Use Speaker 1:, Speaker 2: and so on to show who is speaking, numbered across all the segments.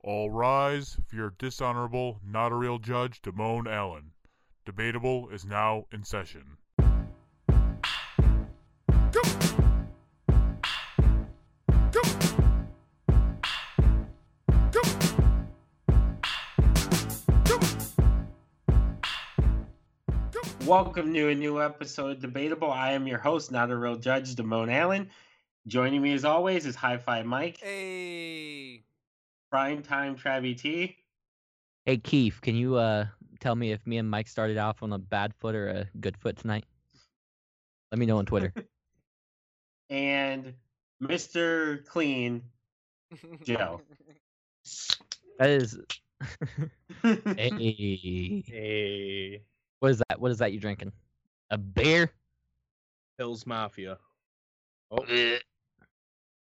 Speaker 1: All rise for your dishonorable, not a real judge, Damone Allen. Debatable is now in session.
Speaker 2: Welcome to a new episode of Debatable. I am your host, not a real judge, Damone Allen. Joining me as always is Hi Fi Mike,
Speaker 3: Hey,
Speaker 2: Prime Time Travie T,
Speaker 4: Hey Keith, can you uh tell me if me and Mike started off on a bad foot or a good foot tonight? Let me know on Twitter.
Speaker 2: and Mr. Clean. Joe.
Speaker 4: That is hey.
Speaker 5: Hey,
Speaker 4: What is that? What is that you drinking? A beer?
Speaker 5: Hills Mafia. Oh,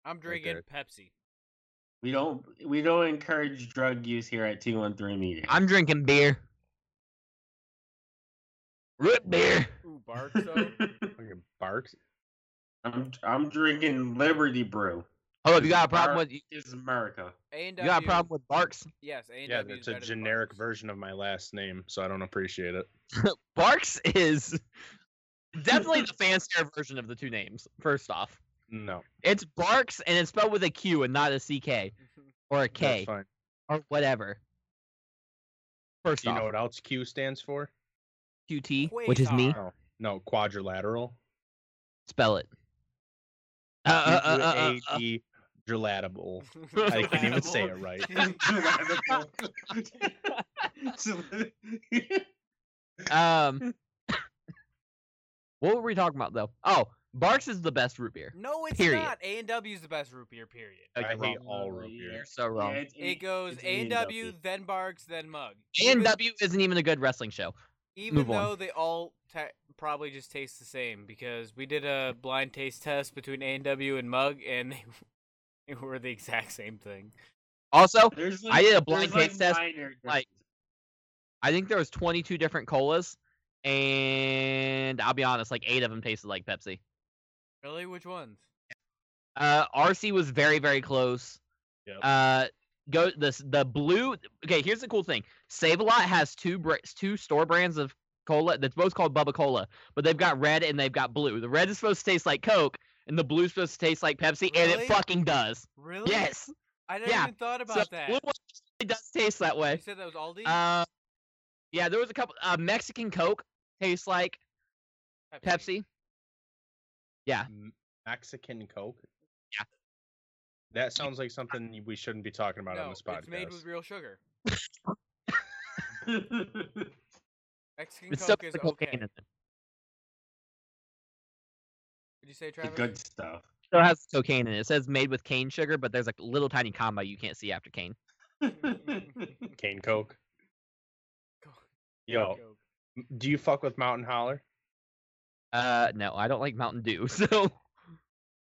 Speaker 3: I'm drinking
Speaker 5: there.
Speaker 3: Pepsi.
Speaker 2: we don't we don't encourage drug use here at 213 Media.
Speaker 4: I'm drinking beer. Root beer.
Speaker 3: Ooh, Barzo.
Speaker 5: Fucking barks.
Speaker 2: I'm I'm drinking Liberty Brew.
Speaker 4: Hold up, you got a problem
Speaker 2: Bark
Speaker 4: with you
Speaker 2: This is America.
Speaker 3: A and
Speaker 4: got a problem with Barks?
Speaker 3: Yes, A and
Speaker 5: Yeah, that's a generic version of my last name, so I don't appreciate it.
Speaker 4: Barks is definitely the fancier version of the two names. First off,
Speaker 5: No,
Speaker 4: it's Barks and it's spelled with a Q and not a CK or a
Speaker 5: that's
Speaker 4: K
Speaker 5: fine.
Speaker 4: or whatever. First
Speaker 5: Do you
Speaker 4: off,
Speaker 5: know what else Q stands for?
Speaker 4: QT, which is me.
Speaker 3: Quasar.
Speaker 5: No, no, quadrilateral.
Speaker 4: Spell it. Uh, uh, uh, uh, uh, uh,
Speaker 5: Q-U-A-D, gelatable. I can't even say it right.
Speaker 4: um, what were we talking about though? Oh, Barks is the best root beer.
Speaker 3: No, it's
Speaker 4: Period.
Speaker 3: not. A and W is the best root beer. Period.
Speaker 4: Oh,
Speaker 5: I
Speaker 4: you're
Speaker 5: hate
Speaker 4: wrong.
Speaker 5: all root
Speaker 4: You're
Speaker 5: beer.
Speaker 4: so wrong.
Speaker 2: Yeah, it's
Speaker 3: It goes
Speaker 2: it's
Speaker 3: A and W, then Barks, then Mug.
Speaker 4: A and
Speaker 3: Even-
Speaker 4: W isn't even a good wrestling show.
Speaker 3: Even
Speaker 4: move on.
Speaker 3: though they all te- probably just taste the same, because we did a blind taste test between A and W and Mug, and they, they were the exact same thing.
Speaker 4: Also,
Speaker 2: There's
Speaker 4: I did a blind
Speaker 2: there's,
Speaker 4: taste test,
Speaker 2: minor
Speaker 4: like-
Speaker 2: differences.
Speaker 4: I think there was 22 different colas, and I'll be honest, like eight of them tasted like Pepsi.
Speaker 3: Really? Which ones?
Speaker 4: Uh, RC was very very close.
Speaker 5: Yep.
Speaker 4: Uh, go this the blue. Okay, here's the cool thing. Save a Lot has two br- two store brands of cola that's both called Bubba Cola, but they've got red and they've got blue. The red is supposed to taste like Coke, and the blue's supposed to taste like Pepsi, and
Speaker 3: Really?
Speaker 4: it fucking does.
Speaker 3: Really?
Speaker 4: Yes,
Speaker 3: I never
Speaker 4: yeah,
Speaker 3: even thought
Speaker 4: so
Speaker 3: about
Speaker 4: the
Speaker 3: that.
Speaker 4: blue one actually does taste that
Speaker 3: You
Speaker 4: way.
Speaker 3: said that was Aldi.
Speaker 4: Uh, yeah, there was a couple. Uh, Mexican Coke tastes like Pepsi.
Speaker 5: M- Mexican Coke.
Speaker 4: Yeah.
Speaker 5: That sounds like something we shouldn't be talking about
Speaker 3: no,
Speaker 5: on this podcast.
Speaker 3: it's made with real sugar. Mexican
Speaker 4: It's so
Speaker 3: Coke is
Speaker 4: cocaine.
Speaker 3: okay.
Speaker 4: in it.
Speaker 3: Did you say
Speaker 2: the
Speaker 3: Travis?
Speaker 2: good stuff.
Speaker 4: still has cocaine in it. It says made with cane sugar, but there's a little tiny combo you can't see after cane.
Speaker 2: Mm-hmm.
Speaker 5: Cane Coke.
Speaker 3: Coke,
Speaker 5: Yo,
Speaker 3: Coke.
Speaker 5: m- do you fuck with Mountain Holler?
Speaker 4: Uh, no, I don't like Mountain Dew. So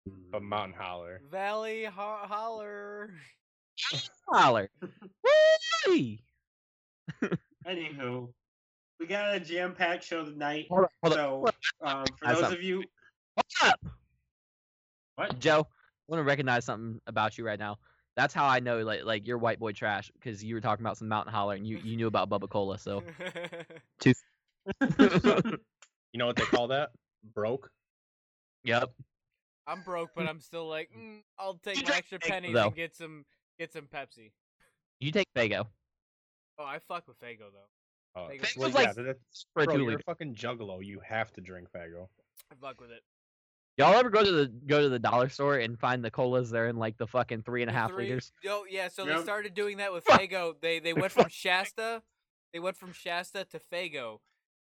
Speaker 2: Hmm.
Speaker 5: But Mountain Holler.
Speaker 3: Valley ho- holler.
Speaker 4: holler. Whee!
Speaker 2: Anywho, we got a jam-packed show tonight.
Speaker 4: Hold up, hold up,
Speaker 2: So, um, for
Speaker 4: That's
Speaker 2: those
Speaker 4: up.
Speaker 2: of you,
Speaker 4: hold up,
Speaker 2: what?
Speaker 4: Joe. I want to recognize something about you right now. That's how I know like like you're white boy trash because you were talking about some Mountain Holler and you, you knew about Bubba Cola. So
Speaker 5: You know what they call that? Broke.
Speaker 4: yep,
Speaker 3: I'm broke, but I'm still like, mm, I'll take my
Speaker 4: drink
Speaker 3: extra
Speaker 4: Faygo,
Speaker 3: pennies
Speaker 4: though.
Speaker 3: and get some get some Pepsi.
Speaker 4: you take Fago.
Speaker 3: Oh, I fuck with Fago though.
Speaker 5: Oh,
Speaker 3: Faggo's
Speaker 5: well,
Speaker 4: like
Speaker 5: yeah, that's,
Speaker 4: for a
Speaker 5: bro,
Speaker 4: two
Speaker 5: you're a
Speaker 4: liter.
Speaker 5: fucking juggalo. You have to drink Fago.
Speaker 3: I fuck with it.
Speaker 4: Y'all ever go to the go to the dollar store and find the colas they're in like the fucking three and a
Speaker 3: The
Speaker 4: half
Speaker 3: three-
Speaker 4: liters?
Speaker 3: Oh yeah, so
Speaker 2: Yep.
Speaker 3: they started doing that with
Speaker 4: Fuck.
Speaker 3: Fago. They they
Speaker 4: They
Speaker 3: went from
Speaker 4: fuck-
Speaker 3: Shasta, they went from Shasta to Fago,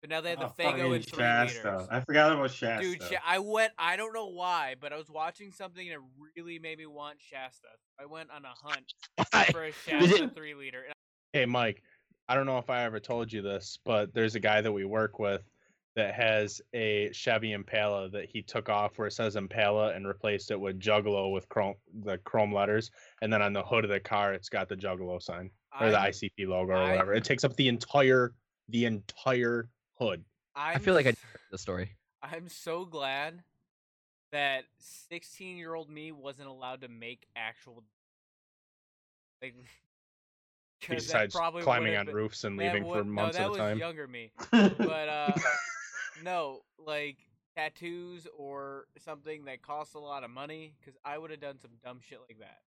Speaker 3: but now they have the
Speaker 2: Oh,
Speaker 3: Fago in
Speaker 2: fucking
Speaker 3: three
Speaker 2: Shasta.
Speaker 3: liters.
Speaker 2: I forgot about Shasta.
Speaker 3: Dude, Sha- I went. I don't know why, but I was watching something and it really made me want Shasta. I went on a hunt for a Shasta three liter. And
Speaker 5: Hey, Mike, I don't know if I ever told you this, but there's a guy that we work with that has a Chevy Impala that he took off where it says Impala and replaced it with Juggalo with chrome the chrome letters, and then on the hood of the car it's got the Juggalo sign or the
Speaker 3: I'm-
Speaker 5: ICP logo or
Speaker 3: I-
Speaker 5: whatever. It takes up the entire the entire hood.
Speaker 3: I'm
Speaker 4: I feel like I
Speaker 3: s-
Speaker 4: the story.
Speaker 3: I'm so glad that 16 year old me wasn't allowed to make actual. Like, 'cause that
Speaker 5: besides
Speaker 3: probably
Speaker 5: climbing
Speaker 3: would've
Speaker 5: on
Speaker 3: been-
Speaker 5: roofs and
Speaker 3: that
Speaker 5: leaving
Speaker 3: would-
Speaker 5: for months
Speaker 3: no, that
Speaker 5: at a
Speaker 3: was
Speaker 5: time.
Speaker 3: younger me. But uh, no, like tattoos or something that costs a lot of money because I would have done some dumb shit like that.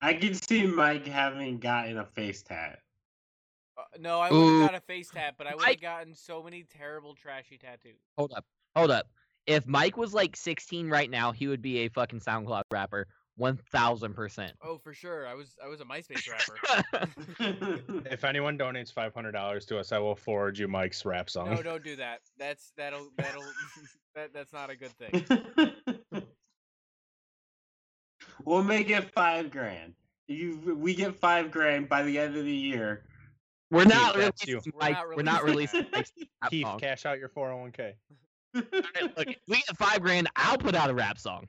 Speaker 2: I can see Mike having gotten a face tat.
Speaker 3: Uh, no, I would
Speaker 4: Ooh.
Speaker 3: have got a face tat, but I would
Speaker 4: Mike-
Speaker 3: have gotten so many terrible, trashy tattoos.
Speaker 4: Hold up. Hold up. If Mike was like 16 right now, he would be a fucking SoundCloud rapper. 1000%.
Speaker 3: Oh, for sure. I was I was a MySpace rapper.
Speaker 5: If anyone donates five hundred dollars to us, I will forward you Mike's rap song.
Speaker 3: no, don't do that. That's that'll that'll that, that's not a good thing.
Speaker 2: we'll make it five grand. You, we get five grand by the end of the year.
Speaker 4: We're not
Speaker 5: that's you.
Speaker 4: releasing
Speaker 3: We're
Speaker 4: Mike.
Speaker 3: not
Speaker 4: We're not
Speaker 3: releasing
Speaker 4: releasing Mike's rap
Speaker 5: Keith,
Speaker 4: song.
Speaker 5: cash out your four hundred one k.
Speaker 4: Alright, Look, if we get five grand. I'll put out a rap song.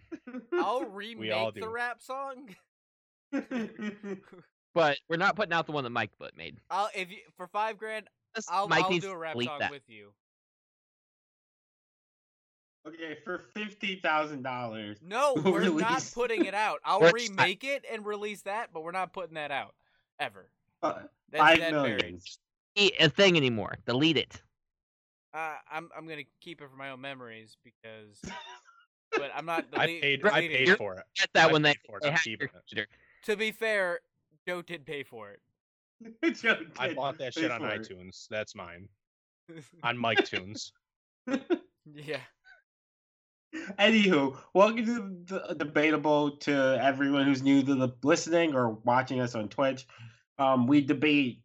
Speaker 3: I'll
Speaker 5: all
Speaker 3: remake the
Speaker 5: do.
Speaker 3: rap song.
Speaker 4: But we're not putting out the one that Mike Foot made.
Speaker 3: I'll if you for five grand,
Speaker 4: Just-
Speaker 3: I'll,
Speaker 4: Mike
Speaker 3: I'll
Speaker 4: needs
Speaker 3: do
Speaker 4: to
Speaker 3: a rap
Speaker 4: delete
Speaker 3: song
Speaker 4: that.
Speaker 3: with you.
Speaker 2: okay, for fifty thousand dollars.
Speaker 3: No,
Speaker 2: We'll
Speaker 3: we're not
Speaker 2: release-
Speaker 3: putting it out. I'll
Speaker 4: We're not.
Speaker 3: remake it and release that, but we're not putting that out ever.
Speaker 2: uh, Five million.
Speaker 3: That's dead buried.
Speaker 4: Be a thing anymore. Delete it.
Speaker 3: Uh, I'm I'm gonna keep it for my own memories because, but I'm not.
Speaker 5: I
Speaker 3: delete-
Speaker 5: paid. I
Speaker 3: deleting it.
Speaker 5: paid for it.
Speaker 4: Get that
Speaker 5: I
Speaker 4: when they,
Speaker 5: paid for it,
Speaker 4: they
Speaker 5: I'm
Speaker 4: hack
Speaker 5: keeping
Speaker 4: your
Speaker 5: it.
Speaker 4: computer.
Speaker 3: To be fair, Joe did pay for it.
Speaker 2: Joe
Speaker 5: I
Speaker 2: did
Speaker 5: bought that
Speaker 2: pay
Speaker 5: shit on
Speaker 2: for it.
Speaker 5: iTunes. That's mine. On Mike Tunes.
Speaker 3: yeah.
Speaker 2: Anywho, welcome to the debatable to everyone who's new to the listening or watching us on Twitch. Um, we debate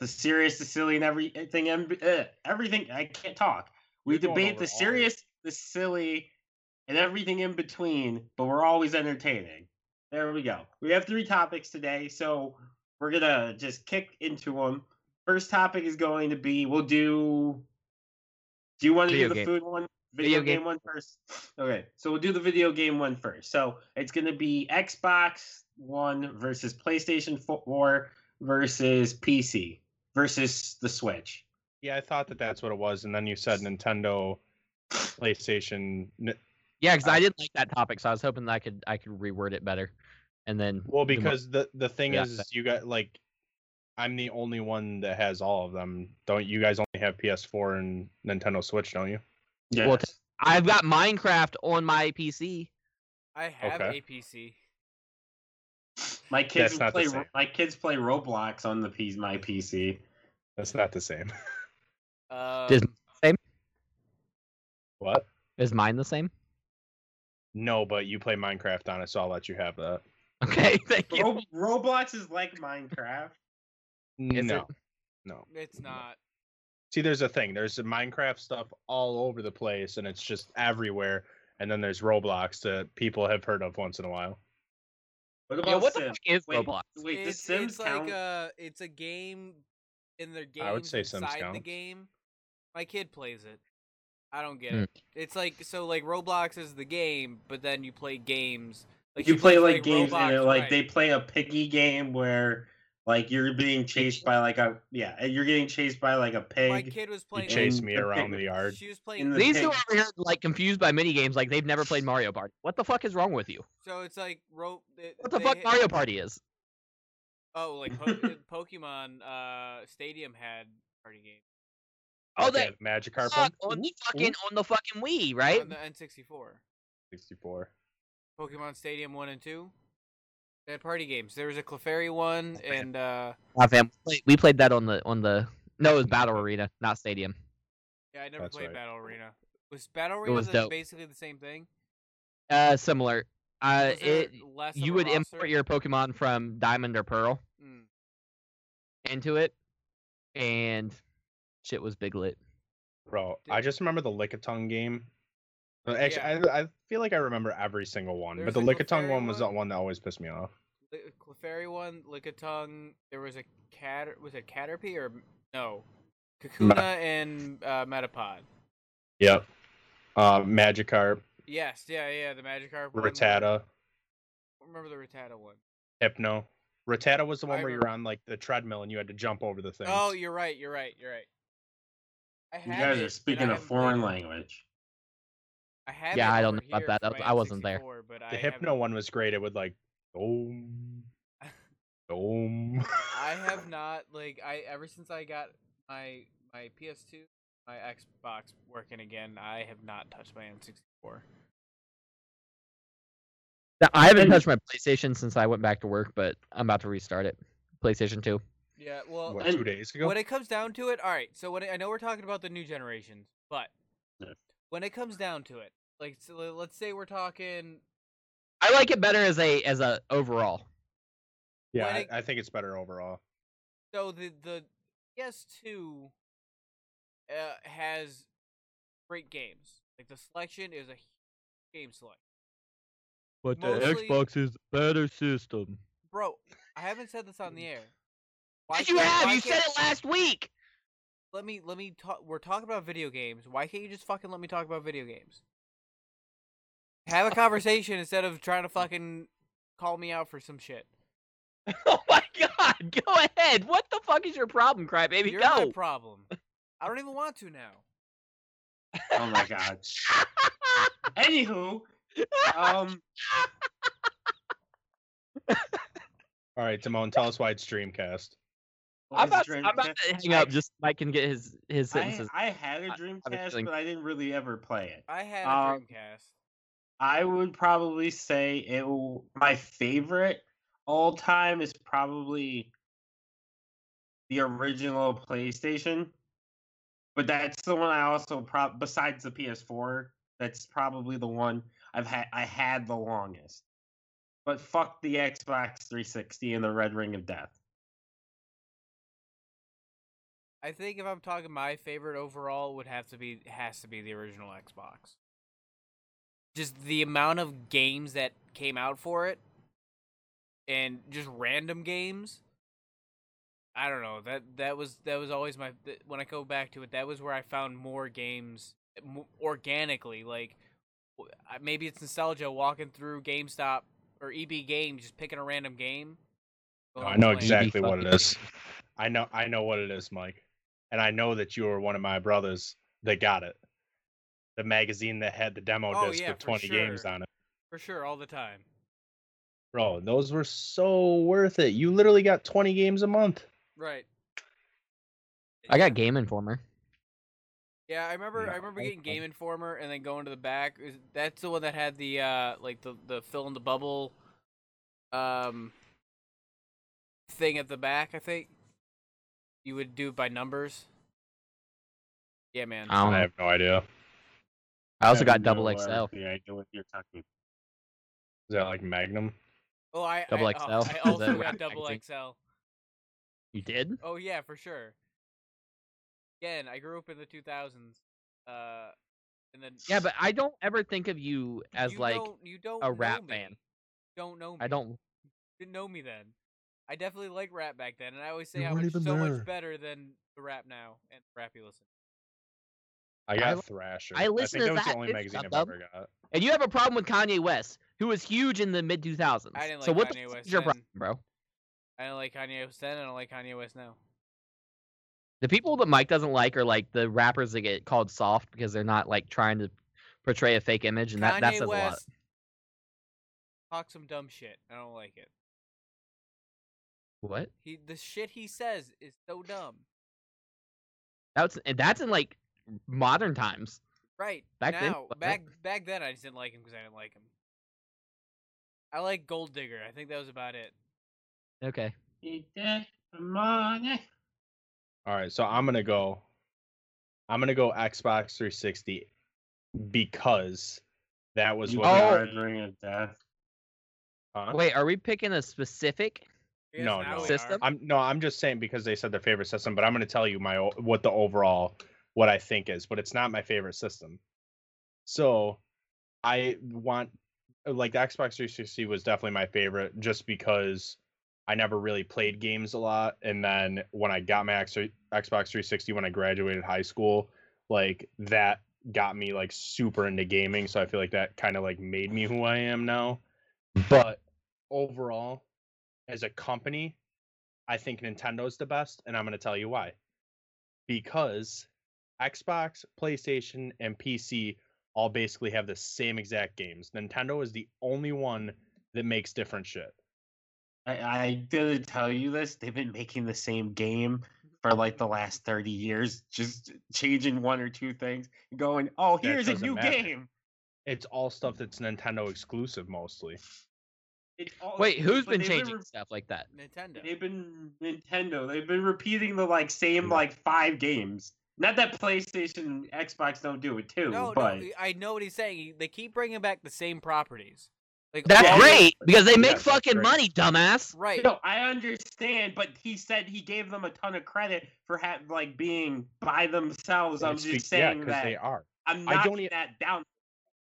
Speaker 2: the serious, the silly, and everything. and- eh, Everything I can't talk. We
Speaker 5: You're going
Speaker 2: debate the
Speaker 5: over all of it.
Speaker 2: serious, the silly, and everything in between. But we're always entertaining. There we go. We have three topics today, so we're gonna just kick into them. First topic is going to be we'll do. Do you want to do
Speaker 4: Video
Speaker 2: the
Speaker 4: game.
Speaker 2: food one? Video,
Speaker 4: Video
Speaker 2: game.
Speaker 4: game.
Speaker 2: one first. Okay, so we'll do the video game one first. So it's gonna be Xbox One versus PlayStation Four versus PC versus the Switch.
Speaker 5: Yeah, I thought that that's what it was, and then you said Nintendo, PlayStation. N-
Speaker 4: Yeah, because
Speaker 5: Uh,
Speaker 4: I didn't like that topic, so I was hoping that I could I could reword it better, and then
Speaker 5: Well,
Speaker 4: the mo-
Speaker 5: because the the thing
Speaker 4: Yeah.
Speaker 5: is, is you got like, I'm the only one that has all of them. Don't you guys only have PS4 and Nintendo Switch? Don't you?
Speaker 2: Yes.
Speaker 4: Well, I've got Minecraft on my PC.
Speaker 3: I have
Speaker 5: Okay.
Speaker 3: a PC.
Speaker 2: my kids
Speaker 5: that's not the
Speaker 2: play.
Speaker 5: same.
Speaker 2: My kids play Roblox on the P- my PC.
Speaker 5: That's not the same.
Speaker 3: Um,
Speaker 4: Does-
Speaker 5: What?
Speaker 4: Is mine the same?
Speaker 5: No, but you play Minecraft on it, so I'll let you have that.
Speaker 4: Okay, thank you.
Speaker 2: Ro- Roblox is like Minecraft.
Speaker 4: Is
Speaker 5: no,
Speaker 4: it?
Speaker 5: no.
Speaker 3: it's not.
Speaker 5: See, there's a thing. There's the Minecraft stuff all over the place, and it's just everywhere. And then there's Roblox that people have heard of once in a while.
Speaker 2: What
Speaker 4: Yeah,
Speaker 2: about
Speaker 4: what the
Speaker 2: Sims?
Speaker 4: fuck is
Speaker 2: Wait,
Speaker 4: Roblox?
Speaker 2: wait, the
Speaker 3: it's,
Speaker 2: Sims
Speaker 3: it's
Speaker 2: count?
Speaker 3: like a it's a game in their game.
Speaker 5: I would say Sims
Speaker 3: inside the
Speaker 5: counts.
Speaker 3: game. My kid plays it. I don't get
Speaker 4: Hmm.
Speaker 3: it. It's like so like Roblox is the game, but then you play games.
Speaker 2: you play
Speaker 3: just
Speaker 2: like, games and
Speaker 3: Roblox,
Speaker 2: it, like
Speaker 3: right.
Speaker 2: they play a piggy game where like you're being chased by like a yeah and you're getting chased by like a
Speaker 3: My
Speaker 2: pig
Speaker 3: kid was
Speaker 5: You
Speaker 3: playing.
Speaker 5: chase
Speaker 2: And
Speaker 5: me
Speaker 2: the
Speaker 5: around
Speaker 2: thing-
Speaker 5: the yard.
Speaker 3: She was
Speaker 2: in
Speaker 3: playing.
Speaker 2: the
Speaker 4: These two over
Speaker 2: pigs.
Speaker 4: here like confused by mini games, like they've never played Mario Party. What the fuck is wrong with you?
Speaker 3: so it's like ro- it-
Speaker 4: What the
Speaker 3: they
Speaker 4: fuck
Speaker 3: hit-
Speaker 4: Mario Party is?
Speaker 3: Oh, like po- Pokemon uh, Stadium had party game
Speaker 4: Oh,
Speaker 5: Like
Speaker 4: that-
Speaker 5: that Magikarp
Speaker 4: Fuck,
Speaker 5: one?
Speaker 4: on the
Speaker 5: Ooh,
Speaker 4: fucking on the fucking Wii, right?
Speaker 3: on the N64.
Speaker 5: 64.
Speaker 3: Pokemon Stadium one and two. They had party games. There was a Clefairy one and uh,
Speaker 4: My fam- we played- we played that on the on the no, it was Battle Arena, not Stadium.
Speaker 3: yeah, I never
Speaker 5: That's
Speaker 3: played
Speaker 5: right.
Speaker 3: Battle Arena. Was Battle Arena
Speaker 4: was
Speaker 3: the-
Speaker 4: dope.
Speaker 3: basically the same thing?
Speaker 4: Uh, similar. Uh,
Speaker 3: Was there
Speaker 4: it
Speaker 3: less of
Speaker 4: you
Speaker 3: a
Speaker 4: would
Speaker 3: roster?
Speaker 4: import your Pokemon from Diamond or Pearl
Speaker 3: Mm.
Speaker 4: into it, and shit was big lit.
Speaker 5: Bro,
Speaker 3: Did-
Speaker 5: I just remember the Lickitung game. Uh, Actually, I, I feel like I remember every single one,
Speaker 3: There's
Speaker 5: but the
Speaker 3: the
Speaker 5: Lickitung
Speaker 3: Clefairy
Speaker 5: one was the
Speaker 3: one.
Speaker 5: one that always pissed me off.
Speaker 3: Li- uh, Clefairy one, Lickitung. There was a cat. Was it Caterpie or no? Kakuna and uh, Metapod.
Speaker 5: Yep. Uh, Magikarp,
Speaker 3: Yes, yeah, yeah. The Magikarp one.
Speaker 5: Rattata,
Speaker 3: Remember the Rattata one?
Speaker 5: Hypno. Rattata was the
Speaker 3: I
Speaker 5: one where you were
Speaker 3: remember.
Speaker 5: on like the treadmill and you had to jump over the thing.
Speaker 3: Oh, you're right. You're right. You're right. I
Speaker 2: you guys
Speaker 3: have it,
Speaker 2: are
Speaker 3: but I
Speaker 2: speaking a
Speaker 3: haven't played
Speaker 2: foreign
Speaker 3: it.
Speaker 2: language
Speaker 3: I have
Speaker 4: Yeah,
Speaker 3: it
Speaker 4: I don't
Speaker 3: over
Speaker 4: know about
Speaker 3: here for
Speaker 4: that. I-
Speaker 3: my
Speaker 4: I wasn't there.
Speaker 3: N64, But I
Speaker 5: the
Speaker 3: haven't-
Speaker 5: Hypno one was great. It would like, boom, boom.
Speaker 3: I I have not like I ever since I got my my PS2, my Xbox working again. I have not touched my N64.
Speaker 4: I haven't
Speaker 2: And-
Speaker 4: touched my PlayStation since I went back to work, but I'm about to restart it. PlayStation 2.
Speaker 3: Yeah, well,
Speaker 5: what,
Speaker 2: and-
Speaker 5: two days ago.
Speaker 3: when it comes down to it, all right. So when it, I know we're talking about the new generations, but
Speaker 2: Yeah.
Speaker 3: when it comes down to it, like so le- let's say we're talking
Speaker 4: I like it better as a as a overall.
Speaker 5: yeah,
Speaker 3: when
Speaker 5: I,
Speaker 3: it-
Speaker 5: I think it's better overall.
Speaker 3: so the the PS2 uh, has great games. Like the selection is a huge game selection.
Speaker 4: But
Speaker 3: the Mostly- Xbox
Speaker 4: is better system.
Speaker 3: Bro, I haven't said this on the air. Why
Speaker 4: Yes, Mm. you
Speaker 3: can't-
Speaker 4: have.
Speaker 3: why
Speaker 4: You said
Speaker 3: can't-
Speaker 4: it last week.
Speaker 3: Let me let me talk. We're talking about video games. Why can't you just fucking let me talk about video games? Have a conversation instead of trying to fucking call me out for some shit.
Speaker 4: Oh my god. Go ahead. What the fuck is your problem, crybaby?
Speaker 3: You're
Speaker 4: Go.
Speaker 3: my problem. I don't even want to now.
Speaker 2: Oh my god. Anywho,
Speaker 3: Uh,
Speaker 2: um,
Speaker 5: All right, Timon, tell us why it's Dreamcast.
Speaker 4: I'm about,
Speaker 2: Dreamcast-
Speaker 4: I'm about to hang up. Just Mike can get his his
Speaker 2: I,
Speaker 4: sentences.
Speaker 2: I had a
Speaker 4: I- I have a
Speaker 2: Dreamcast,
Speaker 4: feeling-
Speaker 2: but I didn't really ever play it.
Speaker 3: I had a
Speaker 2: Um,
Speaker 3: Dreamcast.
Speaker 2: I would probably say it. w- My favorite all time is probably the original PlayStation, but that's the one I also prob besides the PS4. That's probably the one I've had. I had the longest. But fuck the Xbox 360 and the Red Ring of Death.
Speaker 3: I think if I'm talking my favorite overall would have to be has to be the original Xbox. Just the amount of games that came out for it and just random games. I don't know. That that was that was always my th- when I go back to it, that was where I found more games mo- organically like w- I- maybe it's nostalgia walking through GameStop or EB Games just picking a random game.
Speaker 5: No, I know
Speaker 3: Playing.
Speaker 5: exactly what it
Speaker 4: fucking
Speaker 5: is. I know I know what it is, Mike. And I know that you were one of my brothers that got it. The magazine that had the demo
Speaker 3: Oh,
Speaker 5: disc
Speaker 3: yeah,
Speaker 5: with
Speaker 3: for
Speaker 5: 20 games
Speaker 3: sure.
Speaker 5: on it.
Speaker 3: For sure all the time.
Speaker 5: Bro, those were so worth it. You literally got 20 games a month.
Speaker 3: Right.
Speaker 4: I got Game Informer.
Speaker 3: Yeah, I remember. I
Speaker 5: Yeah,
Speaker 3: remember
Speaker 5: I-
Speaker 3: getting Game
Speaker 5: I-
Speaker 3: Informer and then going to the back. Is- That's the one that had the uh, like the the fill in the bubble, um, thing at the back. I think you would do it by numbers. Yeah, man.
Speaker 4: I don't
Speaker 5: I
Speaker 4: know.
Speaker 5: have no idea. Is
Speaker 4: Um, I also
Speaker 2: have
Speaker 4: got Double
Speaker 2: no, uh,
Speaker 4: XL.
Speaker 2: Yeah, I know what you're talking.
Speaker 5: that like Magnum?
Speaker 3: oh, I
Speaker 4: Double
Speaker 3: I, oh,
Speaker 4: XL.
Speaker 3: I
Speaker 4: Is
Speaker 3: also
Speaker 4: that
Speaker 3: got
Speaker 4: right?
Speaker 3: double
Speaker 4: Magazine.
Speaker 3: XL.
Speaker 4: You did?
Speaker 3: Oh yeah, for sure. Again, I grew up in the two thousands. Uh, and then
Speaker 4: Yeah, but I don't ever think of you as
Speaker 3: you
Speaker 4: like
Speaker 3: don't- you don't
Speaker 4: a
Speaker 3: know
Speaker 4: rap
Speaker 3: me.
Speaker 4: fan.
Speaker 3: Don't know me.
Speaker 4: I don't.
Speaker 3: didn't know me then. I definitely liked rap back then, and I always say
Speaker 5: You
Speaker 3: how
Speaker 5: weren't
Speaker 3: it's
Speaker 5: even
Speaker 3: so
Speaker 5: there.
Speaker 3: much better than the rap now and the rap you listen.
Speaker 5: I got
Speaker 4: li-
Speaker 5: Thrasher.
Speaker 4: I listen
Speaker 5: think
Speaker 4: to
Speaker 5: that was
Speaker 4: that
Speaker 5: the only
Speaker 4: too,
Speaker 5: magazine I've
Speaker 4: Dumb.
Speaker 5: ever got.
Speaker 4: And you have a problem with Kanye West, who was huge in the mid 2000s.
Speaker 3: I didn't
Speaker 4: so
Speaker 3: like
Speaker 4: what the
Speaker 3: Kanye
Speaker 4: fuck
Speaker 3: West
Speaker 4: is your
Speaker 3: then.
Speaker 4: problem, bro?
Speaker 3: I don't like Kanye West then, and I don't like Kanye West now.
Speaker 4: The people that Mike doesn't like are like the rappers that get called soft because they're not like trying to portray a fake image, and that, that
Speaker 3: Kanye
Speaker 4: says a lot.
Speaker 3: West talk some dumb shit. I don't like it.
Speaker 4: What?
Speaker 3: He the shit he says is so dumb.
Speaker 4: That's and that's in like modern times.
Speaker 3: Right
Speaker 4: Back then,
Speaker 3: now,
Speaker 4: what the-
Speaker 3: back back then, I just didn't like him because I didn't like him. I like Gold Digger. I think that was about it.
Speaker 4: Okay.
Speaker 2: Eat that money.
Speaker 5: All right, so I'm gonna go. I'm gonna go Xbox 360 because that was
Speaker 2: You
Speaker 5: what.
Speaker 2: got
Speaker 4: Oh.
Speaker 2: Red Ring of Death.
Speaker 5: Huh?
Speaker 4: Wait, are we picking a specific?
Speaker 3: I guess
Speaker 5: No,
Speaker 3: now
Speaker 5: no.
Speaker 3: we are.
Speaker 4: System?
Speaker 5: I'm no, I'm just saying because they said their favorite system, but I'm gonna tell you my o- what the overall what I think is, but it's not my favorite system. So, I want like the Xbox 360 was definitely my favorite just because I never really played games a lot, and then when I got my X- Xbox 360 when I graduated high school, like that got me like super into gaming. So I feel like that kind of like made me who I am now. But overall, as a company, I think Nintendo's the best, and I'm going to tell you why. Because Xbox, PlayStation, and PC all basically have the same exact games. Nintendo is the only one that makes different shit.
Speaker 2: I, I didn't tell you this. They've been making the same game for like the last 30 years, just changing one or two things, going, oh,
Speaker 5: Yeah, it
Speaker 2: here's a
Speaker 5: doesn't
Speaker 2: new
Speaker 5: matter.
Speaker 2: game.
Speaker 5: It's all
Speaker 2: Mm.
Speaker 5: stuff that's Nintendo exclusive mostly.
Speaker 2: It's
Speaker 3: Oh,
Speaker 2: all-
Speaker 4: Wait, who's
Speaker 2: but
Speaker 4: been
Speaker 2: they've been
Speaker 4: changing
Speaker 2: re-
Speaker 4: stuff like that?
Speaker 3: Nintendo.
Speaker 2: They've been Nintendo. They've been repeating the like same
Speaker 5: Yeah.
Speaker 2: like five games. Not that PlayStation, Xbox don't do it too,
Speaker 3: No,
Speaker 2: but
Speaker 3: no, I know what he's saying. He- They keep bringing back the same properties. Like
Speaker 4: That's
Speaker 2: Yeah,
Speaker 3: all-
Speaker 4: great because they make
Speaker 5: that's
Speaker 4: fucking
Speaker 5: great.
Speaker 4: money, dumbass.
Speaker 3: right.
Speaker 2: No, I understand, but he said he gave them a ton of credit for ha- like being by themselves. I'm
Speaker 5: It's
Speaker 2: just
Speaker 5: be- yeah,
Speaker 2: saying
Speaker 5: 'cause
Speaker 2: that
Speaker 5: they are.
Speaker 2: I'm
Speaker 5: I
Speaker 2: knocking
Speaker 5: don't e-
Speaker 2: that down.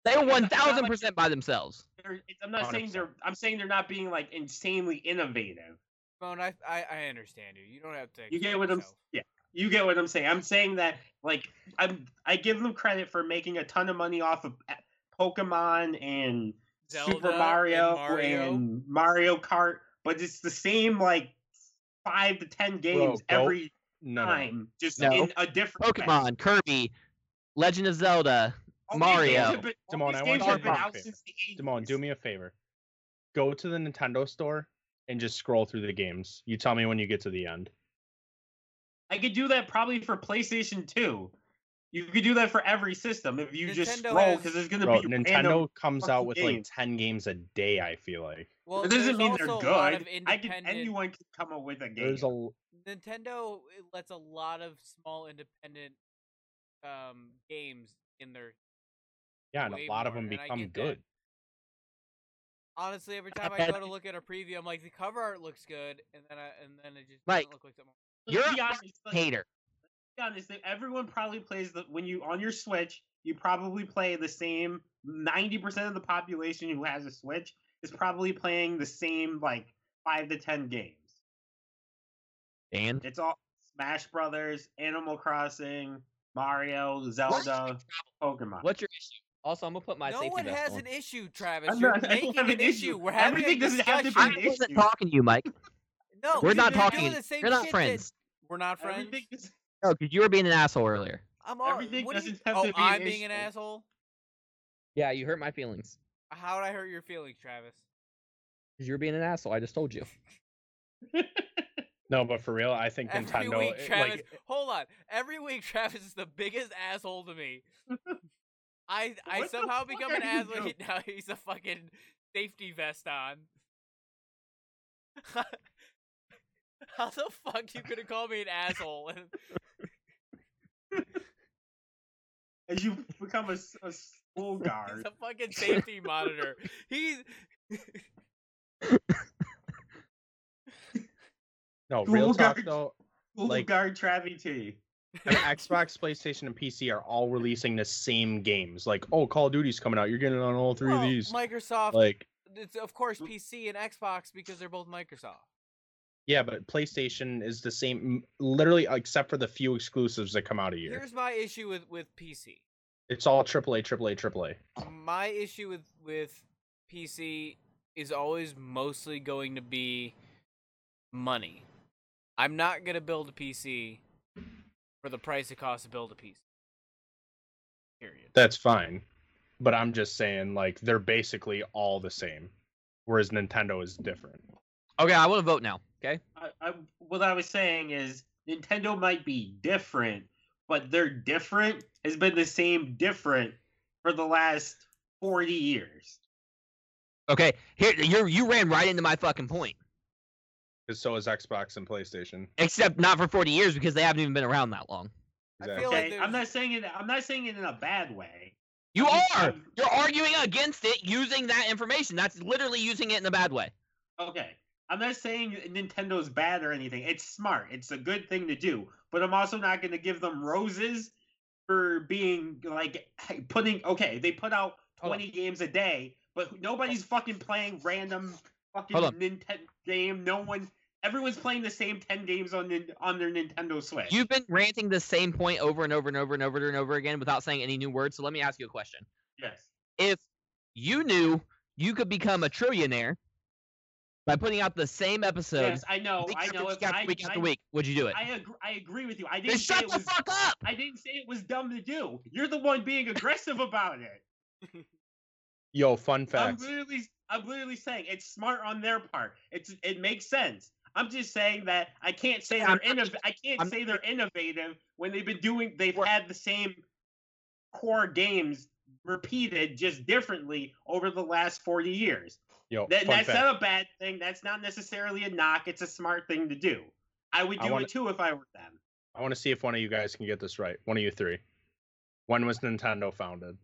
Speaker 4: They are
Speaker 2: It's not
Speaker 4: one
Speaker 2: like-
Speaker 4: thousand percent by themselves.
Speaker 2: They're- it's- I'm not saying they're.
Speaker 5: 100%.
Speaker 2: I'm saying they're not being like insanely innovative.
Speaker 3: Simone, I, I I understand you. You don't have to.
Speaker 2: You get
Speaker 3: explain
Speaker 2: what I'm.
Speaker 3: yourself.
Speaker 2: Yeah, you get what I'm saying. I'm saying that like I'm. I give them credit for making a ton of money off of eh, Pokemon and
Speaker 3: Zelda
Speaker 2: Super
Speaker 3: and
Speaker 2: Mario and
Speaker 3: Mario.
Speaker 2: Mario. Kart, but it's the same like five to ten games
Speaker 5: go-
Speaker 2: every
Speaker 5: No, no, no.
Speaker 2: time, just
Speaker 4: No.
Speaker 2: in a different way.
Speaker 4: Pokemon, Kirby, Legend of Zelda.
Speaker 2: All these
Speaker 4: Mario.
Speaker 2: games have been- all
Speaker 5: Damon,
Speaker 2: these
Speaker 5: I want
Speaker 2: games
Speaker 4: your
Speaker 2: have been
Speaker 4: opinion.
Speaker 2: out since the 80s.
Speaker 5: Damon, do me a favor. Go to the Nintendo store and just scroll through the games. You tell me when you get to the end.
Speaker 2: I could do that probably for PlayStation 2. You could do that for every system if you just
Speaker 3: Nintendo
Speaker 2: scroll
Speaker 3: has-
Speaker 2: because there's going to
Speaker 5: Bro,
Speaker 2: be
Speaker 5: Nintendo
Speaker 2: random-
Speaker 5: comes
Speaker 2: fucking
Speaker 5: out with like
Speaker 2: games.
Speaker 5: ten games a day. I feel like
Speaker 3: Well,
Speaker 2: It doesn't
Speaker 3: there's
Speaker 2: mean they're
Speaker 3: also a lot
Speaker 2: good.
Speaker 3: of
Speaker 2: I can
Speaker 3: independent-
Speaker 2: anyone can come up with a game.
Speaker 5: there's a l-
Speaker 3: Nintendo lets a lot of small independent um, games in their.
Speaker 5: yeah, and
Speaker 3: way
Speaker 5: a lot of
Speaker 3: more,
Speaker 5: them
Speaker 3: and I
Speaker 5: become
Speaker 3: get that.
Speaker 5: good.
Speaker 3: Honestly, every time I
Speaker 4: bet-
Speaker 3: go to look at a preview, I'm like, the cover art looks good, and then I, and then it just
Speaker 4: Mike.
Speaker 3: doesn't look like something.
Speaker 2: Let's
Speaker 4: You're
Speaker 2: be
Speaker 4: a
Speaker 2: honest, like,
Speaker 4: Hater.
Speaker 2: be honest, like, everyone probably plays the when you on your Switch, you probably play the same. Ninety percent of the population who has a Switch is probably playing the same like five to ten games.
Speaker 4: Dan.
Speaker 2: It's all Smash Brothers, Animal Crossing, Mario, Zelda, Pokemon.
Speaker 4: What's your issue? Also, I'm gonna put my
Speaker 3: no
Speaker 4: safety
Speaker 3: one
Speaker 4: vest
Speaker 3: has
Speaker 4: on.
Speaker 3: an issue, Travis.
Speaker 2: I'm
Speaker 3: You're
Speaker 2: not- I don't
Speaker 3: making
Speaker 2: have
Speaker 3: an
Speaker 2: an
Speaker 3: issue.
Speaker 2: issue.
Speaker 3: We're having
Speaker 2: Everything
Speaker 3: a
Speaker 2: doesn't have to be
Speaker 3: discussion.
Speaker 2: an
Speaker 4: I wasn't
Speaker 2: issue.
Speaker 4: talking to you, Mike.
Speaker 3: No,
Speaker 4: We're
Speaker 3: you're
Speaker 4: not
Speaker 3: doing
Speaker 4: talking.
Speaker 3: the same
Speaker 4: You're not
Speaker 3: shit that-
Speaker 4: friends.
Speaker 3: We're not friends.
Speaker 2: Everything is-
Speaker 4: No, because you were being an asshole earlier.
Speaker 3: I'm all.
Speaker 2: everything
Speaker 3: what do you,
Speaker 2: doesn't have
Speaker 3: oh,
Speaker 2: to be an
Speaker 3: I'm being an
Speaker 2: issue.
Speaker 3: asshole.
Speaker 4: Yeah, you hurt my feelings
Speaker 3: How'd I hurt your feelings, Travis?
Speaker 4: because you were being an asshole. I just told you.
Speaker 5: No, but for real, I think
Speaker 3: Every
Speaker 5: Nintendo.
Speaker 3: week,
Speaker 5: it-
Speaker 3: Travis.
Speaker 5: like,
Speaker 3: hold on. Every week, Travis is the biggest asshole to me. I I
Speaker 2: What the
Speaker 3: somehow
Speaker 2: fuck
Speaker 3: become
Speaker 2: are
Speaker 3: an
Speaker 2: you
Speaker 3: asshole.
Speaker 2: doing?
Speaker 3: Now he's a fucking safety vest on. How the fuck you gonna call me an asshole? And
Speaker 2: As you become a, s- a school
Speaker 3: he's
Speaker 2: guard,
Speaker 3: a fucking safety monitor. He's
Speaker 5: no,
Speaker 2: Dual
Speaker 5: real talk
Speaker 2: guard.
Speaker 5: though.
Speaker 2: school
Speaker 5: Like-
Speaker 2: guard Travis T.
Speaker 5: I mean, Xbox, PlayStation, and PC are all releasing the same games. Like, oh, Call of Duty's coming out. You're getting it on all three
Speaker 3: well,
Speaker 5: of these.
Speaker 3: Microsoft.
Speaker 5: Like,
Speaker 3: it's of course PC and Xbox because they're both Microsoft.
Speaker 5: yeah, but PlayStation is the same, literally, uh, except for the few exclusives that come out a year.
Speaker 3: Here's my issue with with PC.
Speaker 5: It's all AAA, AAA, AAA.
Speaker 3: my issue with with PC is always mostly going to be money. I'm not gonna build a PC for the price it costs to build a PC. Period.
Speaker 5: That's fine. But I'm just saying, like, they're basically all the same. Whereas Nintendo is different.
Speaker 4: Okay, I want to vote now. Okay.
Speaker 2: I, I, what I was saying is Nintendo might be different, but their different has been the same different for the last 40 years.
Speaker 4: Okay. Here, you you ran right into my fucking point.
Speaker 5: 'Cause so is Xbox and PlayStation.
Speaker 4: Except not for 40 years because they haven't even been around that long.
Speaker 3: I feel like
Speaker 2: Okay?
Speaker 3: there's-
Speaker 2: I'm not saying it I'm not saying it in a bad way.
Speaker 4: You
Speaker 2: I'm-
Speaker 4: are.
Speaker 2: I'm-
Speaker 4: You're arguing against it using that information. That's literally using it in a bad way.
Speaker 2: Okay. I'm not saying Nintendo's bad or anything. It's smart. It's a good thing to do. But I'm also not going to give them roses for being like hey, putting. Okay, they put out
Speaker 4: Hold on.
Speaker 2: 20 games a day, but nobody's fucking playing random fucking
Speaker 4: Hold on.
Speaker 2: Nintendo game. No one. Everyone's playing the same 10 games on nin- on their Nintendo Switch.
Speaker 4: You've been ranting the same point over and over and over and over and over again without saying any new words. So let me ask you a question.
Speaker 2: yes.
Speaker 4: If you knew you could become a trillionaire by putting out the same
Speaker 2: yes,
Speaker 4: episodes
Speaker 2: I know.
Speaker 4: week
Speaker 2: Oh, I
Speaker 4: after
Speaker 2: know.
Speaker 4: week
Speaker 2: If
Speaker 4: after
Speaker 2: I,
Speaker 4: week after
Speaker 2: I,
Speaker 4: week, would you do it?
Speaker 2: I, agree, I agree with you. I
Speaker 4: Then
Speaker 2: didn't, say
Speaker 4: shut
Speaker 2: it
Speaker 4: the
Speaker 2: was,
Speaker 4: fuck up!
Speaker 2: I didn't say it was dumb to do. You're the one being aggressive about it.
Speaker 5: Yo, fun
Speaker 2: I'm
Speaker 5: fact.
Speaker 2: literally, I'm literally saying it's smart on their part. It's it makes sense. I'm just saying that I can't say
Speaker 4: Yeah,
Speaker 2: they're
Speaker 4: I'm not-
Speaker 2: innov- I can't
Speaker 4: I'm-
Speaker 2: say they're innovative when they've been doing. They've had the same core games repeated just differently over the last 40 years.
Speaker 5: Yo,
Speaker 2: That,
Speaker 5: fun
Speaker 2: that's
Speaker 5: fact.
Speaker 2: not a bad thing. That's not necessarily a knock. It's a smart thing to do. I would
Speaker 5: I
Speaker 2: do
Speaker 5: wanna-
Speaker 2: it too if I were them.
Speaker 5: I want to see if one of you guys can get this right. One of you three. When was Nintendo founded?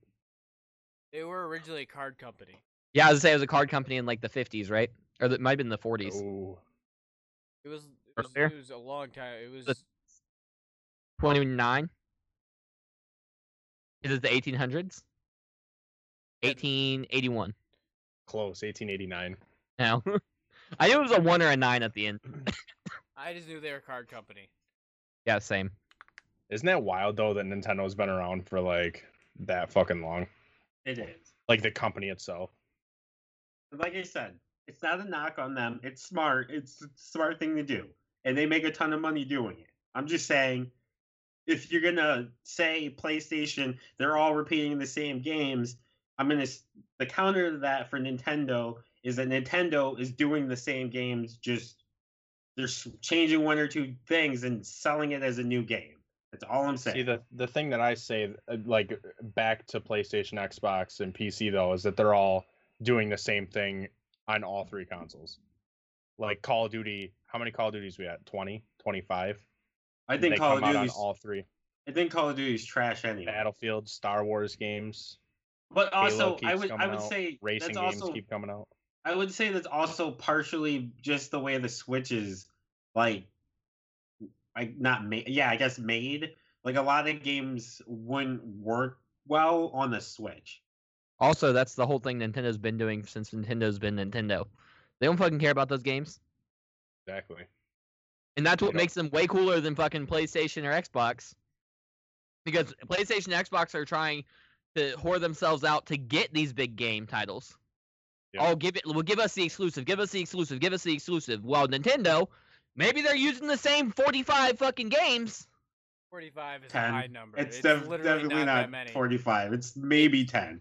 Speaker 3: They were originally a card company.
Speaker 4: Yeah, I was gonna say it was a card company in like the 50s, right? Or it might have been the 40s.
Speaker 5: Ooh.
Speaker 3: It was it was,
Speaker 4: Earlier?
Speaker 3: it was a long time. It was
Speaker 4: 29? Is it the 1800s? 1881.
Speaker 5: Close, 1889.
Speaker 4: No. I knew it was a 1 or a 9 at the end.
Speaker 3: I just knew they were a card company.
Speaker 4: Yeah, same.
Speaker 5: Isn't that wild though that Nintendo's been around for like that fucking long?
Speaker 2: It is.
Speaker 5: Like the company itself.
Speaker 2: But Like I said, it's not a knock on them. It's smart. It's a smart thing to do, and they make a ton of money doing it. I'm just saying, if you're gonna say PlayStation, they're all repeating the same games. I'm gonna s- the counter to that for Nintendo is that Nintendo is doing the same games, just they're s- changing one or two things and selling it as a new game. That's all I'm saying.
Speaker 5: See the the thing that I say uh, like back to PlayStation, Xbox, and PC though is that they're all doing the same thing on all three consoles. Like Call of Duty, how many Call of Duties we at? 20, 25?
Speaker 2: I think
Speaker 5: they
Speaker 2: Call
Speaker 5: come
Speaker 2: of
Speaker 5: out on
Speaker 2: Duty's
Speaker 5: all three
Speaker 2: I think Call of Duty's trash anyway.
Speaker 5: Battlefield, Star Wars games,
Speaker 2: But also, I
Speaker 5: keeps
Speaker 2: would I
Speaker 5: coming
Speaker 2: would
Speaker 5: out,
Speaker 2: say
Speaker 5: racing
Speaker 2: that's
Speaker 5: games
Speaker 2: also
Speaker 5: keep coming out.
Speaker 2: I would say that's also partially just the way the Switch is like like not made yeah, I guess made. Like a lot of games wouldn't work well on the Switch.
Speaker 4: Also, that's the whole thing Nintendo's been doing since Nintendo's been Nintendo. They don't fucking care about those games.
Speaker 5: Exactly.
Speaker 4: And that's what
Speaker 5: They don't.
Speaker 4: makes them way cooler than fucking PlayStation or Xbox. Because PlayStation and Xbox are trying to whore themselves out to get these big game titles.
Speaker 5: Yeah.
Speaker 4: Oh, give it well, give us the exclusive, give us the exclusive, give us the exclusive. Well, Nintendo, maybe they're using the same forty five fucking games.
Speaker 3: Forty five is a
Speaker 2: 10.
Speaker 3: high number.
Speaker 2: It's,
Speaker 3: It's,
Speaker 2: def-
Speaker 3: literally
Speaker 2: definitely
Speaker 3: not,
Speaker 2: not,
Speaker 3: that many.
Speaker 2: 45. It's maybe 10.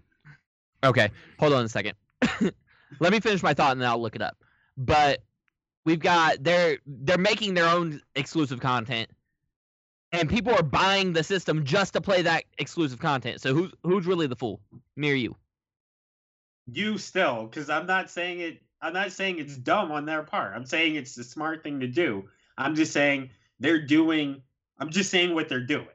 Speaker 4: Okay, hold on a second. Let me finish my thought and then I'll look it up. But we've got they're they're making their own exclusive content, and people are buying the system just to play that exclusive content. So who's who's really the fool? Me or you?
Speaker 2: You still cuz I'm not saying it I'm not saying it's dumb on their part. I'm saying it's the smart thing to do. I'm just saying they're doing I'm just saying what they're doing.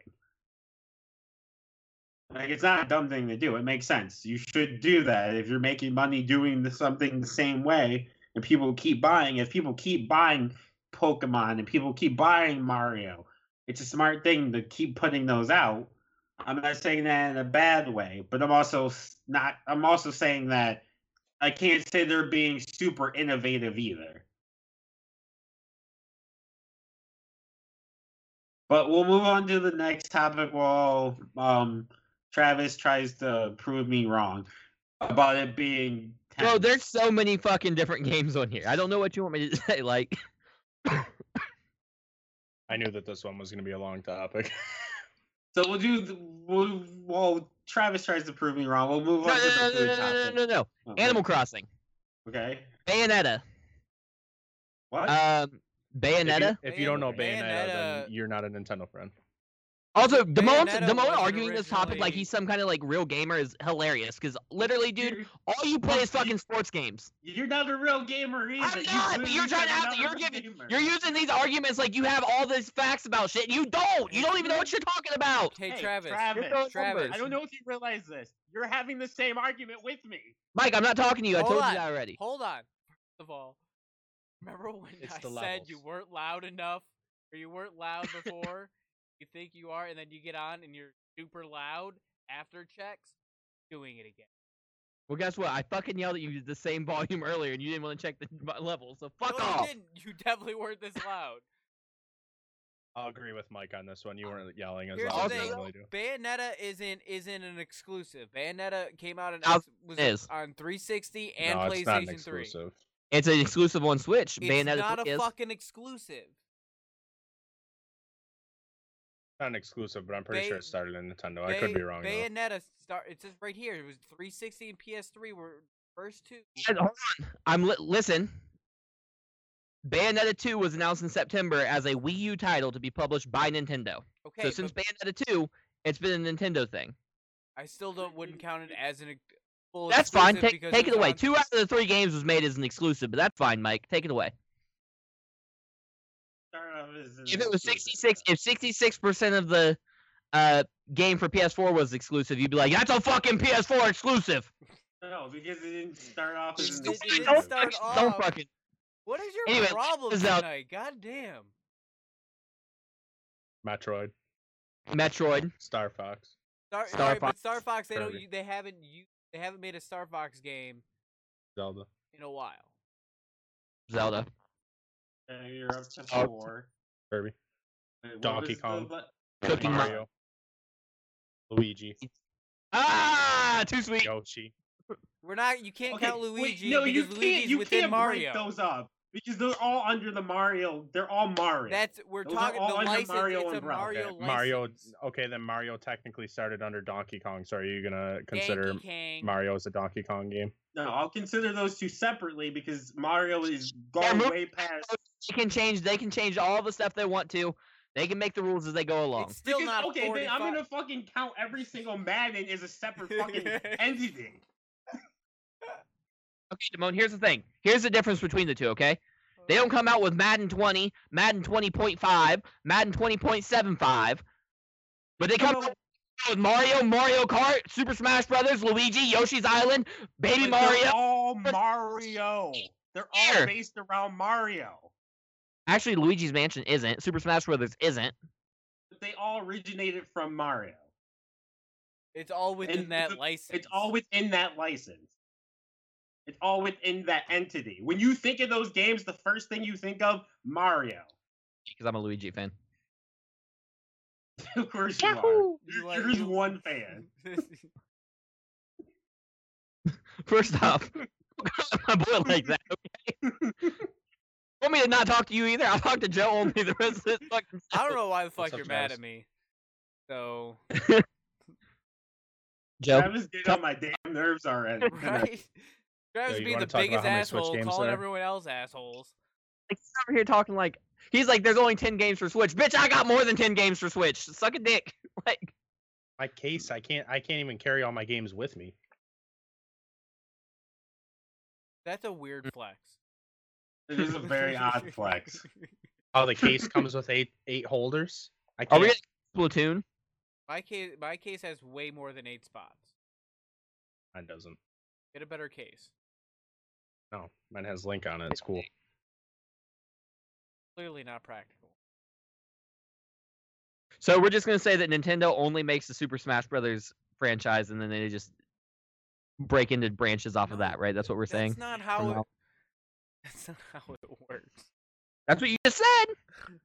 Speaker 2: Like it's not a dumb thing to do. It makes sense. You should do that if you're making money doing the, something the same way, and people keep buying. If people keep buying Pokemon and people keep buying Mario, it's a smart thing to keep putting those out. I'm not saying that in a bad way, but I'm also s- not. I'm also saying that I can't say they're being super innovative either. But we'll move on to the next topic while um, Travis tries to prove me wrong about it being.
Speaker 4: Bro,
Speaker 2: 10.
Speaker 4: there's so many fucking different games on here. I don't know what you want me to say. Like,
Speaker 5: I knew that this one was going to be a long topic.
Speaker 2: So we'll do. th- We'll, well, Travis tries to prove me wrong. We'll move
Speaker 4: no,
Speaker 2: on to
Speaker 4: no,
Speaker 2: the
Speaker 4: no,
Speaker 2: food
Speaker 4: no, no, no,
Speaker 2: topic.
Speaker 4: no, no.
Speaker 2: Oh,
Speaker 4: Animal Crossing,
Speaker 2: Okay.
Speaker 4: Bayonetta,
Speaker 2: What?
Speaker 4: um,
Speaker 5: If you-
Speaker 4: Bayonetta.
Speaker 5: If you don't know Bayonetta,
Speaker 3: Bayonetta-
Speaker 5: then you're not a Nintendo friend.
Speaker 4: Also, Damone,
Speaker 3: Bayonetta
Speaker 4: Damone
Speaker 3: wasn't
Speaker 4: arguing this topic like
Speaker 3: originally-
Speaker 4: he's some kind of like real gamer is hilarious. Because literally, dude,
Speaker 2: You're-
Speaker 4: all you play is
Speaker 2: you-
Speaker 4: fucking sports games.
Speaker 2: You're not a real gamer either. You
Speaker 4: not, but
Speaker 2: clearly
Speaker 4: you're trying
Speaker 2: said I'm
Speaker 4: to have-
Speaker 2: not a
Speaker 4: you're
Speaker 2: real
Speaker 4: giving-
Speaker 2: gamer.
Speaker 4: You're using these arguments like you have all these facts about shit. and You don't. You don't even know what you're talking about.
Speaker 3: Hey, Travis.
Speaker 2: Travis.
Speaker 3: Travis.
Speaker 2: I don't know if you realize this. You're having the same argument with me.
Speaker 4: Mike, I'm not talking to you. I
Speaker 3: Hold
Speaker 4: told
Speaker 3: on.
Speaker 4: you that already.
Speaker 3: Hold on. First of all, remember when
Speaker 5: It's
Speaker 3: I
Speaker 5: the
Speaker 3: said you
Speaker 5: levels.
Speaker 3: weren't loud enough, or you weren't loud before? you think you are, and then you get on and you're super loud after checks, doing it again.
Speaker 4: Well, guess what? I fucking yelled at you the same volume earlier, and you didn't want to check the v- level. So
Speaker 3: no,
Speaker 4: fuck
Speaker 3: You,
Speaker 4: off.
Speaker 3: didn't. you definitely weren't this loud.
Speaker 5: I'll agree with Mike on this one. You weren't yelling as
Speaker 3: Uh, Here's
Speaker 5: loud
Speaker 4: the
Speaker 5: as I
Speaker 4: thing.
Speaker 5: normally do.
Speaker 3: Bayonetta isn't isn't an exclusive. Bayonetta came out and
Speaker 4: How-
Speaker 3: was
Speaker 4: is.
Speaker 3: on 360 and
Speaker 5: no, it's not an
Speaker 3: PlayStation 3. It's
Speaker 5: exclusive.
Speaker 4: It's an exclusive on Switch. Bayonetta
Speaker 3: not a
Speaker 4: is.
Speaker 3: fucking exclusive.
Speaker 5: Not an exclusive, but I'm pretty sure
Speaker 3: Bay-
Speaker 5: it started in Nintendo. I could
Speaker 3: Bay-
Speaker 5: be wrong. though.
Speaker 3: Bayonetta start. It says right here. It was 360 and PS3 were first two.
Speaker 4: Shit, Hold on. I'm li- listen. Bayonetta 2 was announced in September as a Wii U title to be published by Nintendo.
Speaker 3: Okay,
Speaker 4: so
Speaker 3: but
Speaker 4: since Bayonetta 2, it's been a Nintendo thing.
Speaker 3: I still don't wouldn't count it as an ex- full.
Speaker 4: That's fine.
Speaker 3: exclusive
Speaker 4: Take,
Speaker 3: because
Speaker 4: take it
Speaker 3: was
Speaker 4: away.
Speaker 3: on-
Speaker 4: Two out of the three games was made as an exclusive, but that's fine, Mike. Take it away.
Speaker 2: Started off as an
Speaker 4: If it was
Speaker 2: exclusive.
Speaker 4: 66, if 66% of the uh, game for PS4 was exclusive, you'd be like, that's a fucking PS4 exclusive.
Speaker 2: no, because it didn't start off as an
Speaker 3: It didn't
Speaker 2: exclusive.
Speaker 3: start
Speaker 4: fucking- don't
Speaker 3: off-
Speaker 4: fucking.
Speaker 3: What is your
Speaker 4: Anyway,
Speaker 3: problem
Speaker 4: this is out.
Speaker 3: tonight? God damn.
Speaker 5: Metroid,
Speaker 4: Metroid.
Speaker 5: Star Fox.
Speaker 3: Star,
Speaker 4: Star
Speaker 3: sorry,
Speaker 4: Fox
Speaker 3: but Star Fox, they don't.
Speaker 5: Kirby.
Speaker 3: u- They haven't. You they haven't made a Star Fox game
Speaker 5: Zelda.
Speaker 3: in a while.
Speaker 4: Zelda.
Speaker 2: Uh, You're up to
Speaker 5: Oh.
Speaker 2: four.
Speaker 5: Kirby.
Speaker 2: Wait, what
Speaker 5: Donkey
Speaker 2: was the
Speaker 5: Kong.
Speaker 2: le-
Speaker 4: Cooking Mario.
Speaker 5: Mario. Luigi.
Speaker 4: Ah, too sweet.
Speaker 5: Yoshi.
Speaker 3: We're not. You can't
Speaker 2: Okay,
Speaker 3: count
Speaker 2: wait,
Speaker 3: Luigi.
Speaker 2: no, you
Speaker 3: because
Speaker 2: can't.
Speaker 3: Luigi's
Speaker 2: you
Speaker 3: within
Speaker 2: can't
Speaker 3: Mario.
Speaker 2: break those up because they're all under the Mario. They're all Mario.
Speaker 3: That's we're
Speaker 2: Those are
Speaker 3: talking the
Speaker 2: all under
Speaker 3: license.
Speaker 2: Mario
Speaker 3: it's a
Speaker 2: umbrella.
Speaker 5: Okay,
Speaker 3: Mario.
Speaker 5: Mario.
Speaker 3: license.
Speaker 5: Okay, then Mario technically started under Donkey Kong. So are you gonna consider
Speaker 3: Yankee Kang.
Speaker 5: Mario as a Donkey Kong game?
Speaker 2: no. I'll consider those two separately because Mario is
Speaker 4: Yeah,
Speaker 2: gone
Speaker 4: move-
Speaker 2: way past.
Speaker 4: They can change. They can change all the stuff they want to. They can make the rules as they go along.
Speaker 3: It's still
Speaker 2: Because-
Speaker 3: not
Speaker 2: okay, then
Speaker 3: 45.
Speaker 2: I'm gonna fucking count every single Madden as a separate fucking entity.
Speaker 4: Okay, Damone. Here's the thing. Here's the difference between the two. Okay, they don't come out with Madden 20, Madden 20.5, Madden 20.75, but they come
Speaker 2: No,
Speaker 4: out with Mario, Mario Kart, Super Smash Brothers, Luigi, Yoshi's Island, Baby
Speaker 2: but They're
Speaker 4: Mario.
Speaker 2: all Mario. They're all
Speaker 4: Here.
Speaker 2: based around Mario.
Speaker 4: Actually, Luigi's Mansion isn't. Super Smash Brothers isn't.
Speaker 2: But They all originated from Mario.
Speaker 3: It's all within
Speaker 2: And
Speaker 3: that
Speaker 2: it's-
Speaker 3: license.
Speaker 2: It's all within that license. It's all within that entity. When you think of those games, the first thing you think of Mario.
Speaker 4: Because I'm a Luigi fan.
Speaker 2: of course you are.
Speaker 4: Yahoo!
Speaker 2: You're,
Speaker 3: like-
Speaker 2: you're just
Speaker 3: you-
Speaker 2: one fan.
Speaker 4: First off, my boy like that. Okay. Want me to not talk to you either? I'll talk to Joe only the rest of this fucking.
Speaker 3: I don't know why the
Speaker 5: What's
Speaker 3: fuck
Speaker 5: up,
Speaker 3: you're mad
Speaker 5: Travis?
Speaker 3: at me. So
Speaker 4: Joe.
Speaker 2: Travis getting on my damn nerves already.
Speaker 3: right, Travis
Speaker 5: you
Speaker 3: being
Speaker 5: wanna
Speaker 3: the
Speaker 5: talk about
Speaker 3: biggest
Speaker 5: how many Switch
Speaker 3: asshole,
Speaker 5: games
Speaker 3: calling
Speaker 5: there are?
Speaker 3: everyone else assholes.
Speaker 4: Like, he's over here talking like he's like, "There's only ten games for Switch." Bitch, I got more than ten games for Switch. Suck a dick. Like,
Speaker 5: My case, I can't. I can't even carry all my games with me.
Speaker 3: That's a weird flex.
Speaker 2: It is a very odd flex.
Speaker 5: Oh, the case comes with eight eight holders. I
Speaker 4: are
Speaker 5: can't.
Speaker 4: we gonna Splatoon?
Speaker 3: My case, my case has way more than eight spots.
Speaker 5: Mine doesn't.
Speaker 3: Get a better case.
Speaker 5: No, mine has Link on it. It's cool.
Speaker 3: Clearly not practical.
Speaker 4: So we're just gonna say that Nintendo only makes the Super Smash Brothers franchise, and then they just break into branches off of
Speaker 3: No,
Speaker 4: that, right? That's what we're saying.
Speaker 3: That's not how.
Speaker 4: now
Speaker 3: It, that's not how it works.
Speaker 4: That's what you just said.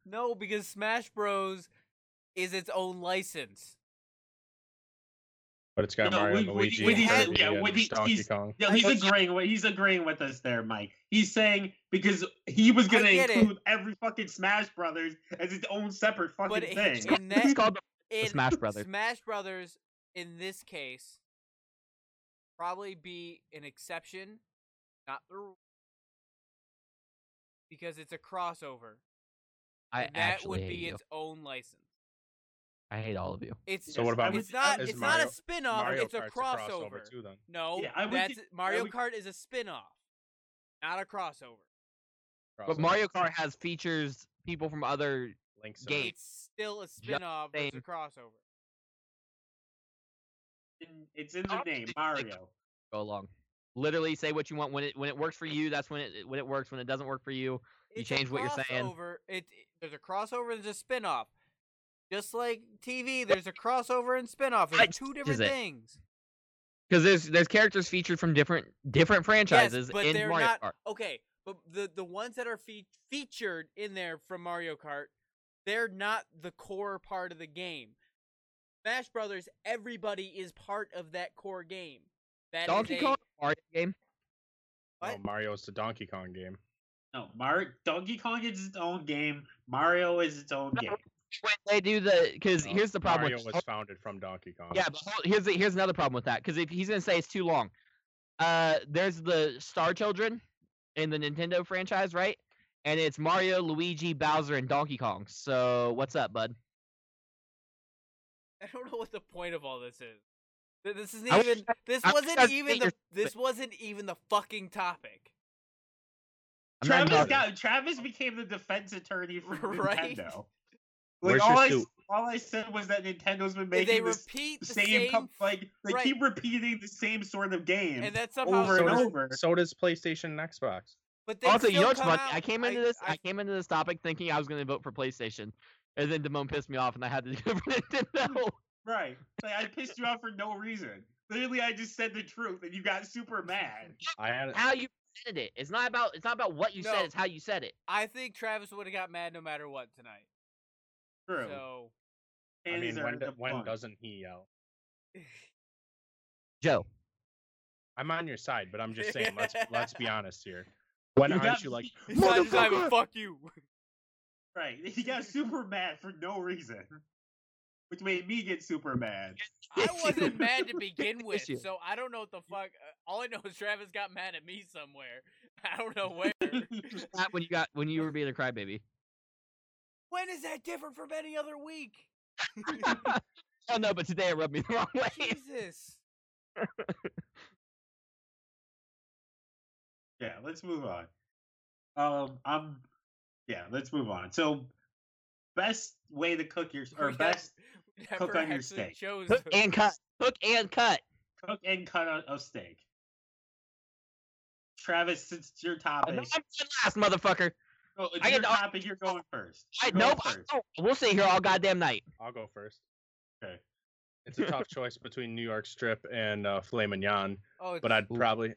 Speaker 3: No, because Smash Bros. is its own license.
Speaker 5: But it's got
Speaker 2: No,
Speaker 5: Mario,
Speaker 2: we- we-
Speaker 5: Luigi,
Speaker 3: we
Speaker 5: and
Speaker 3: need to-
Speaker 5: Kirby
Speaker 2: yeah,
Speaker 5: and
Speaker 2: we need-
Speaker 5: Donkey
Speaker 2: he's-
Speaker 5: Kong.
Speaker 2: Yeah, he's agreeing with he's agreeing with us there, Mike. He's saying because he was gonna
Speaker 3: get it.
Speaker 2: include every fucking Smash Brothers as its own separate fucking
Speaker 3: But
Speaker 2: thing.
Speaker 3: it, in
Speaker 4: It's
Speaker 3: that,
Speaker 4: called the
Speaker 3: in
Speaker 4: Smash Brothers.
Speaker 3: Smash Brothers in this case probably be an exception, not the rule, because it's a crossover.
Speaker 4: I
Speaker 3: and that
Speaker 4: actually
Speaker 3: would
Speaker 4: hate
Speaker 3: be
Speaker 4: you.
Speaker 3: its own license.
Speaker 4: I hate all of you.
Speaker 3: It's
Speaker 5: So what about
Speaker 3: it's not
Speaker 5: is
Speaker 3: it's not
Speaker 5: Mario-
Speaker 3: a spin-off,
Speaker 5: Mario
Speaker 3: it's a
Speaker 5: Kart's
Speaker 3: crossover.
Speaker 5: too, then.
Speaker 3: No,
Speaker 2: Yeah, I would
Speaker 3: that's
Speaker 2: get-
Speaker 3: Mario
Speaker 2: would-
Speaker 3: Kart is a spin-off, not a crossover.
Speaker 4: But
Speaker 5: Crossover.
Speaker 4: Mario Kart has features people from other.
Speaker 5: Link's in it.
Speaker 4: game.
Speaker 3: It's still a spin-off, it's a
Speaker 4: same.
Speaker 3: crossover.
Speaker 2: In- It's in the
Speaker 4: Obviously,
Speaker 2: name,
Speaker 4: like-
Speaker 2: Mario.
Speaker 4: Go along. Literally, say what you want when it when it works for you. That's when it when it works. When it doesn't work for you, You
Speaker 3: It's
Speaker 4: change
Speaker 3: a
Speaker 4: what you're saying.
Speaker 3: crossover. It, it- there's a crossover and there's a spin-off. Just like TV, there's a crossover and spin-off. There's
Speaker 4: Right,
Speaker 3: two
Speaker 4: changes
Speaker 3: different
Speaker 4: it.
Speaker 3: things.
Speaker 4: because there's there's characters featured from different different franchises
Speaker 3: yes, but
Speaker 4: in
Speaker 3: they're
Speaker 4: Mario
Speaker 3: not
Speaker 4: Kart.
Speaker 3: okay. But the the ones that are fe- featured in there from Mario Kart, they're not the core part of the game. Smash Brothers, everybody is part of that core game. That is
Speaker 4: Donkey
Speaker 3: a-
Speaker 4: Kong Um, Mario game.
Speaker 5: No,
Speaker 3: What?
Speaker 5: Oh, Mario's the Donkey Kong game.
Speaker 2: No, Mario Donkey Kong is its own game. Mario is its own game.
Speaker 4: when they do the because
Speaker 5: Uh,
Speaker 4: here's the problem.
Speaker 5: Mario
Speaker 4: with,
Speaker 5: was founded from Donkey Kong.
Speaker 4: Yeah, but hold- here's the, here's another problem with that because if he's gonna say it's too long, uh, there's the Star Children in the Nintendo franchise, right? And it's Mario, Luigi, Bowser, and Donkey Kong. So what's up, bud?
Speaker 3: I don't know what the point of all this is. Th- This isn't
Speaker 4: I was
Speaker 3: even. This
Speaker 4: I was trying
Speaker 3: wasn't
Speaker 4: to
Speaker 3: even
Speaker 4: get your
Speaker 3: the. This wasn't even the fucking topic.
Speaker 4: I'm not
Speaker 2: Travis
Speaker 4: involved.
Speaker 2: got Travis became the defense attorney for
Speaker 3: Right.
Speaker 2: Nintendo.
Speaker 5: Where's
Speaker 2: Like
Speaker 5: your
Speaker 2: all I,
Speaker 5: suit?
Speaker 2: all I said was that Nintendo's been
Speaker 3: They
Speaker 2: making this
Speaker 3: repeat the
Speaker 2: same,
Speaker 3: same,
Speaker 2: com- like they
Speaker 3: right.
Speaker 2: keep repeating the same sort of game
Speaker 3: and that's somehow
Speaker 2: over and
Speaker 5: So does-
Speaker 2: over.
Speaker 5: So does PlayStation and Xbox.
Speaker 3: But they
Speaker 4: Also,
Speaker 3: still
Speaker 4: you know what's
Speaker 3: come
Speaker 4: funny?
Speaker 3: out-
Speaker 4: I came into this. I,
Speaker 3: I,
Speaker 4: came into this topic thinking I was gonna vote for PlayStation, and then Damone pissed me off, and I had to do it for Nintendo.
Speaker 2: Right. Like I pissed you off for no reason. Literally, I just said the truth, and you got super mad.
Speaker 5: I had
Speaker 4: how you said it. It's not about. It's not about what you
Speaker 3: No.
Speaker 4: said. It's how you said it.
Speaker 3: I think Travis would have got mad no matter what tonight.
Speaker 2: True.
Speaker 3: So
Speaker 5: I
Speaker 2: Panties
Speaker 5: mean,
Speaker 2: are
Speaker 5: when, do-
Speaker 2: the
Speaker 5: when
Speaker 2: bun.
Speaker 5: doesn't he yell?
Speaker 4: Joe,
Speaker 5: I'm on your side, but I'm just saying. Let's let's be honest here. When
Speaker 2: You
Speaker 5: aren't
Speaker 2: got-
Speaker 5: you like?
Speaker 3: Simon, Simon, fuck you.
Speaker 2: Right. He got super mad for no reason, which made me get super mad.
Speaker 3: I
Speaker 4: Yes, you-
Speaker 3: wasn't mad to begin
Speaker 4: Yes,
Speaker 3: with,
Speaker 4: you-
Speaker 3: so I don't know what the fuck. uh, All I know is Travis got mad at me somewhere. I don't know where.
Speaker 4: not when you got when you were being a crybaby.
Speaker 3: when is that different from any other week?
Speaker 4: oh no, but today it rubbed me the wrong way.
Speaker 3: Jesus.
Speaker 2: yeah. Let's move on. Um. I'm. Yeah. Let's move on. So, best way to cook your or
Speaker 3: We
Speaker 2: best
Speaker 3: never
Speaker 2: Cook on your
Speaker 3: actually
Speaker 2: steak.
Speaker 3: chose
Speaker 4: Hook
Speaker 3: those.
Speaker 4: and cut. Hook and cut.
Speaker 2: cook and cut a, of steak. Travis, since it's your
Speaker 4: No, I'm
Speaker 2: topic,
Speaker 4: dead last, motherfucker.
Speaker 2: oh, it's
Speaker 4: I
Speaker 2: your
Speaker 4: get to-
Speaker 2: topic. You're going first.
Speaker 4: I,
Speaker 2: You're going
Speaker 4: nope. I,
Speaker 2: first.
Speaker 4: don't. we'll sit here all goddamn night.
Speaker 5: I'll go first.
Speaker 2: Okay.
Speaker 5: It's a tough choice between New York strip and uh, filet mignon,
Speaker 3: Oh,
Speaker 5: but
Speaker 3: it's-
Speaker 5: I'd probably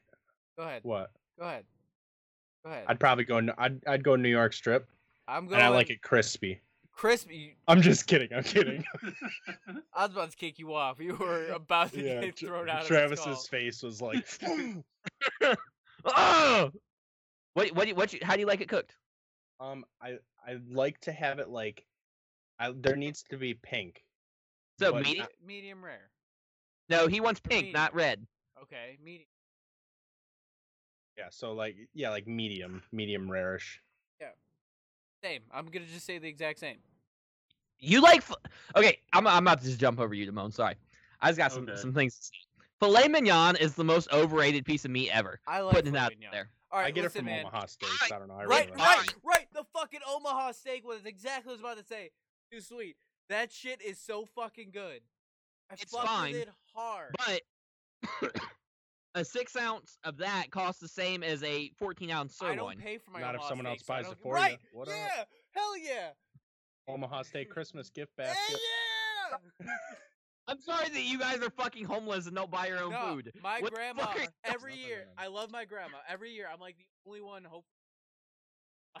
Speaker 3: go ahead.
Speaker 5: what?
Speaker 3: Go ahead. Go ahead.
Speaker 5: I'd probably go. n- I'd I'd go New York strip,
Speaker 3: I'm going.
Speaker 5: and I like it crispy.
Speaker 3: crispy.
Speaker 5: I'm just kidding. I'm kidding.
Speaker 3: I was about to kick you off. You were about to
Speaker 5: yeah,
Speaker 3: get
Speaker 5: Tra-
Speaker 3: thrown out. of this
Speaker 5: Travis's
Speaker 3: call.
Speaker 5: face was like,
Speaker 4: Oh! What? What? do you- What? you- How do you like it cooked?
Speaker 5: um, I I like to have it like, I there needs to be pink.
Speaker 4: So
Speaker 5: but
Speaker 4: meaty?
Speaker 5: not-
Speaker 3: medium rare.
Speaker 4: No, he wants pink,
Speaker 3: meat.
Speaker 4: not red.
Speaker 3: Okay, medium.
Speaker 5: Yeah, so like yeah, like medium, medium rareish.
Speaker 3: Same. I'm gonna just say the exact same.
Speaker 4: You like? fil- Okay, I'm. I'm about to just jump over you, Damone. Sorry, I just got some
Speaker 2: Okay.
Speaker 4: some things. to say. Filet mignon is the most overrated piece of meat ever.
Speaker 3: I like
Speaker 4: Putting it
Speaker 3: filet
Speaker 4: out
Speaker 3: mignon.
Speaker 4: there.
Speaker 3: All right,
Speaker 5: I get
Speaker 3: listen,
Speaker 5: it from
Speaker 3: man.
Speaker 5: Omaha Steaks. I don't know. I
Speaker 3: Right,
Speaker 5: really
Speaker 3: right,
Speaker 5: like it.
Speaker 3: right. The fucking Omaha steak was exactly what I was about to say. Too sweet. That shit is so fucking good. I
Speaker 4: It's
Speaker 3: fucked
Speaker 4: fine,
Speaker 3: with it hard.
Speaker 4: But a six ounce of that costs the same as a fourteen ounce
Speaker 3: I
Speaker 4: sirloin.
Speaker 3: don't pay for my
Speaker 5: Not if
Speaker 3: Omaha
Speaker 5: someone else
Speaker 3: steaks, so I
Speaker 5: buys it
Speaker 3: don't-
Speaker 5: for you.
Speaker 3: right,
Speaker 5: What up?
Speaker 3: yeah. Hell yeah.
Speaker 5: Omaha Steak Christmas gift
Speaker 3: Hell
Speaker 5: basket.
Speaker 3: yeah.
Speaker 4: I'm sorry that you guys are fucking homeless and don't buy your own
Speaker 3: No,
Speaker 4: food.
Speaker 3: My
Speaker 4: What the fuck
Speaker 3: grandma
Speaker 4: are you-
Speaker 3: every
Speaker 5: Nothing,
Speaker 3: year.
Speaker 5: man.
Speaker 3: I love my grandma. Every year, I'm like the only one hope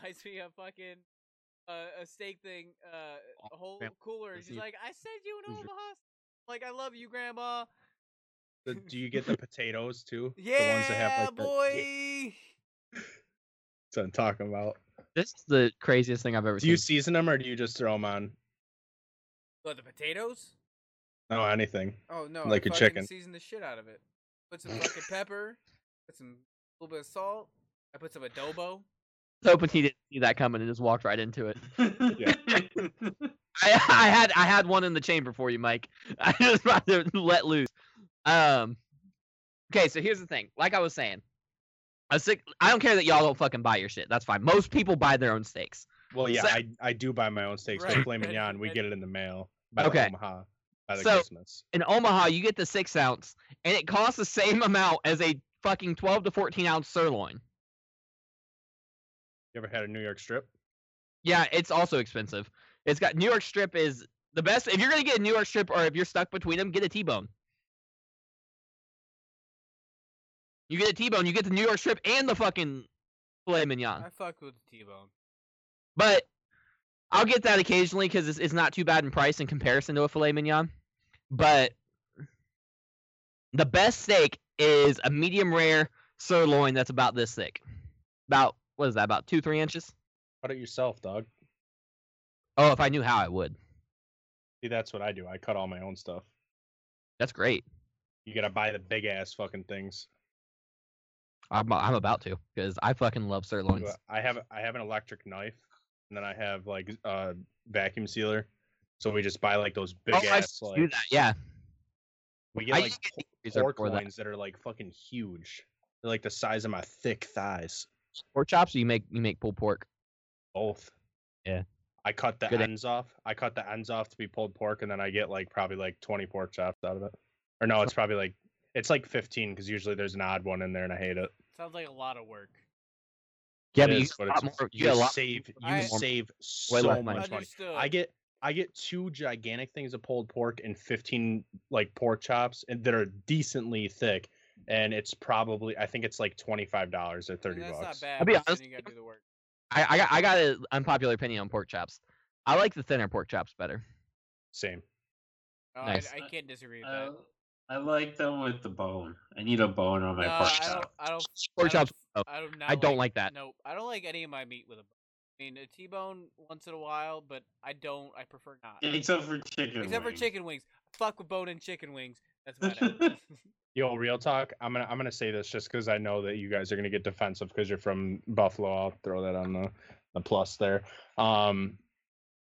Speaker 3: buys me a fucking uh, a steak thing, uh, a whole
Speaker 4: grandma
Speaker 3: cooler. And
Speaker 4: is
Speaker 3: she's
Speaker 4: you-
Speaker 3: like, I sent you an
Speaker 4: is your-
Speaker 3: Omaha. steak." Like, I love you, grandma.
Speaker 5: The- do you get the potatoes too?
Speaker 3: Yeah,
Speaker 5: the ones that have like the-
Speaker 3: boy.
Speaker 5: Yeah, that's what I'm talking about.
Speaker 4: This is the craziest thing I've ever
Speaker 5: Do
Speaker 4: seen.
Speaker 5: you season them or do you just throw them on?
Speaker 3: What, Oh, the potatoes?
Speaker 5: No, anything.
Speaker 3: Oh no!
Speaker 5: Like
Speaker 3: I fucking
Speaker 5: a chicken.
Speaker 3: Season the shit out of it. Put some fucking pepper. Put some little bit of salt. I put some adobo.
Speaker 4: I was hoping he didn't see that coming and just walked right into it.
Speaker 2: yeah.
Speaker 4: I, I had I had one in the chamber for you, Mike. I just about to let loose. Um, okay, so here's the thing. Like I was saying, a six, I don't care that y'all don't fucking buy your shit. That's fine. Most people buy their own steaks.
Speaker 5: Well, yeah,
Speaker 4: So-
Speaker 5: I, I do buy my own steaks,
Speaker 3: Right,
Speaker 5: but filet
Speaker 3: and-
Speaker 5: mignon, we
Speaker 3: and-
Speaker 5: get it in the mail by okay.
Speaker 4: Okay.
Speaker 5: Omaha by the
Speaker 4: So-
Speaker 5: Christmas.
Speaker 4: In Omaha, you get the six ounce, and it costs the same amount as a fucking twelve to fourteen ounce sirloin.
Speaker 5: You ever had a New York strip?
Speaker 4: Yeah, it's also expensive. It's got New York strip is the best. If you're gonna get a New York strip, or if you're stuck between them, get a T-bone. You get a T-bone, you get the New York strip and the fucking filet mignon.
Speaker 3: I fucked with the T-bone.
Speaker 4: But I'll get that occasionally because it's, it's not too bad in price in comparison to a filet mignon. But the best steak is a medium rare sirloin that's about this thick. About what is that? About two three inches.
Speaker 5: Cut it yourself, dog.
Speaker 4: Oh, if I knew how, I would.
Speaker 5: See, that's what I do. I cut all my own stuff.
Speaker 4: That's great.
Speaker 5: You gotta buy the big ass fucking things.
Speaker 4: I'm I'm about to because I fucking love sirloins.
Speaker 5: But I have I have an electric knife, and then I have like a uh, vacuum sealer. So we just buy like those big
Speaker 4: Oh, I
Speaker 5: ass
Speaker 4: should
Speaker 5: like
Speaker 4: do that. Yeah,
Speaker 5: we get
Speaker 4: I
Speaker 5: like
Speaker 4: used to get deep freezer
Speaker 5: pork
Speaker 4: for that.
Speaker 5: loins that. are like fucking huge. They're like the size of my thick thighs.
Speaker 4: Pork chops. You make you make pulled pork.
Speaker 5: Both.
Speaker 4: Yeah.
Speaker 5: I cut the
Speaker 4: Good a-
Speaker 5: ends off. I cut the ends off to be pulled pork, and then I get like probably like twenty pork chops out of it. Or no, it's probably like it's like fifteen because usually there's an odd one in there, and I hate it.
Speaker 3: Sounds like a lot of work.
Speaker 4: Yeah,
Speaker 5: It
Speaker 4: but you
Speaker 5: is,
Speaker 4: get
Speaker 5: but
Speaker 4: a lot
Speaker 5: it's-
Speaker 4: more. You
Speaker 5: you
Speaker 4: get a lot.
Speaker 5: save you
Speaker 3: I-
Speaker 5: save so
Speaker 4: Way less money.
Speaker 5: much money.
Speaker 3: Understood.
Speaker 5: I get I get two gigantic things of pulled pork and fifteen like pork chops and that are decently thick, and it's probably I think it's like twenty five dollars
Speaker 3: I
Speaker 5: or
Speaker 3: mean,
Speaker 5: thirty
Speaker 3: that's not
Speaker 5: bucks.
Speaker 3: bad.
Speaker 4: I'll be
Speaker 3: but then
Speaker 4: honest,
Speaker 3: You gotta do the work.
Speaker 4: I I got I got an unpopular opinion on pork chops. I like the thinner pork chops better.
Speaker 5: Same.
Speaker 3: Oh,
Speaker 4: Nice.
Speaker 3: I, I can't disagree with
Speaker 2: I,
Speaker 3: that.
Speaker 2: I like them with the bone. I need a bone on my
Speaker 3: no,
Speaker 2: pork
Speaker 3: I
Speaker 2: chop.
Speaker 3: don't. I don't.
Speaker 4: Pork
Speaker 3: I don't
Speaker 4: chops.
Speaker 3: f-
Speaker 4: oh,
Speaker 3: I don't.
Speaker 4: I don't like that.
Speaker 3: Nope. I don't like any of my meat with a bone. I mean, a T-bone once in a while, but I don't. I prefer not.
Speaker 2: Except for chicken.
Speaker 3: Except for
Speaker 2: wings.
Speaker 3: chicken wings. Fuck with bone and chicken wings. That's about it.
Speaker 5: Yo, real talk. I'm gonna I'm gonna say this just because I know that you guys are gonna get defensive because you're from Buffalo. I'll throw that on the the plus there. Um,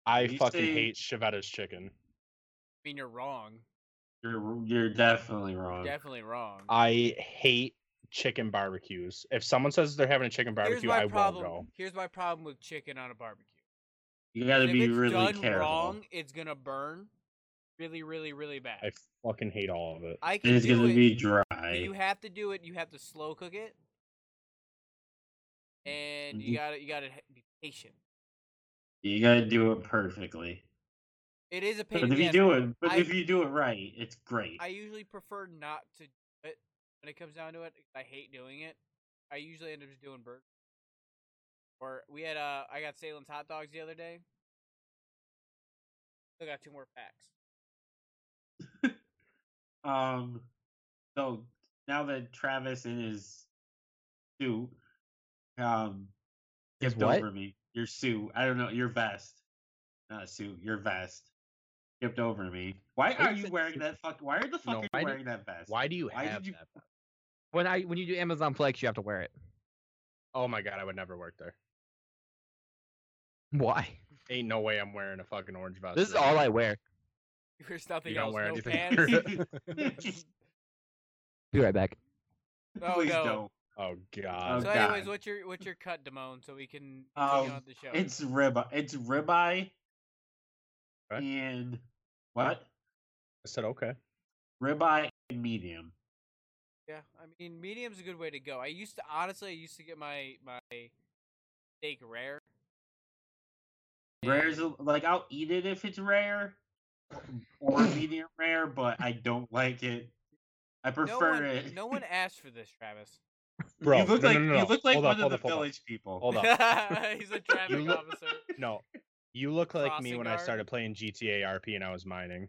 Speaker 5: I
Speaker 2: You
Speaker 5: fucking
Speaker 2: say-
Speaker 5: hate Chevetta's chicken.
Speaker 3: I mean, you're wrong.
Speaker 2: You're you're definitely wrong.
Speaker 3: Definitely wrong.
Speaker 5: I hate chicken barbecues. If someone says they're having a chicken
Speaker 3: Here's
Speaker 5: barbecue,
Speaker 3: my
Speaker 5: I
Speaker 3: problem.
Speaker 5: won't go.
Speaker 3: Here's my problem with chicken on a barbecue.
Speaker 2: you got to
Speaker 3: if
Speaker 2: be
Speaker 3: it's
Speaker 2: really
Speaker 3: done
Speaker 2: careful.
Speaker 3: wrong, it's gonna burn, really, really, really bad.
Speaker 5: I fucking hate all of it.
Speaker 3: I
Speaker 2: It
Speaker 3: can
Speaker 2: is
Speaker 3: do
Speaker 2: going
Speaker 3: it.
Speaker 2: to be
Speaker 3: but you
Speaker 2: dry.
Speaker 3: have to do it. You have to slow cook it, and you
Speaker 2: Mhm.
Speaker 3: gotta you gotta h- be patient.
Speaker 2: You got to do it perfectly.
Speaker 3: It is a
Speaker 2: But
Speaker 3: pain.
Speaker 2: if you
Speaker 3: yes,
Speaker 2: do it, but
Speaker 3: I-
Speaker 2: if you do it right, it's great.
Speaker 3: I usually prefer not to do it when it comes down to it. 'cause I hate doing it. I usually end up just doing burgers. Or we had uh, I got Salem's hot dogs the other day. Still got two more packs.
Speaker 2: Um, so now that Travis and his suit, um,
Speaker 4: His
Speaker 2: skipped
Speaker 4: what?
Speaker 2: over me. Your suit. I don't know. Your vest. Not suit. Your vest. Skipped over me. Why
Speaker 4: Why
Speaker 2: are
Speaker 4: you
Speaker 2: you
Speaker 4: said
Speaker 2: wearing
Speaker 4: suit?
Speaker 2: that fuck? Why are the fuck
Speaker 5: No,
Speaker 2: are you
Speaker 5: why did-
Speaker 2: wearing that vest?
Speaker 5: Why do you
Speaker 2: Why did
Speaker 5: have
Speaker 2: you-
Speaker 5: that?
Speaker 4: When I when you do Amazon Flex, you have to wear it.
Speaker 5: Oh my god, I would never work there.
Speaker 4: Why?
Speaker 5: Ain't no way I'm wearing a fucking orange vest.
Speaker 4: This is
Speaker 5: right
Speaker 4: all
Speaker 5: now.
Speaker 4: I wear.
Speaker 3: There's nothing
Speaker 5: You don't
Speaker 3: else.
Speaker 5: wear
Speaker 3: no
Speaker 5: anything.
Speaker 3: pants.
Speaker 4: Be right back.
Speaker 3: Oh,
Speaker 2: Please
Speaker 3: no.
Speaker 2: don't.
Speaker 5: Oh
Speaker 2: Oh,
Speaker 5: god.
Speaker 3: so,
Speaker 2: God.
Speaker 3: anyways, what's your what's your cut, Damone, so we can continue
Speaker 2: Um,
Speaker 3: on the show?
Speaker 2: It's ribeye. It's ribeye.
Speaker 5: Okay.
Speaker 2: And what?
Speaker 5: I said okay.
Speaker 2: Ribeye and medium.
Speaker 3: Yeah, I mean, medium's a good way to go. I used to honestly, I used to get my my steak rare.
Speaker 2: Rare's
Speaker 3: and-
Speaker 2: a- like I'll eat it if it's rare or medium rare, but I don't like it. I
Speaker 3: no
Speaker 2: prefer
Speaker 3: one,
Speaker 2: it.
Speaker 3: no one asked for this, Travis.
Speaker 5: Bro,
Speaker 2: you look
Speaker 5: no,
Speaker 2: like
Speaker 5: no, no, no.
Speaker 2: you look like
Speaker 5: Hold
Speaker 2: one of
Speaker 5: up, hold
Speaker 2: the
Speaker 5: up, hold up.
Speaker 2: village people.
Speaker 5: Hold up.
Speaker 3: He's a traffic
Speaker 5: look-
Speaker 3: officer.
Speaker 5: No. You look like me
Speaker 3: Crossing
Speaker 5: when I
Speaker 3: guard.
Speaker 5: started playing GTA RP and I was mining.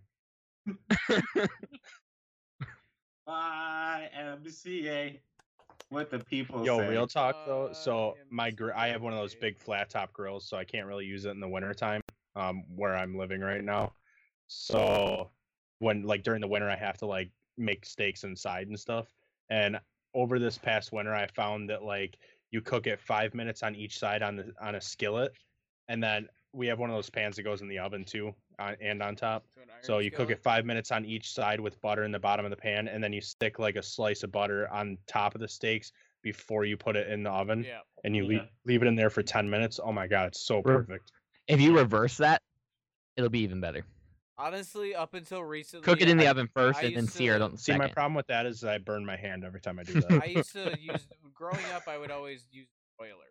Speaker 2: I am CA. What the people
Speaker 5: Yo,
Speaker 2: say. "Oh,
Speaker 5: real talk though.
Speaker 3: Uh,
Speaker 5: So
Speaker 3: yeah,
Speaker 5: my
Speaker 3: that's
Speaker 5: gr- I have one of those
Speaker 3: great.
Speaker 5: big flat top grills, so I can't really use it in the wintertime, um, where I'm living right now. So when like during the winter, I have to like make steaks inside and stuff. And over this past winter, I found that like you cook it five minutes on each side on the on a skillet, and then we have one of those pans that goes in the oven too, on, and on top.
Speaker 3: To an iron
Speaker 5: So you cook it
Speaker 3: skillet.
Speaker 5: five minutes on each side with butter in the bottom of the pan, and then you stick like a slice of butter on top of the steaks before you put it in the oven,
Speaker 3: Yeah.
Speaker 5: and you
Speaker 2: Yeah.
Speaker 5: leave, leave it in there for ten minutes. Oh my god, it's so
Speaker 4: Bro.
Speaker 5: perfect.
Speaker 4: If you reverse that, it'll be even better.
Speaker 3: Honestly, up until recently,
Speaker 4: Cook it in the
Speaker 3: I,
Speaker 4: oven first,
Speaker 3: I
Speaker 4: and then
Speaker 3: used
Speaker 4: sear it
Speaker 3: to-
Speaker 4: on the
Speaker 5: See, my
Speaker 4: second.
Speaker 5: problem with that is I burn my hand every time I do that.
Speaker 3: I used to use. Growing up, I would always use boiler.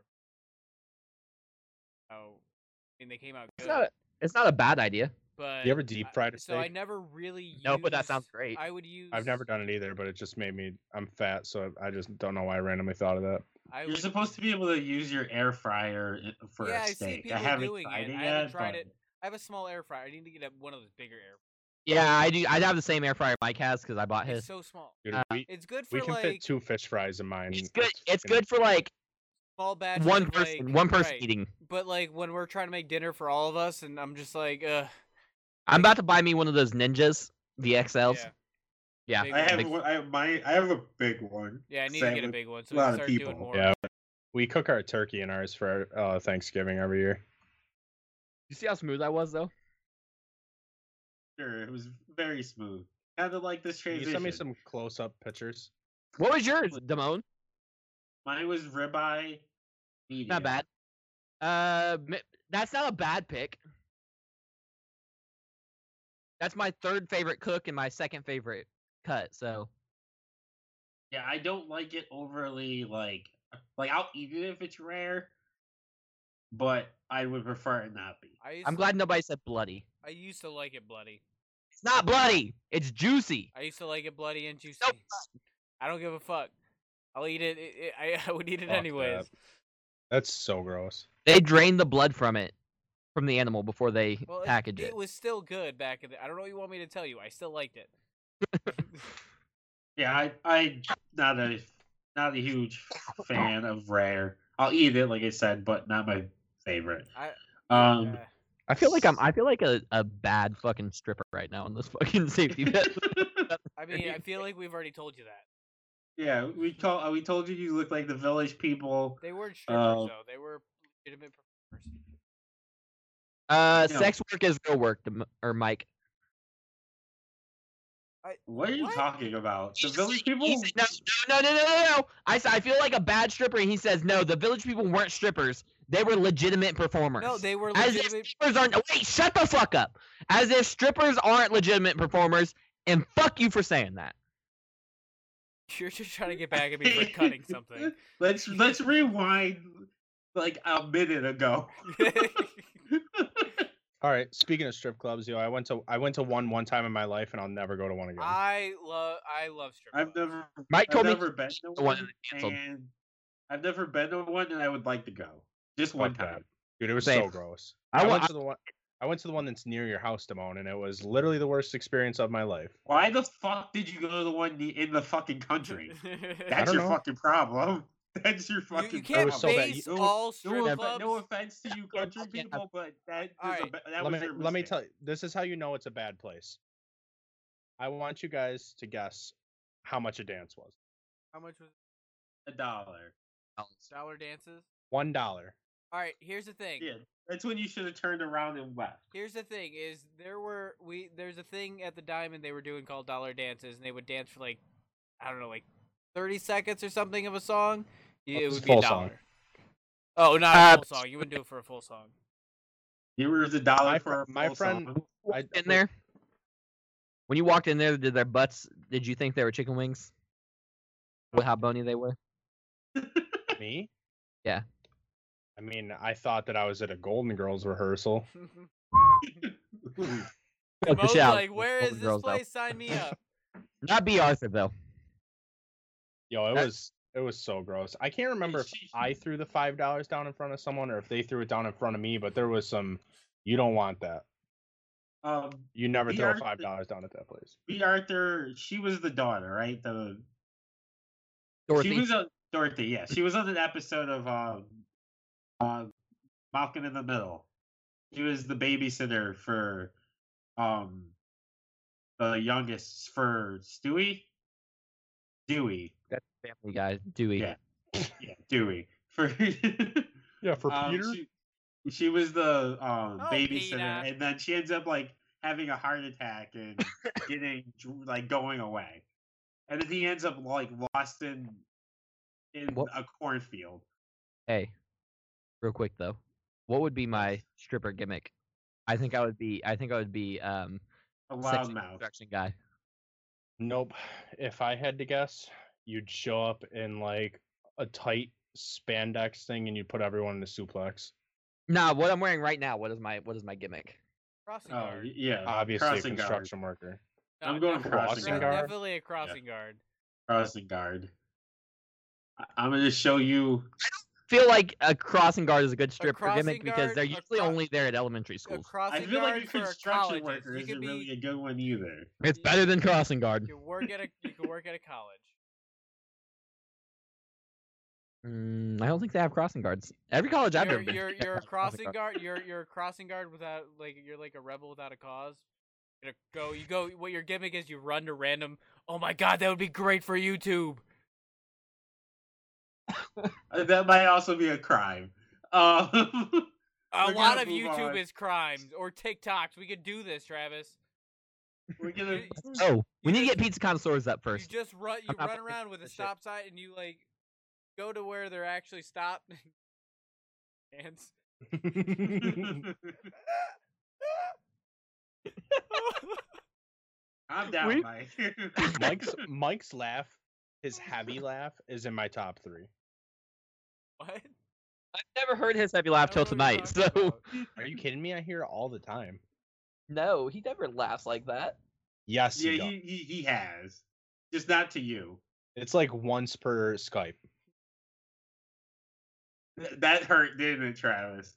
Speaker 3: Oh, I mean, they came out
Speaker 4: It's
Speaker 3: good,
Speaker 4: not a- it's not a bad idea.
Speaker 3: but
Speaker 5: you ever deep
Speaker 3: I-
Speaker 5: fried a
Speaker 3: So I
Speaker 5: steak?
Speaker 3: never really. Used,
Speaker 4: No, but that sounds great.
Speaker 3: I would use.
Speaker 5: I've never done it either, but it just made me. I'm fat, so I just don't know why I randomly thought of that.
Speaker 3: I
Speaker 2: You're
Speaker 3: would-
Speaker 2: supposed to be able to use your air fryer i- for
Speaker 3: Yeah, I
Speaker 2: a
Speaker 3: see
Speaker 2: steak.
Speaker 3: people
Speaker 2: haven't
Speaker 3: doing
Speaker 2: tried
Speaker 3: it.
Speaker 2: it.
Speaker 3: I haven't
Speaker 2: yet,
Speaker 3: tried
Speaker 2: but
Speaker 3: it. I have a small air fryer. I need to get a, one of those bigger air.
Speaker 4: Yeah, I do. I have the same air fryer Mike has because I bought
Speaker 3: Fryers.
Speaker 4: his.
Speaker 3: It's so small.
Speaker 5: Dude,
Speaker 4: Uh,
Speaker 5: we
Speaker 3: It's good
Speaker 5: we
Speaker 3: for
Speaker 5: can
Speaker 3: like
Speaker 5: fit two fish fries in mine.
Speaker 4: It's good. It's
Speaker 5: fucking-
Speaker 4: good for like
Speaker 3: small batches.
Speaker 4: one
Speaker 3: of,
Speaker 4: person.
Speaker 3: like-
Speaker 4: One person
Speaker 3: right.
Speaker 4: eating.
Speaker 3: But like when we're trying to make dinner for all of us, and I'm just like, uh,
Speaker 4: I'm about to buy me one of those ninjas, the XLs.
Speaker 3: Yeah.
Speaker 4: Yeah.
Speaker 3: Big
Speaker 2: I have
Speaker 3: one.
Speaker 4: Big-
Speaker 2: one- I have my I have a big one.
Speaker 3: yeah, I need
Speaker 2: Same
Speaker 3: to get a
Speaker 2: with
Speaker 3: big one
Speaker 2: a
Speaker 3: so we
Speaker 2: lot
Speaker 3: can
Speaker 2: of
Speaker 3: start doing
Speaker 2: people.
Speaker 3: more.
Speaker 5: Yeah, we cook our turkey and ours for our, uh, Thanksgiving every year.
Speaker 4: You see how smooth I was though?
Speaker 2: Sure, it was very smooth. Kind of like this
Speaker 5: Can you
Speaker 2: transition.
Speaker 5: send me some close-up pictures?
Speaker 4: What was yours, Damone?
Speaker 2: Mine was ribeye. Medium.
Speaker 4: Not bad. Uh, mi- that's not a bad pick. That's my third favorite cook and my second favorite cut. So
Speaker 2: Yeah, I don't like it overly like like I'll eat it if it's rare, but I would prefer it not be.
Speaker 3: I used
Speaker 4: I'm
Speaker 3: to-
Speaker 4: glad nobody said bloody.
Speaker 3: I used to like it bloody.
Speaker 4: It's not bloody. It's juicy.
Speaker 3: I used to like it bloody and juicy.
Speaker 4: Nope.
Speaker 3: I don't give a fuck. I'll eat it. it, it I, I would eat it
Speaker 5: Fuck
Speaker 3: anyways.
Speaker 5: That's so gross.
Speaker 4: They drain the blood from it, from the animal before they
Speaker 3: Well,
Speaker 4: package
Speaker 3: it,
Speaker 4: it.
Speaker 3: it was still good back in the. I don't know what you want me to tell you. I still liked it.
Speaker 2: Yeah, I I not a not a huge fan of rare. I'll eat it like I said, but not my favorite.
Speaker 3: I-
Speaker 2: um
Speaker 3: Uh,
Speaker 4: I feel like I'm. I feel like a, a bad fucking stripper right now on this fucking safety net.
Speaker 3: I mean, I feel like we've already told you that
Speaker 2: yeah, we told uh, we told you you look like the village people.
Speaker 3: they weren't strippers
Speaker 2: Um,
Speaker 3: though. They were legitimate performers.
Speaker 4: Uh,
Speaker 2: No.
Speaker 4: sex work is real work, Dam- or Mike.
Speaker 2: What are you
Speaker 3: What?
Speaker 2: talking about? The
Speaker 4: He's-
Speaker 2: village people?
Speaker 4: he's- no, no, no, no, no, no, no. I, s- I feel like a bad stripper, and he says, no, the village people weren't strippers. They were legitimate performers.
Speaker 3: No, they were
Speaker 4: As if
Speaker 3: legitimate.
Speaker 4: strippers aren't. Wait, shut the fuck up. As if strippers aren't legitimate performers, and fuck you for saying that.
Speaker 3: You're just trying to get back at me for cutting something.
Speaker 2: Let's let's rewind like a minute ago.
Speaker 5: All right. Speaking of strip clubs, yo, I went to I went to one one time in my life, and I'll never go to one again.
Speaker 3: I love. I love strip
Speaker 2: I've
Speaker 3: clubs.
Speaker 2: never
Speaker 4: Mike
Speaker 2: I've
Speaker 4: told
Speaker 2: never
Speaker 4: me
Speaker 2: been to
Speaker 4: the one
Speaker 2: one,
Speaker 4: that canceled.
Speaker 2: and I've never been to one, and I would like to go just one
Speaker 5: Fuck that.
Speaker 2: time.
Speaker 5: Dude, it was so
Speaker 4: Same.
Speaker 5: gross.
Speaker 4: I
Speaker 5: I,
Speaker 4: wa-
Speaker 5: went to the one. I went to the one that's near your house, Damone, and it was literally the worst experience of my life.
Speaker 2: Why the fuck did you go to the one the- in the fucking country? That's
Speaker 5: don't
Speaker 2: your
Speaker 5: know.
Speaker 2: fucking problem. That's your
Speaker 3: you,
Speaker 2: fucking.
Speaker 3: you can't
Speaker 5: was so bad.
Speaker 3: base
Speaker 5: You-
Speaker 3: all
Speaker 2: No,
Speaker 3: strip
Speaker 2: no,
Speaker 3: clubs.
Speaker 2: off- no offense to you country
Speaker 4: yeah.
Speaker 2: people, but that,
Speaker 3: All
Speaker 2: was a
Speaker 3: right.
Speaker 2: ba- that
Speaker 5: let
Speaker 2: was
Speaker 5: me
Speaker 2: your
Speaker 5: let me
Speaker 2: mistake.
Speaker 5: tell you. This is how you know it's a bad place. I want you guys to guess how much a dance was.
Speaker 3: How much was
Speaker 2: a dollar.
Speaker 3: dollar dances?
Speaker 5: One dollar.
Speaker 3: All right, here's the thing.
Speaker 2: Yeah, that's when you should have turned around and left.
Speaker 3: Here's the thing: is there were we there's a thing at the Diamond they were doing called dollar dances, and they would dance for like I don't know, like thirty seconds or something of a song. y-
Speaker 5: Well,
Speaker 3: It
Speaker 5: it's
Speaker 3: would
Speaker 5: a
Speaker 3: be a
Speaker 5: full song.
Speaker 3: dollar. Oh, not
Speaker 4: Uh,
Speaker 3: a full song. You wouldn't do it for a full song.
Speaker 2: It was a dollar
Speaker 5: My fr-
Speaker 2: for a
Speaker 5: my
Speaker 2: full
Speaker 5: friend-
Speaker 2: song.
Speaker 5: I,
Speaker 4: in there. When you walked in there, did their butts? Did you think they were chicken wings? With how bony they were?
Speaker 5: Me?
Speaker 4: Yeah.
Speaker 5: I mean, I thought that I was at a Golden Girls rehearsal.
Speaker 4: Fuck the
Speaker 3: Mo's
Speaker 4: shit out of
Speaker 3: like,
Speaker 4: those
Speaker 3: where is
Speaker 4: Golden
Speaker 3: this
Speaker 4: Girls, though."
Speaker 3: place? Sign me up.
Speaker 4: Not B. Arthur though.
Speaker 5: Yo, it
Speaker 4: That-
Speaker 5: was it was so gross. I can't remember if
Speaker 2: she-
Speaker 5: I threw the five dollars down in front of someone or if they threw it down in front of me, but there was some you don't want that.
Speaker 2: um,
Speaker 5: You never
Speaker 2: We
Speaker 5: throw
Speaker 2: are-
Speaker 5: five dollars down at that place.
Speaker 2: B. Arthur, she was the daughter, right? The
Speaker 4: Dorothy.
Speaker 2: She was on Dorothy. Yeah, she was on an episode of um, uh, Malcolm in the Middle. She was the babysitter for um, the youngest for Stewie. Dewey,
Speaker 4: Family Guy. Dewey.
Speaker 2: Yeah. yeah, Dewey. For
Speaker 5: Yeah, for
Speaker 2: um, She, she was the um,
Speaker 3: Oh,
Speaker 2: babysitter,
Speaker 3: Peter.
Speaker 2: and then she ends up like having a heart attack and getting dr- like going away, and then he ends up like lost in in
Speaker 4: What-
Speaker 2: a cornfield.
Speaker 4: Hey, real quick though, what would be my stripper gimmick? I think I would be. I think I would be um.
Speaker 2: A
Speaker 4: sex
Speaker 2: loud mouth.
Speaker 4: construction guy.
Speaker 5: Nope. If I had to guess, you'd show up in like a tight spandex thing and you'd put everyone in a suplex.
Speaker 4: Nah, what I'm wearing right now. What is my What is my gimmick?
Speaker 3: Crossing
Speaker 2: Oh
Speaker 3: guard.
Speaker 2: y- yeah,
Speaker 5: Obviously a
Speaker 2: crossing guard.
Speaker 5: construction worker.
Speaker 2: I'm going
Speaker 3: definitely-
Speaker 2: crossing
Speaker 5: Crossing
Speaker 2: guard.
Speaker 5: guard.
Speaker 3: Definitely a crossing guard.
Speaker 2: Crossing guard. I- I'm gonna show you.
Speaker 4: Feel like a crossing guard is a good stripper
Speaker 3: crossing
Speaker 4: gimmick because they're
Speaker 3: guard, a
Speaker 4: usually
Speaker 3: cro-
Speaker 4: only there at elementary
Speaker 3: A
Speaker 4: schools.
Speaker 2: I
Speaker 3: crossing
Speaker 2: feel
Speaker 3: guard
Speaker 2: like a
Speaker 3: for
Speaker 2: construction
Speaker 3: colleges.
Speaker 2: worker
Speaker 3: you
Speaker 2: isn't
Speaker 3: could be,
Speaker 2: really a good one either.
Speaker 4: It's better than crossing guard.
Speaker 3: you work at a you could work at a college.
Speaker 4: Mm, I don't think they have crossing guards. Every college I've
Speaker 3: you're,
Speaker 4: ever been.
Speaker 3: you're
Speaker 4: to
Speaker 3: you're a
Speaker 4: has
Speaker 3: crossing guard. You're you're a crossing guard without like you're like a rebel without a cause Gonna go. You go. What your gimmick is? You run to random. Oh my god, that would be great for YouTube.
Speaker 2: Uh, That might also be a crime. Um,
Speaker 3: A
Speaker 2: We're
Speaker 3: lot
Speaker 2: gonna
Speaker 3: of
Speaker 2: move
Speaker 3: YouTube
Speaker 2: on.
Speaker 3: is crimes or TikToks. We could do this, Travis.
Speaker 2: we're gonna.
Speaker 3: You-
Speaker 4: Oh, we need to
Speaker 3: just-
Speaker 4: get pizza connoisseurs up
Speaker 3: You
Speaker 4: first.
Speaker 3: just run. You
Speaker 4: I'm not
Speaker 3: run
Speaker 4: playing
Speaker 3: around with a
Speaker 4: that shit.
Speaker 3: stop sign, and you like go to where they're actually stopped. and
Speaker 2: I'm down,
Speaker 4: We-
Speaker 2: Mike.
Speaker 5: Mike's Mike's laugh, his heavy laugh, is in my top three.
Speaker 3: what?
Speaker 4: I've never heard his heavy laugh
Speaker 3: I
Speaker 4: till
Speaker 3: don't know what you're
Speaker 4: tonight. So
Speaker 3: talking about.
Speaker 5: Are you kidding me? I hear it all the time.
Speaker 4: no, he never laughs like that.
Speaker 5: Yes, he
Speaker 2: yeah,
Speaker 5: does.
Speaker 2: he, he he has, just not to you.
Speaker 5: it's like once per Skype.
Speaker 2: Th- That hurt, didn't it, Travis?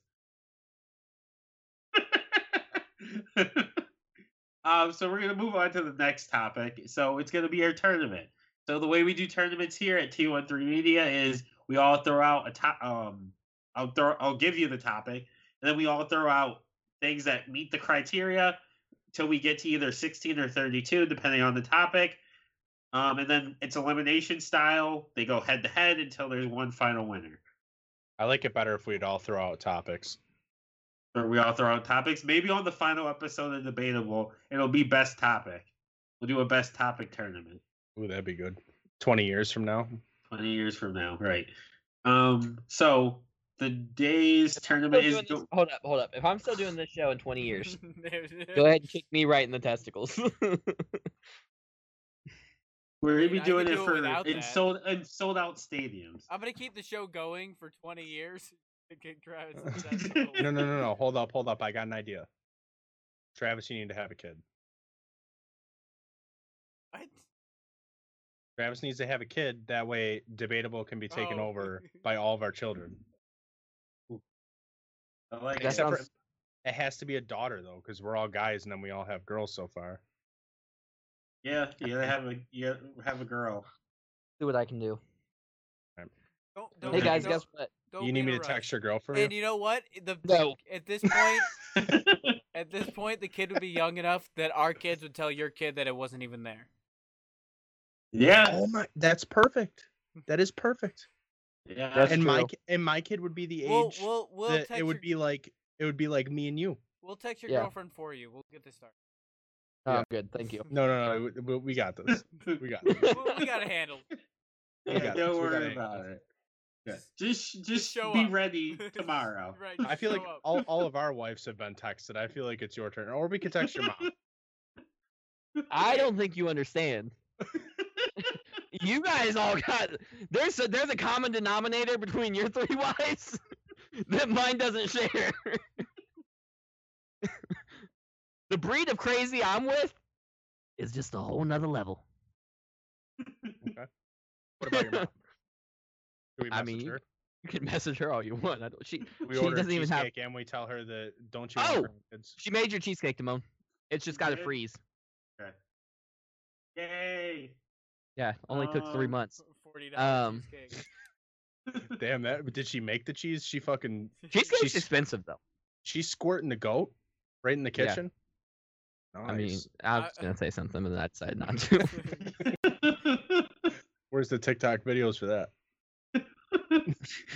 Speaker 2: um, so we're gonna move on to the next topic. So it's gonna be our tournament. So the way we do tournaments here at T13 Media is we all throw out a top. Um, I'll throw. I'll give you the topic, and then we all throw out things that meet the criteria till we get to either 16 or 32, depending on the topic. Um, and then it's elimination style. They go head to head until there's one final winner.
Speaker 5: I like it better if we'd all throw out topics.
Speaker 2: or we all throw out topics. Maybe on the final episode of Debatable, it'll be best topic. We'll do a best topic tournament
Speaker 5: Ooh, that'd be good. Twenty years from now.
Speaker 2: 20 years from now, right? Um, so the day's tournament is go-
Speaker 4: hold up, hold up. If I'm still doing this show in 20 years, go
Speaker 3: Go
Speaker 4: ahead and kick me right in the testicles.
Speaker 2: we're
Speaker 3: I
Speaker 2: gonna be
Speaker 3: mean, I
Speaker 2: doing
Speaker 3: could
Speaker 2: it
Speaker 3: do it
Speaker 2: for
Speaker 3: without
Speaker 2: in
Speaker 3: that.
Speaker 2: sold in sold out stadiums.
Speaker 3: I'm gonna keep the show going for 20 years. to get Travis
Speaker 5: No,
Speaker 3: successful.
Speaker 5: No, no, no, no. Hold up, hold up. I got an idea. Travis, you need to have a kid.
Speaker 3: What?
Speaker 5: Travis needs to have a kid. That way, debatable can be taken
Speaker 3: Oh.
Speaker 5: over by all of our children.
Speaker 2: I like
Speaker 4: That
Speaker 2: it.
Speaker 5: Except for-
Speaker 4: sounds-
Speaker 5: it has to be a daughter though, because we're all guys and then we all have girls so far.
Speaker 2: yeah, you gotta have a you gotta have a girl.
Speaker 4: See what I can do.
Speaker 3: Don't, don't,
Speaker 2: Hey,
Speaker 4: Hey
Speaker 2: Okay.
Speaker 4: guys,
Speaker 3: don't,
Speaker 4: guess what?
Speaker 3: don't
Speaker 5: you need me to
Speaker 3: interrupt.
Speaker 5: text your girlfriend?
Speaker 3: And you know what? The
Speaker 4: No.
Speaker 3: at this point, at this point, the kid would be young enough that our kids would tell your kid that it wasn't even there.
Speaker 2: yeah,
Speaker 5: Oh my, that's perfect. That is perfect.
Speaker 2: yeah.
Speaker 4: That's-
Speaker 5: and my
Speaker 4: true.
Speaker 5: ki- and my kid would be the age
Speaker 3: We'll we'll we'll
Speaker 5: that
Speaker 3: text
Speaker 5: it would
Speaker 3: your,
Speaker 5: be like it would be like me and you.
Speaker 3: we'll text your
Speaker 4: Yeah.
Speaker 3: girlfriend for you. We'll get this started.
Speaker 4: Oh,
Speaker 5: Yeah.
Speaker 4: I'm good. Thank you.
Speaker 5: No, no, no. We, we got this. We got. This.
Speaker 3: we, we got it handled.
Speaker 5: We
Speaker 2: Yeah,
Speaker 5: got this,
Speaker 2: don't
Speaker 5: we got
Speaker 2: worry
Speaker 5: it.
Speaker 2: about it. Yeah.
Speaker 3: Just-
Speaker 2: Just just,
Speaker 3: show
Speaker 2: be
Speaker 3: up.
Speaker 2: ready tomorrow.
Speaker 3: right.
Speaker 5: I feel
Speaker 3: show
Speaker 5: like
Speaker 3: up.
Speaker 5: all, all of our wives have been texted. I feel like it's your turn, or we could text your mom.
Speaker 4: I don't think you understand. you guys all got there's a, there's a common denominator between your three wives that mine doesn't share. the breed of crazy I'm with is just a whole nother level.
Speaker 5: What about your mom? Do we
Speaker 4: I
Speaker 5: message
Speaker 4: mean,
Speaker 5: her?
Speaker 4: You can message her all you want. I don't, she
Speaker 5: We
Speaker 4: she
Speaker 5: order
Speaker 4: doesn't even have.
Speaker 5: cheesecake and we tell her that don't you? want
Speaker 4: Oh!
Speaker 5: her kids?
Speaker 4: She made your cheesecake, Timon. It's just got to
Speaker 2: did?
Speaker 4: freeze.
Speaker 2: Yay.
Speaker 4: Yeah, only took three
Speaker 2: Um,
Speaker 4: months.
Speaker 3: Forty dollars.
Speaker 4: Um,
Speaker 5: Damn that! Did she make the cheese? She fucking
Speaker 4: Cheesecake's
Speaker 5: she's-
Speaker 4: expensive though.
Speaker 5: she's squirting the goat right in the
Speaker 4: Yeah.
Speaker 5: kitchen.
Speaker 4: I mean,
Speaker 5: Nice.
Speaker 4: I
Speaker 3: I-
Speaker 4: was gonna say something, but then I decided not to.
Speaker 5: where's the TikTok videos for that?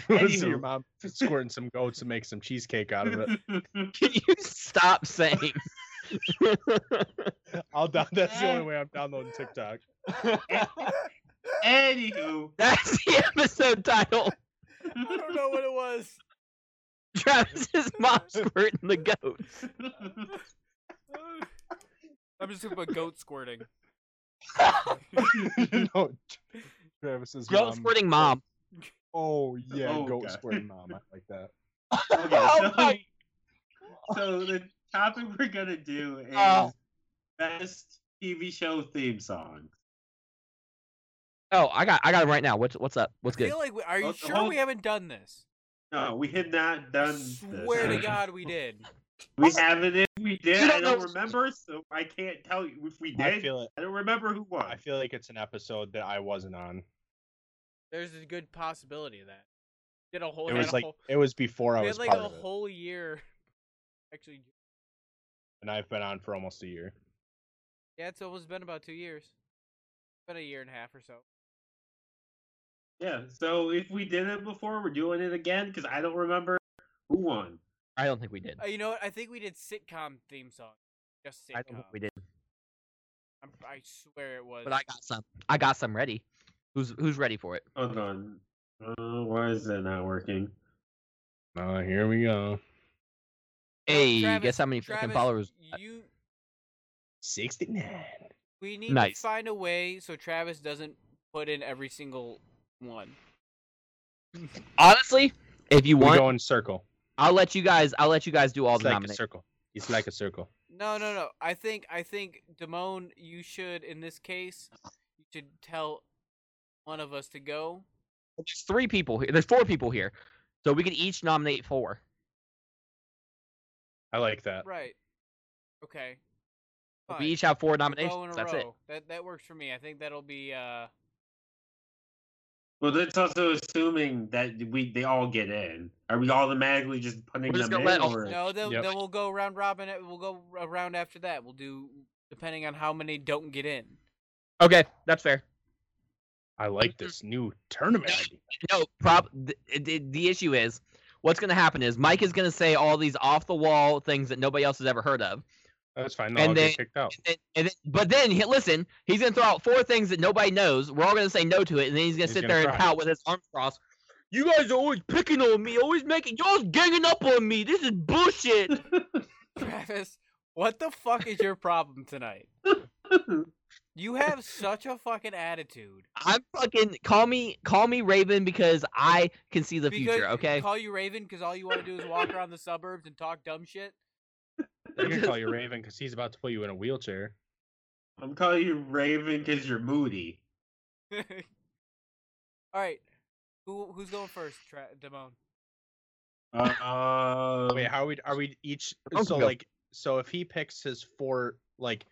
Speaker 5: Wanna see your
Speaker 2: Anywho.
Speaker 5: mom squirting some goats and make some cheesecake out of it.
Speaker 4: Can you stop saying?
Speaker 5: I'll down. That's the only way I'm downloading TikTok.
Speaker 2: Anywho,
Speaker 4: That's the episode title.
Speaker 3: I don't know what it was.
Speaker 4: Travis's mom squirting the goats.
Speaker 3: I'm just gonna put goat squirting.
Speaker 5: no, Tra- Travis's
Speaker 4: Goat
Speaker 5: mom.
Speaker 4: squirting mom.
Speaker 5: Oh yeah,
Speaker 2: Oh,
Speaker 5: goat
Speaker 2: God.
Speaker 5: squirting mom. I like that.
Speaker 2: okay,
Speaker 4: Oh
Speaker 2: so,
Speaker 4: my-
Speaker 2: so the topic we're gonna do is
Speaker 4: Oh.
Speaker 2: best TV show theme songs.
Speaker 4: Oh, I got, I got it right now. What's, what's up? What's
Speaker 3: I
Speaker 4: good?
Speaker 3: feel like we, are you
Speaker 2: Hold-
Speaker 3: sure
Speaker 2: hold-
Speaker 3: we haven't done this?
Speaker 2: No, we had not done. this.
Speaker 3: Swear to God, we did.
Speaker 2: we haven't. If we did,
Speaker 4: You don't
Speaker 2: I don't
Speaker 4: know-
Speaker 2: remember, so I can't tell you if we did.
Speaker 5: I
Speaker 2: I,
Speaker 5: feel it.
Speaker 2: don't remember who won.
Speaker 5: I feel like it's an episode that I wasn't on.
Speaker 3: There's a good possibility of that. Did a whole.
Speaker 5: It
Speaker 3: had
Speaker 5: was
Speaker 3: a
Speaker 5: like
Speaker 3: whole,
Speaker 5: it was before I
Speaker 3: we
Speaker 5: was
Speaker 3: had like
Speaker 5: part
Speaker 3: a
Speaker 5: of it,
Speaker 3: whole year. Actually,
Speaker 5: and I've been on for almost a year.
Speaker 3: Yeah, it's almost been about two years. Been a year and a half or so.
Speaker 2: Yeah. So if we did it before, we're doing it again because I don't remember who won.
Speaker 4: I don't think we did.
Speaker 3: Uh, you know what? I think we did sitcom theme song. Just sitcom.
Speaker 4: I don't think we did.
Speaker 3: I'm, I swear it was.
Speaker 4: But I got some. I got some ready. Who's who's ready for it?
Speaker 2: Hold on. Uh, why is that not working?
Speaker 5: Oh, here we go.
Speaker 4: Hey,
Speaker 3: Travis-
Speaker 4: guess how many freaking
Speaker 3: Travis,
Speaker 4: followers?
Speaker 3: You.
Speaker 5: 69.
Speaker 3: We need
Speaker 4: Nice.
Speaker 3: to find a way so Travis doesn't put in every single one.
Speaker 4: Honestly, if you
Speaker 5: We
Speaker 4: want,
Speaker 5: go in circle.
Speaker 4: I'll let you guys. I'll let you guys do all
Speaker 5: It's
Speaker 4: the
Speaker 5: like a
Speaker 4: nominations.
Speaker 5: circle. It's like a circle.
Speaker 3: No, no, no. I think I think Damone, you should in this case, you should tell one of us to go.
Speaker 4: There's three people here. There's four people here, so we can each nominate four.
Speaker 5: I like that.
Speaker 3: Right. Okay.
Speaker 4: If
Speaker 3: Fine.
Speaker 4: We each have four
Speaker 3: We'll go in a
Speaker 4: nominations. That's
Speaker 3: row.
Speaker 4: it.
Speaker 3: That that works for me. I think that'll be uh
Speaker 2: Well, that's also assuming that we they all get in. Are we automatically just putting
Speaker 4: We're just
Speaker 2: them
Speaker 4: gonna
Speaker 2: in?
Speaker 4: let all-
Speaker 2: Or...
Speaker 3: no, then,
Speaker 5: Yep.
Speaker 3: then we'll go round robin it- we'll go around after that. We'll do depending on how many don't get in.
Speaker 4: Okay, that's fair.
Speaker 5: I like this new tournament idea.
Speaker 4: No, prob the, the, the issue is what's going to happen is Mike is going to say all these off the wall things that nobody else has ever heard of.
Speaker 5: That's fine. No,
Speaker 4: And
Speaker 5: I'll
Speaker 4: then-
Speaker 5: get kicked out.
Speaker 4: And, and then, but then he, listen, he's going to throw out four things that nobody knows. We're all going to say no to it, and then he's going
Speaker 5: He's
Speaker 4: to sit
Speaker 5: gonna
Speaker 4: there
Speaker 5: cry.
Speaker 4: and pout with his arms crossed. You guys are always picking on me, always making y'all ganging up on me. This is bullshit.
Speaker 3: Travis, what the fuck is your problem tonight? You have such a fucking attitude.
Speaker 4: I'm fucking call me call me Raven because I can see the future. Okay.
Speaker 3: Call you Raven because all you want to do is walk around the suburbs and talk dumb shit.
Speaker 5: They're going to call you Raven because he's about to put you in a wheelchair.
Speaker 2: I'm calling you Raven because you're moody.
Speaker 3: all right, who who's going first? Tra- Damone.
Speaker 2: Uh,
Speaker 5: Oh, Wait, how are we? Are we each?
Speaker 4: Don't
Speaker 5: So
Speaker 4: Um, oh, go.
Speaker 5: like, so if he picks his four, like,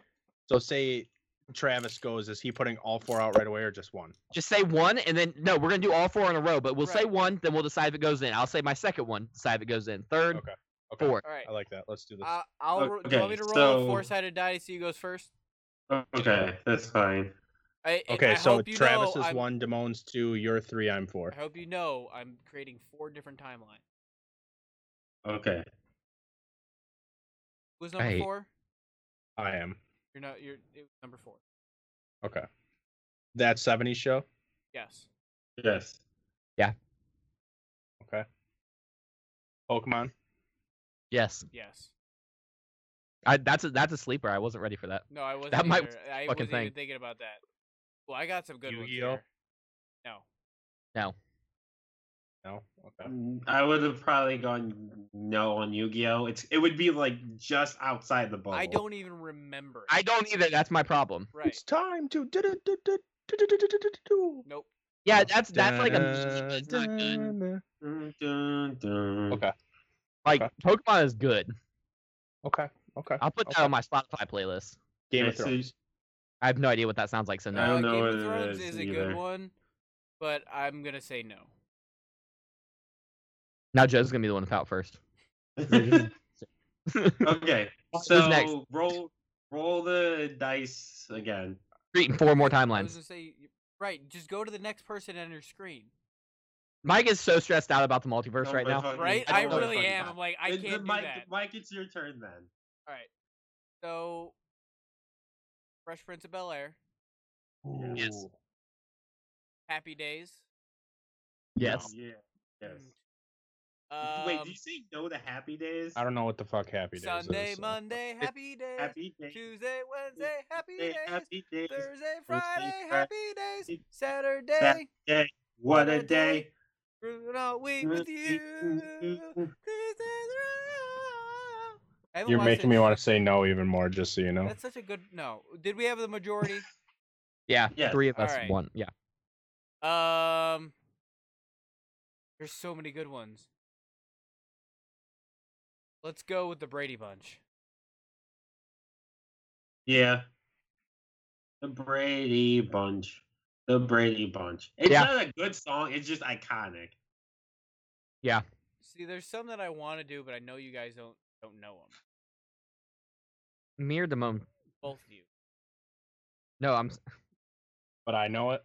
Speaker 5: so say Travis goes, is he putting all four out right away or just one?
Speaker 4: Just say one, and then no, we're gonna do all four in a row. But we'll say
Speaker 3: Right.
Speaker 4: one, then we'll decide if it goes in. I'll say my second one, decide if it goes in. Third,
Speaker 5: Okay. Okay.
Speaker 4: fourth.
Speaker 3: All right,
Speaker 5: I like that. Let's do this.
Speaker 3: uh, I'll. ro- do you want me to roll
Speaker 2: okay,
Speaker 3: a
Speaker 2: so-
Speaker 3: four-sided die to see who goes first?
Speaker 2: Um, okay, that's fine.
Speaker 3: I, and
Speaker 5: okay,
Speaker 3: I
Speaker 5: so
Speaker 3: hope you
Speaker 5: Travis
Speaker 3: know
Speaker 5: is
Speaker 3: I'm-
Speaker 5: one, Damone's two, you're three, I'm four.
Speaker 3: I hope you know I'm creating four different timelines.
Speaker 2: Okay.
Speaker 3: Who's number
Speaker 4: Right.
Speaker 3: four?
Speaker 5: I am.
Speaker 3: You're not. You're it was number four.
Speaker 5: Okay. That 70s show.
Speaker 3: Yes.
Speaker 2: Yes.
Speaker 5: Okay. Pokemon.
Speaker 4: Yes,
Speaker 3: Yes.
Speaker 4: I, that's a that's a sleeper. I wasn't ready for that.
Speaker 3: No, I wasn't.
Speaker 4: That might
Speaker 3: either. I
Speaker 4: fucking
Speaker 3: wasn't
Speaker 4: thing.
Speaker 3: even thinking about that. Well, I got some good ones
Speaker 5: Yu-Gi-Oh?
Speaker 3: here. No.
Speaker 5: No. Okay.
Speaker 2: Mm, I would have probably gone no on Yu-Gi-Oh. It's it would be like just outside the bubble.
Speaker 3: I don't even remember. it.
Speaker 4: I don't either. That's my problem.
Speaker 3: Right.
Speaker 5: time to do do do do do do do do do.
Speaker 3: Nope.
Speaker 4: Yeah, that's that's like a it's not good.
Speaker 2: Dun, dun, dun.
Speaker 5: Okay.
Speaker 4: like
Speaker 5: Okay.
Speaker 4: Pokemon is good.
Speaker 5: Okay. Okay.
Speaker 4: I'll put that
Speaker 5: Okay.
Speaker 4: on my Spotify playlist.
Speaker 5: Game of
Speaker 2: Okay, so-
Speaker 5: Thrones.
Speaker 4: I have no idea what that sounds like. So
Speaker 2: I
Speaker 4: no.
Speaker 2: don't
Speaker 3: Uh,
Speaker 2: know
Speaker 3: Game
Speaker 2: what
Speaker 3: of
Speaker 2: it
Speaker 3: Thrones
Speaker 2: is
Speaker 3: is a good
Speaker 2: either.
Speaker 3: one, but I'm gonna say no.
Speaker 4: Now Joe's gonna be the one without first.
Speaker 3: um,
Speaker 2: okay.
Speaker 4: Who's
Speaker 2: So
Speaker 4: next?
Speaker 2: roll roll the dice again.
Speaker 4: Three and four more
Speaker 3: I was
Speaker 4: timelines.
Speaker 3: gonna say right. Just go to the next person on your screen.
Speaker 4: Mike is so stressed out about the multiverse
Speaker 2: Oh
Speaker 4: right
Speaker 2: my
Speaker 4: now.
Speaker 2: fucking
Speaker 3: Right?
Speaker 4: I
Speaker 3: I
Speaker 4: don't know
Speaker 3: really
Speaker 4: if I
Speaker 3: am.
Speaker 4: got-
Speaker 3: I'm like I
Speaker 2: It's-
Speaker 3: can't do
Speaker 2: Mike,
Speaker 3: that.
Speaker 2: Mike, it's your turn then.
Speaker 3: All right. So, Fresh Prince of Bel Air,
Speaker 4: Yes.
Speaker 5: Ooh.
Speaker 3: Happy Days.
Speaker 4: Yes.
Speaker 2: Yeah. Yes.
Speaker 3: Um,
Speaker 2: Wait, do you say no to happy days?
Speaker 5: I don't know what the fuck Happy Days
Speaker 3: Sunday,
Speaker 5: is. so-
Speaker 3: Monday, Happy Days.
Speaker 2: Happy days.
Speaker 3: Tuesday, Wednesday, Happy
Speaker 2: Hey,
Speaker 3: Days.
Speaker 2: happy days.
Speaker 3: Thursday, Friday,
Speaker 2: Friday,
Speaker 3: Happy Days.
Speaker 2: Saturday,
Speaker 3: Saturday,
Speaker 2: What a Mm,
Speaker 3: Saturday,
Speaker 2: day.
Speaker 3: through all week with
Speaker 2: mm,
Speaker 3: you. This is wrong. I haven't
Speaker 5: You're
Speaker 3: watched
Speaker 5: making
Speaker 3: it.
Speaker 5: me want to say no even more, just so you know.
Speaker 3: That's such a good no. Did we have the majority?
Speaker 4: Yeah.
Speaker 2: Yes.
Speaker 4: Three of us.
Speaker 3: Alright.
Speaker 4: One. Yeah.
Speaker 3: um, there's so many good ones. Let's go with the Brady Bunch.
Speaker 2: Yeah. The Brady Bunch. The Brady Bunch. It's
Speaker 4: Yeah.
Speaker 2: not a good song. It's just iconic.
Speaker 3: See, there's some that I want to do, but I know you guys don't don't know them.
Speaker 4: Mir Damone.
Speaker 3: Both of you.
Speaker 4: No, I'm. s-
Speaker 5: but I know it.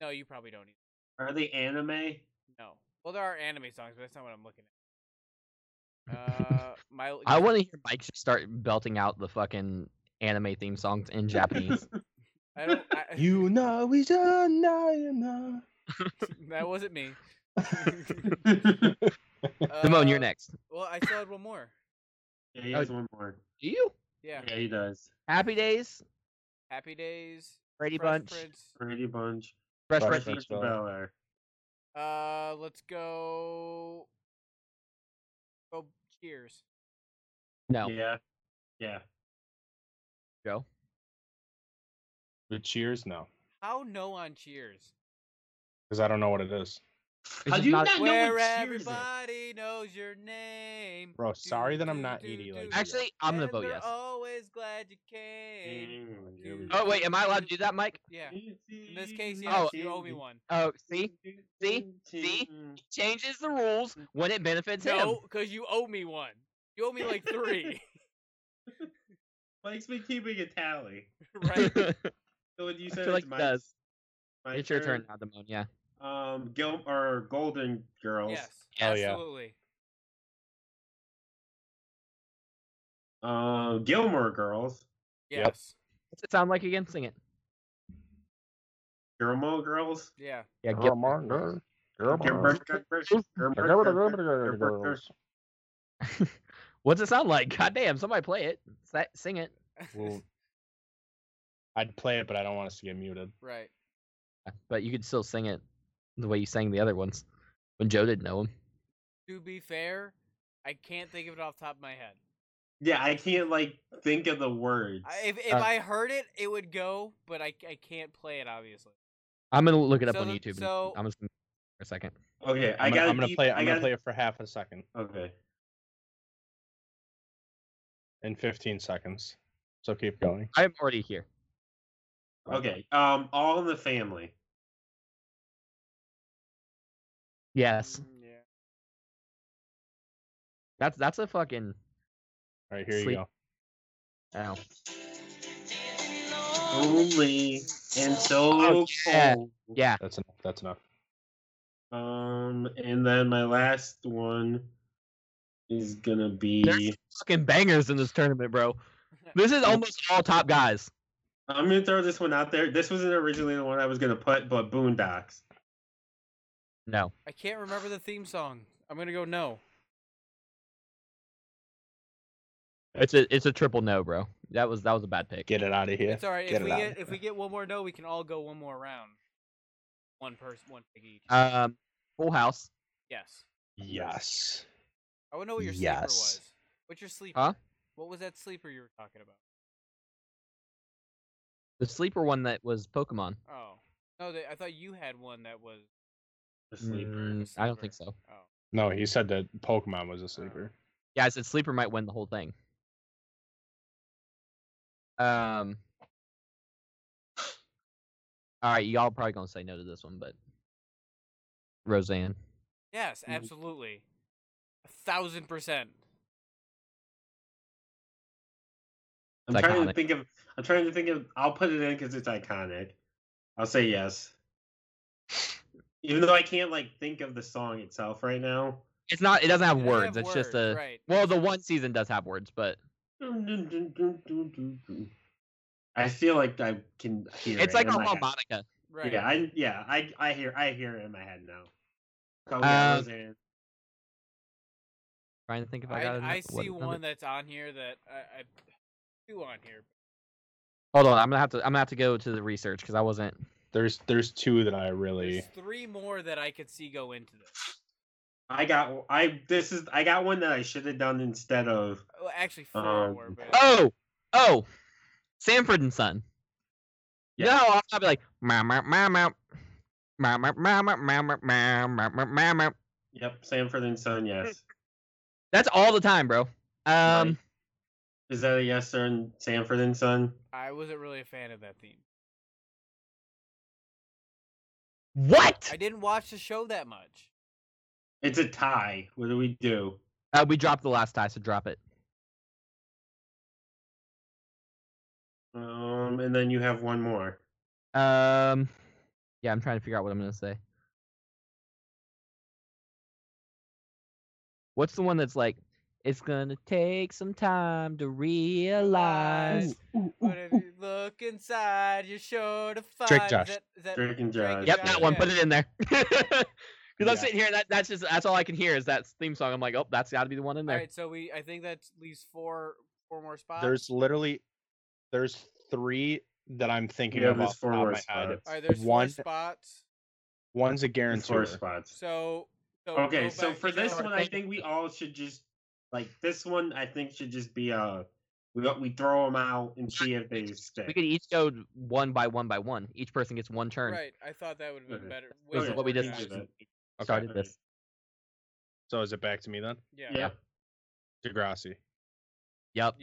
Speaker 3: No, you probably don't. Either.
Speaker 2: Are they anime?
Speaker 3: No. Well, there are anime songs, but that's not what I'm looking at. Uh, my.
Speaker 4: I want to hear Mike just start belting out the fucking anime theme songs in Japanese.
Speaker 3: I don't. I,
Speaker 5: You know we just know you know.
Speaker 3: that wasn't me.
Speaker 4: Simone,
Speaker 3: Uh,
Speaker 4: you're next.
Speaker 3: Well, I still had one more.
Speaker 2: yeah, he has one more.
Speaker 4: Do you?
Speaker 3: Yeah.
Speaker 2: Yeah, he does.
Speaker 4: Happy Days,
Speaker 3: Happy Days.
Speaker 4: Brady
Speaker 3: Fresh
Speaker 4: Bunch,
Speaker 3: Prince.
Speaker 2: Brady Bunch.
Speaker 4: Fresh
Speaker 5: Fresh
Speaker 4: Prince.
Speaker 5: Prince.
Speaker 2: Prince of Bel-Air.
Speaker 3: Uh, let's go. Go. Cheers.
Speaker 4: No,
Speaker 2: Yeah. Yeah.
Speaker 4: Joe.
Speaker 5: The cheers, no,
Speaker 3: How no on Cheers?
Speaker 5: because I don't know what it is,
Speaker 2: How
Speaker 4: It's just
Speaker 2: do you
Speaker 4: not-
Speaker 2: not know
Speaker 3: Where
Speaker 2: what Cheers is?
Speaker 3: everybody knows your name.
Speaker 5: bro. Sorry
Speaker 3: Do,
Speaker 5: that
Speaker 3: do,
Speaker 5: I'm not
Speaker 3: do,
Speaker 5: eighty. Like
Speaker 3: do.
Speaker 5: you.
Speaker 4: Actually, I'm gonna
Speaker 3: And
Speaker 4: vote
Speaker 3: they're
Speaker 4: yes.
Speaker 3: Always glad you came.
Speaker 2: Mm, here we
Speaker 4: Oh
Speaker 2: go.
Speaker 4: wait, am I allowed to do that, Mike?
Speaker 3: Yeah. In this case, yes,
Speaker 4: Oh.
Speaker 3: you owe me one.
Speaker 4: Oh, see, See? See?
Speaker 2: Mm.
Speaker 4: changes the rules when it benefits him.
Speaker 3: No, because you owe me one. You owe me like three,
Speaker 2: Mike's been keeping a tally.
Speaker 3: right?
Speaker 2: So when you
Speaker 4: I
Speaker 2: said
Speaker 4: feel like
Speaker 2: it's my,
Speaker 4: he does.
Speaker 2: my
Speaker 4: It's your turn now, Damone. Yeah.
Speaker 2: Um, Gil or Golden Girls.
Speaker 3: Yes,
Speaker 5: Hell Oh, yeah.
Speaker 3: absolutely.
Speaker 2: Uh, Gilmore Girls.
Speaker 5: Yep.
Speaker 3: Yes,
Speaker 4: What's it sound like again? Sing it.
Speaker 2: Gilmore Girls.
Speaker 3: yeah.
Speaker 4: Yeah. Gil-
Speaker 5: Gilmore.
Speaker 2: Gilmore Girls. Gilmore Girls. Gilmore Girls.
Speaker 4: What's it sound like? Goddamn! Somebody play it. Sa- Sing it.
Speaker 5: Well, I'd play it, but I don't want us to get muted.
Speaker 3: right.
Speaker 4: But you could still sing it the way you sang the other ones when Joe didn't know him.
Speaker 3: To be fair, I can't think of it off the top of my head.
Speaker 2: Yeah, I can't like think of the words.
Speaker 3: I, if if
Speaker 4: Uh,
Speaker 3: I heard it, it would go, but I, I can't play it obviously.
Speaker 4: I'm gonna look it up
Speaker 3: So
Speaker 4: on
Speaker 3: the-
Speaker 4: YouTube. and-
Speaker 3: so-
Speaker 4: I'm just gonna for a second.
Speaker 2: Okay, I
Speaker 5: I'm
Speaker 2: got.
Speaker 5: gonna, I'm gonna play. It,
Speaker 2: I
Speaker 5: I'm
Speaker 2: got.
Speaker 5: gonna play it for half a second
Speaker 2: Okay.
Speaker 5: in 15 seconds. So keep going.
Speaker 4: I'm already here.
Speaker 2: Okay. Um, All in the Family.
Speaker 4: Yes.
Speaker 3: Mm, Yeah.
Speaker 4: That's that's a fucking.
Speaker 5: All right, here
Speaker 4: Sleep.
Speaker 5: you go.
Speaker 4: Oh.
Speaker 2: Lonely and so
Speaker 4: Oh, yeah.
Speaker 2: cold.
Speaker 4: Yeah.
Speaker 5: That's enough. That's enough.
Speaker 2: Um, and then my last one is gonna be.
Speaker 4: There's fucking bangers in this tournament, bro. This is almost all top guys.
Speaker 2: I'm gonna throw this one out there. This wasn't originally the one I was gonna put, but Boondocks.
Speaker 4: No.
Speaker 3: I can't remember the theme song. I'm gonna go no.
Speaker 4: It's a it's a triple no, bro. That was that was a bad pick.
Speaker 5: Get it out of here.
Speaker 3: It's all right.
Speaker 5: get
Speaker 3: If
Speaker 5: it
Speaker 3: we
Speaker 5: out.
Speaker 3: get if we get one more no, we can all go one more round. One person, one pick each.
Speaker 5: Uh
Speaker 4: Um, Full House.
Speaker 3: yes.
Speaker 5: Yes.
Speaker 3: I want to know what your sleeper
Speaker 5: Yes.
Speaker 3: was. What's your sleeper?
Speaker 4: Huh?
Speaker 3: What was that sleeper you were talking about?
Speaker 4: The sleeper one that was Pokemon.
Speaker 3: Oh no, they, I thought you had one that was.
Speaker 2: The sleeper.
Speaker 4: Mm, I don't think
Speaker 3: sleeper.
Speaker 4: so.
Speaker 3: Oh,
Speaker 5: No, he said that Pokemon was a sleeper.
Speaker 4: Yeah, I said sleeper might win the whole thing. Um. All right, y'all probably gonna say no to this one, but Roseanne.
Speaker 3: yes,
Speaker 2: Mm.
Speaker 3: absolutely, a thousand percent.
Speaker 2: I'm
Speaker 4: It's
Speaker 2: trying to
Speaker 4: iconic.
Speaker 2: think of. I'm trying to think of. I'll put it in because it's iconic. I'll say yes. Even though I can't like think of the song itself right now.
Speaker 4: It's not. It doesn't have
Speaker 3: They
Speaker 4: words.
Speaker 3: have
Speaker 4: it's just
Speaker 3: words,
Speaker 4: a.
Speaker 3: right.
Speaker 4: Well, the one season does have words, but
Speaker 2: I feel like I can hear.
Speaker 4: it's
Speaker 2: it
Speaker 4: like
Speaker 2: in
Speaker 4: a
Speaker 2: my head.
Speaker 4: harmonica.
Speaker 3: right.
Speaker 2: Yeah, I yeah, I I hear I hear it in my head now. So yeah,
Speaker 4: Um,
Speaker 2: Roseanne.
Speaker 4: Trying to think if I,
Speaker 3: I,
Speaker 4: got.
Speaker 3: I
Speaker 4: another- what
Speaker 3: see
Speaker 4: another-
Speaker 3: one that's on here that I, I two on here.
Speaker 4: Hold on, I'm gonna have to. I'm gonna have to go to the research because I wasn't.
Speaker 5: There's there's two that I
Speaker 3: There's
Speaker 5: really.
Speaker 3: three more that I could see go into this.
Speaker 2: I got I this is I got one that I should have done instead of
Speaker 3: Well, actually, four
Speaker 2: Um,
Speaker 3: more. But
Speaker 4: Oh, oh, Sanford and Son. You know
Speaker 2: Yeah.
Speaker 4: how often I'll be like, "Meow, meow, meow, meow, meow, meow, meow, meow, meow, meow, meow, meow, meow, meow, meow."
Speaker 2: Yep, Sanford and Son, yes.
Speaker 4: That's all the time, bro. Um,
Speaker 2: Is that a yes sir and Sanford and Son?
Speaker 3: I wasn't really a fan of that theme.
Speaker 4: what?
Speaker 3: I didn't watch the show that much.
Speaker 2: It's a tie. What do we do?
Speaker 4: Uh, we dropped the last tie, so drop it.
Speaker 2: Um Um, and then you have one more.
Speaker 4: Um, yeah, I'm trying to figure out what I'm gonna say. What's the one that's like? It's gonna take some time to realize.
Speaker 3: But if you look inside, you're sure to find
Speaker 5: Drake Josh.
Speaker 3: that. that
Speaker 2: Drake and Josh.
Speaker 4: Yep, that one.
Speaker 3: yeah.
Speaker 4: Put it in there. Because
Speaker 5: Yeah.
Speaker 4: I'm sitting here, and that, that's just that's all I can hear is that theme song. I'm like, oh, that's got to be the one in
Speaker 3: All
Speaker 4: there.
Speaker 3: right, so we I think that leaves four four more spots.
Speaker 5: There's literally there's three that I'm thinking
Speaker 2: Yeah,
Speaker 5: of
Speaker 2: there's
Speaker 5: off the top of
Speaker 2: four
Speaker 5: my head.
Speaker 2: spots.
Speaker 3: All right, there's
Speaker 5: one-
Speaker 3: four spots.
Speaker 5: One's a
Speaker 2: There's four
Speaker 5: guarantee.
Speaker 2: spots.
Speaker 3: So, so
Speaker 2: Okay,
Speaker 3: go
Speaker 2: so
Speaker 3: back
Speaker 2: for
Speaker 3: to your-
Speaker 2: this one, I think we all should just like this one. I think should just be uh, we we throw them out and see if they stick.
Speaker 4: We could each go one by one by one. Each person gets one turn.
Speaker 3: right, I thought that would have been
Speaker 2: Okay.
Speaker 3: better.
Speaker 4: This is
Speaker 3: way
Speaker 4: what we
Speaker 3: more
Speaker 4: just-
Speaker 3: time.
Speaker 2: Okay.
Speaker 4: So I did this.
Speaker 5: So is it back to me then?
Speaker 3: Yeah, yeah,
Speaker 2: Yeah.
Speaker 5: Degrassi.
Speaker 4: Yep.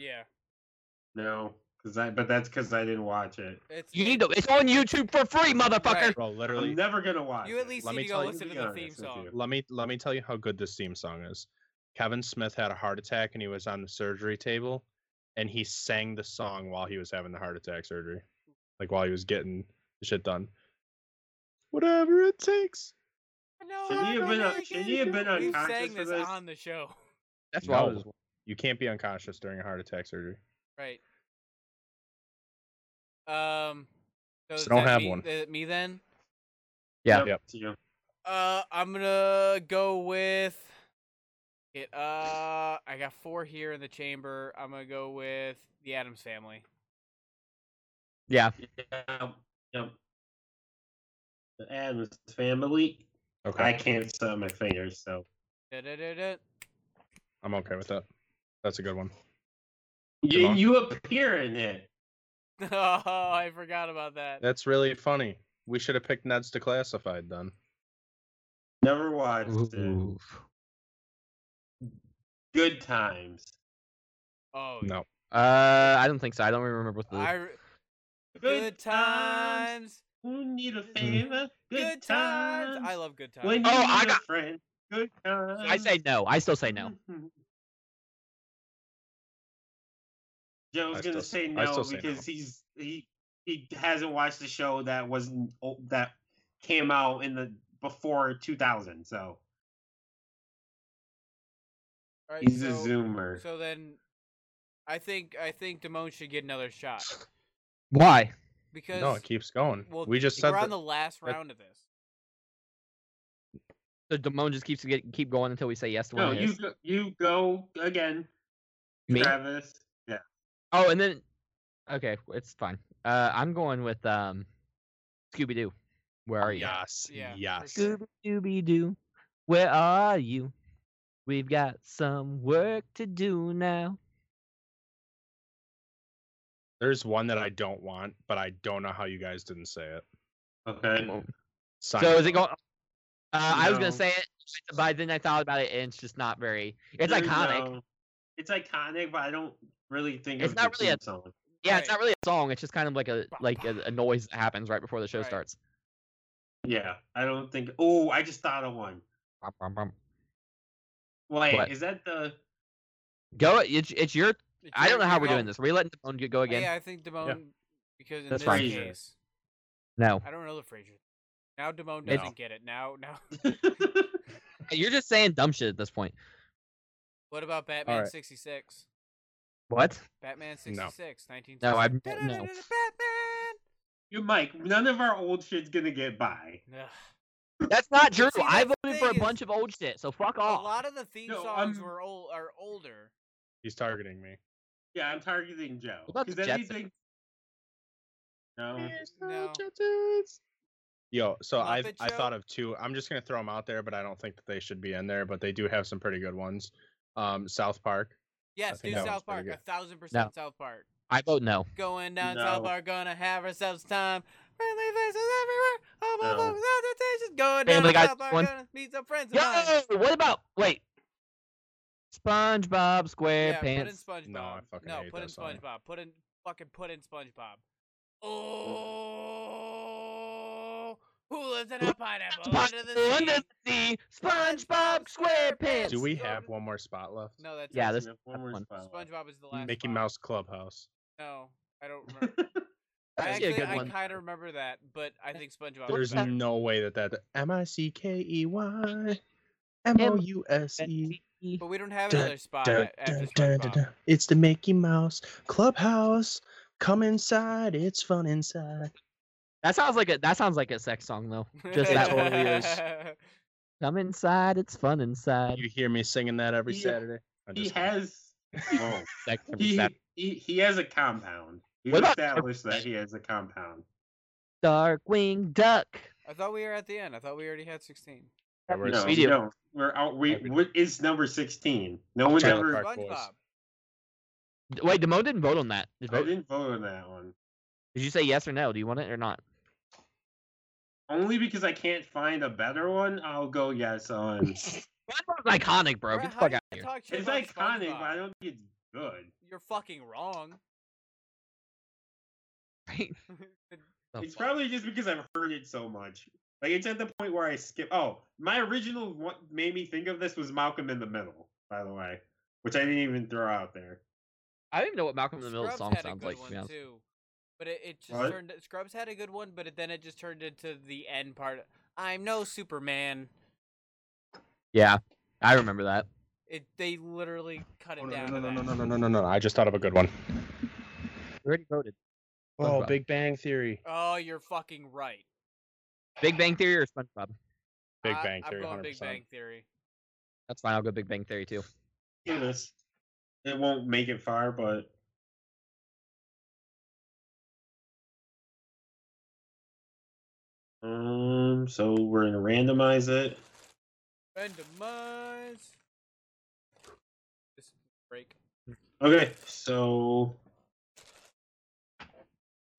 Speaker 2: No, because I but that's because I didn't watch it.
Speaker 3: It's
Speaker 4: You
Speaker 3: it-
Speaker 4: need to. It's on YouTube for free, motherfucker.
Speaker 5: Bro,
Speaker 2: I'm
Speaker 5: literally
Speaker 2: never gonna watch.
Speaker 3: You at
Speaker 2: it.
Speaker 3: least
Speaker 5: Let
Speaker 3: need
Speaker 5: me
Speaker 3: to go
Speaker 5: tell you-
Speaker 3: listen
Speaker 2: Be
Speaker 3: to the
Speaker 2: honest
Speaker 3: theme
Speaker 2: with
Speaker 3: song.
Speaker 2: you.
Speaker 5: let me let me tell you how good this theme song is. Kevin Smith had a heart attack and he was on the surgery table and he sang the song while he was having the heart attack surgery. Like while he was getting the shit done. Whatever it takes.
Speaker 3: No,
Speaker 2: Should
Speaker 3: I
Speaker 2: you have been
Speaker 3: don't
Speaker 2: on-
Speaker 3: like
Speaker 2: should
Speaker 3: it.
Speaker 2: you have been
Speaker 3: We've
Speaker 2: unconscious
Speaker 3: sang
Speaker 2: for
Speaker 3: this,
Speaker 2: this?
Speaker 3: on the show,
Speaker 4: That's what I
Speaker 5: No.
Speaker 4: was.
Speaker 5: You can't be unconscious during a heart attack surgery.
Speaker 3: right? Um, so
Speaker 5: So
Speaker 3: is
Speaker 5: don't
Speaker 3: that
Speaker 5: have
Speaker 3: me,
Speaker 5: one.
Speaker 3: that me then.
Speaker 4: Yeah.
Speaker 5: Yep.
Speaker 2: to you.
Speaker 3: Uh, I'm gonna go with it. Uh, I got four here in the chamber. I'm gonna go with the Adams Family.
Speaker 4: Yeah.
Speaker 2: Yep. Yep. The Adams Family.
Speaker 5: Okay.
Speaker 2: I can't set my fingers, so
Speaker 3: Da-da-da-da.
Speaker 5: I'm okay with that. That's a good one.
Speaker 2: you,
Speaker 5: on.
Speaker 2: you appear in it.
Speaker 3: Oh, I forgot about that.
Speaker 5: That's really funny. We should have picked Ned's Declassified then.
Speaker 2: Never watched it.
Speaker 4: Oof.
Speaker 2: Good times.
Speaker 3: Oh,
Speaker 5: No.
Speaker 4: Uh, I don't think so. I don't remember what the.
Speaker 3: I re- good times,
Speaker 2: Who need a
Speaker 3: Mm.
Speaker 2: favor? Good,
Speaker 3: good
Speaker 2: times.
Speaker 3: times. I love good times.
Speaker 2: When you
Speaker 4: Oh,
Speaker 2: need
Speaker 4: I
Speaker 2: a
Speaker 4: got-
Speaker 2: friend. Good times.
Speaker 4: I say no. I still say no.
Speaker 2: Joe's
Speaker 5: I
Speaker 2: gonna
Speaker 5: still-
Speaker 2: say
Speaker 5: I
Speaker 2: no
Speaker 5: still say no.
Speaker 2: because he's he he hasn't watched the show that wasn't o- that came out in the before 2000. So
Speaker 3: All right,
Speaker 2: he's a
Speaker 3: so-
Speaker 2: zoomer.
Speaker 3: So then, I think I think Damone should get another shot
Speaker 4: Why?
Speaker 3: because
Speaker 5: No, it keeps going.
Speaker 3: well,
Speaker 5: we just
Speaker 3: we're
Speaker 5: said
Speaker 3: on
Speaker 5: that,
Speaker 3: the last
Speaker 5: that-
Speaker 3: round of this.
Speaker 4: So Damone just keeps get, keep going until we say yes to one
Speaker 2: no,
Speaker 4: of
Speaker 2: you
Speaker 4: his.
Speaker 2: go, you go again,
Speaker 4: Me?
Speaker 2: Travis. Yeah,
Speaker 4: Oh, and then. Okay, it's fine. Uh, I'm going with um, Scooby Doo. Where
Speaker 2: Oh,
Speaker 4: are you?
Speaker 5: yes,
Speaker 3: Yeah, for
Speaker 5: yes.
Speaker 3: sure.
Speaker 4: Scooby Dooby Doo, where are you? We've got some work to do now.
Speaker 5: There's one that I don't want, but I don't know how you guys didn't say it.
Speaker 2: okay.
Speaker 3: Oh,
Speaker 4: So
Speaker 5: Seinfeld.
Speaker 4: is it going? Uh, I was
Speaker 2: No.
Speaker 4: gonna say it, but then I thought about it, and it's just not very. It's
Speaker 2: There's
Speaker 4: iconic.
Speaker 2: no- it's iconic, but I don't really think
Speaker 4: It's
Speaker 2: of
Speaker 4: not
Speaker 2: the
Speaker 4: really a-
Speaker 2: theme song.
Speaker 4: Yeah, it's
Speaker 3: Right.
Speaker 4: not really a song. It's just kind of like a
Speaker 3: Bah,
Speaker 4: like a, a noise that happens right before the show
Speaker 3: Right.
Speaker 4: starts.
Speaker 2: Yeah, I don't think. Oh, I just thought of one.
Speaker 4: Bum, bum, bum.
Speaker 2: Wait,
Speaker 4: What?
Speaker 2: is that the?
Speaker 4: Go. It's it's your.
Speaker 3: It's
Speaker 4: I don't
Speaker 3: your-
Speaker 4: know how
Speaker 3: your
Speaker 4: we're doing
Speaker 3: vote.
Speaker 4: this. Are we letting Damone g- go again?
Speaker 3: Yeah, I think Damone because in
Speaker 4: That's
Speaker 3: this
Speaker 4: fine.
Speaker 2: Frasier.
Speaker 3: case,
Speaker 4: No.
Speaker 3: I don't know the Fraser. Now Damone
Speaker 5: It's-
Speaker 3: doesn't get it. Now, now,
Speaker 4: You're just saying dumb shit at this point.
Speaker 3: what about Batman
Speaker 5: right.
Speaker 3: sixty six?
Speaker 4: What?
Speaker 3: Batman
Speaker 5: No.
Speaker 3: sixty six, nineteen.
Speaker 4: No, I've- no.
Speaker 3: Batman.
Speaker 2: you Mike. None of our old shit's gonna get by.
Speaker 3: Ugh.
Speaker 4: That's not true.
Speaker 3: see,
Speaker 4: I
Speaker 3: that's the
Speaker 4: voted for a
Speaker 3: thing is-
Speaker 4: bunch of old shit, so fuck
Speaker 3: A
Speaker 4: off.
Speaker 3: lot of the theme
Speaker 2: No,
Speaker 3: songs
Speaker 2: I'm-
Speaker 3: were old, are older.
Speaker 5: He's targeting me.
Speaker 2: Yeah, I'm targeting Joe.
Speaker 4: What about the
Speaker 2: Because
Speaker 4: Jetsons?
Speaker 2: anything. No.
Speaker 3: Eh, No.
Speaker 5: Yo, so I
Speaker 3: Muppet
Speaker 5: I
Speaker 3: Show?
Speaker 5: thought of two. I'm just gonna throw them out there, but I don't think that they should be in there. But they do have some pretty good ones. Um, South Park.
Speaker 3: Yes,
Speaker 5: think
Speaker 3: dude,
Speaker 5: that one's
Speaker 3: South
Speaker 5: pretty
Speaker 3: Park, a
Speaker 5: good.
Speaker 3: thousand percent South Park.
Speaker 4: I vote no.
Speaker 3: Going down South
Speaker 2: No.
Speaker 3: Park, gonna have ourselves time. Friendly faces everywhere. Oh, my
Speaker 2: No.
Speaker 3: no. hesitations. Going down
Speaker 4: Family
Speaker 3: to
Speaker 4: Guy's
Speaker 3: South Park,
Speaker 4: one.
Speaker 3: gonna meet some friends. of
Speaker 4: Yo,
Speaker 3: mine.
Speaker 4: what about wait? SpongeBob
Speaker 3: Yeah, put in
Speaker 4: SquarePants.
Speaker 3: SpongeBob.
Speaker 5: No, I fucking
Speaker 3: no,
Speaker 5: hate
Speaker 3: put
Speaker 5: that
Speaker 3: in
Speaker 5: song.
Speaker 3: SpongeBob. Put in fucking put in SpongeBob. Oh, who lives in a pineapple
Speaker 4: SpongeBob
Speaker 3: under the
Speaker 4: under
Speaker 3: sea?
Speaker 4: the sea, SpongeBob SquarePants.
Speaker 5: Do we
Speaker 3: Go
Speaker 5: have
Speaker 3: to-
Speaker 5: one more spot left?
Speaker 3: No, that's
Speaker 4: Yeah,
Speaker 3: it.
Speaker 4: this-
Speaker 2: We have one more
Speaker 4: one.
Speaker 2: spot left.
Speaker 3: SpongeBob is the last.
Speaker 5: Mickey
Speaker 3: spot.
Speaker 5: Mouse Clubhouse.
Speaker 3: No, I don't remember. I
Speaker 4: That'd be a
Speaker 3: actually,
Speaker 4: good
Speaker 3: I
Speaker 4: one.
Speaker 3: kind of remember that, but I think SpongeBob.
Speaker 5: There's
Speaker 4: that?
Speaker 5: no way that that M I C K E Y M O U S E.
Speaker 3: but we don't have
Speaker 5: Dun,
Speaker 3: another spot
Speaker 5: dun,
Speaker 3: a- after
Speaker 5: dun, dun, dun,
Speaker 3: SpongeBob.
Speaker 5: dun. It's the Mickey Mouse Clubhouse. Come inside, it's fun inside.
Speaker 4: That sounds like a that sounds like a sex song though. Just that one.
Speaker 5: totally is.
Speaker 4: Come inside, it's fun inside.
Speaker 5: You hear me singing that every
Speaker 2: He-
Speaker 5: Saturday. I'm
Speaker 2: He
Speaker 5: just kidding.
Speaker 2: has
Speaker 5: Whoa.
Speaker 4: Sex Oh, every
Speaker 2: he,
Speaker 4: Sat-
Speaker 2: he he has a compound. We've
Speaker 4: What about-
Speaker 2: established that he has a compound.
Speaker 4: Darkwing Duck.
Speaker 3: I thought we were at the end. I thought we already had 16.
Speaker 5: Yeah, we're
Speaker 2: No,
Speaker 4: we
Speaker 2: we
Speaker 4: do.
Speaker 2: don't. We're out. We
Speaker 5: Every-
Speaker 2: what is number sixteen? No one
Speaker 5: Trailer
Speaker 2: ever.
Speaker 5: Park Boys.
Speaker 3: SpongeBob.
Speaker 4: D- Wait, Damone didn't vote on that. Did,
Speaker 2: I
Speaker 4: vote?
Speaker 2: didn't vote on that one
Speaker 4: Did you say yes or no? Do you want it or not?
Speaker 2: only because I can't find a better one. I'll go yes on.
Speaker 4: SpongeBob's iconic, bro.
Speaker 3: Bruh,
Speaker 4: Get the
Speaker 3: how
Speaker 4: fuck
Speaker 3: do
Speaker 4: out
Speaker 3: you
Speaker 4: of here.
Speaker 3: talk shit
Speaker 2: It's
Speaker 3: about
Speaker 2: iconic,
Speaker 3: SpongeBob?
Speaker 2: but I don't think it's good.
Speaker 3: You're fucking wrong.
Speaker 4: Right. The
Speaker 2: It's
Speaker 4: fuck?
Speaker 2: probably just because I've heard it so much. Like it's at the point where I skip. Oh, my original what made me think of this was Malcolm in the Middle, by the way, which I didn't even throw out there.
Speaker 4: I don't even know what Malcolm in the Middle
Speaker 3: Scrubs
Speaker 4: song
Speaker 3: had a
Speaker 4: sounds
Speaker 3: good
Speaker 4: like. To
Speaker 3: one
Speaker 4: be honest.
Speaker 3: too, but it, it just
Speaker 2: What?
Speaker 3: turned. Scrubs had a good one, but it, then it just turned into the end part. I'm no Superman.
Speaker 4: Yeah, I remember that.
Speaker 3: It they literally cut it
Speaker 5: Oh, no,
Speaker 3: down.
Speaker 5: no, no,
Speaker 3: to
Speaker 5: no,
Speaker 3: that.
Speaker 5: no, no, no, no, no, no. I just thought of a good one.
Speaker 4: We already voted.
Speaker 5: Oh,
Speaker 4: SpongeBob.
Speaker 5: Big Bang Theory.
Speaker 3: Oh, you're fucking right.
Speaker 4: Big Bang Theory or SpongeBob?
Speaker 5: Big
Speaker 3: I-
Speaker 5: Bang Theory,
Speaker 3: I'm going
Speaker 5: 100%.
Speaker 3: Big Bang Theory.
Speaker 4: That's fine. I'll go Big Bang Theory too.
Speaker 2: Do this. It won't make it far, but um. So we're gonna randomize it.
Speaker 3: Randomize. Just break.
Speaker 2: Okay, so.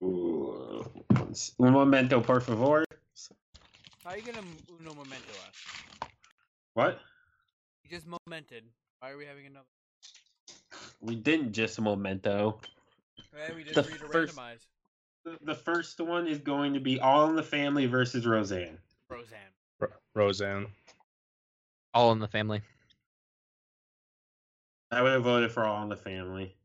Speaker 2: Ooh, un momento, por favor.
Speaker 3: How are you gonna m- uno momento us?
Speaker 2: What?
Speaker 3: You just momented. Why are we having another?
Speaker 2: We didn't just momento.
Speaker 3: Hey, we just
Speaker 2: The
Speaker 3: read a
Speaker 2: first-
Speaker 3: randomize.
Speaker 2: The- The first one is going to be All in the Family versus Roseanne.
Speaker 3: Roseanne.
Speaker 5: Ro- Roseanne.
Speaker 4: All in the family.
Speaker 2: I would have voted for All in the Family.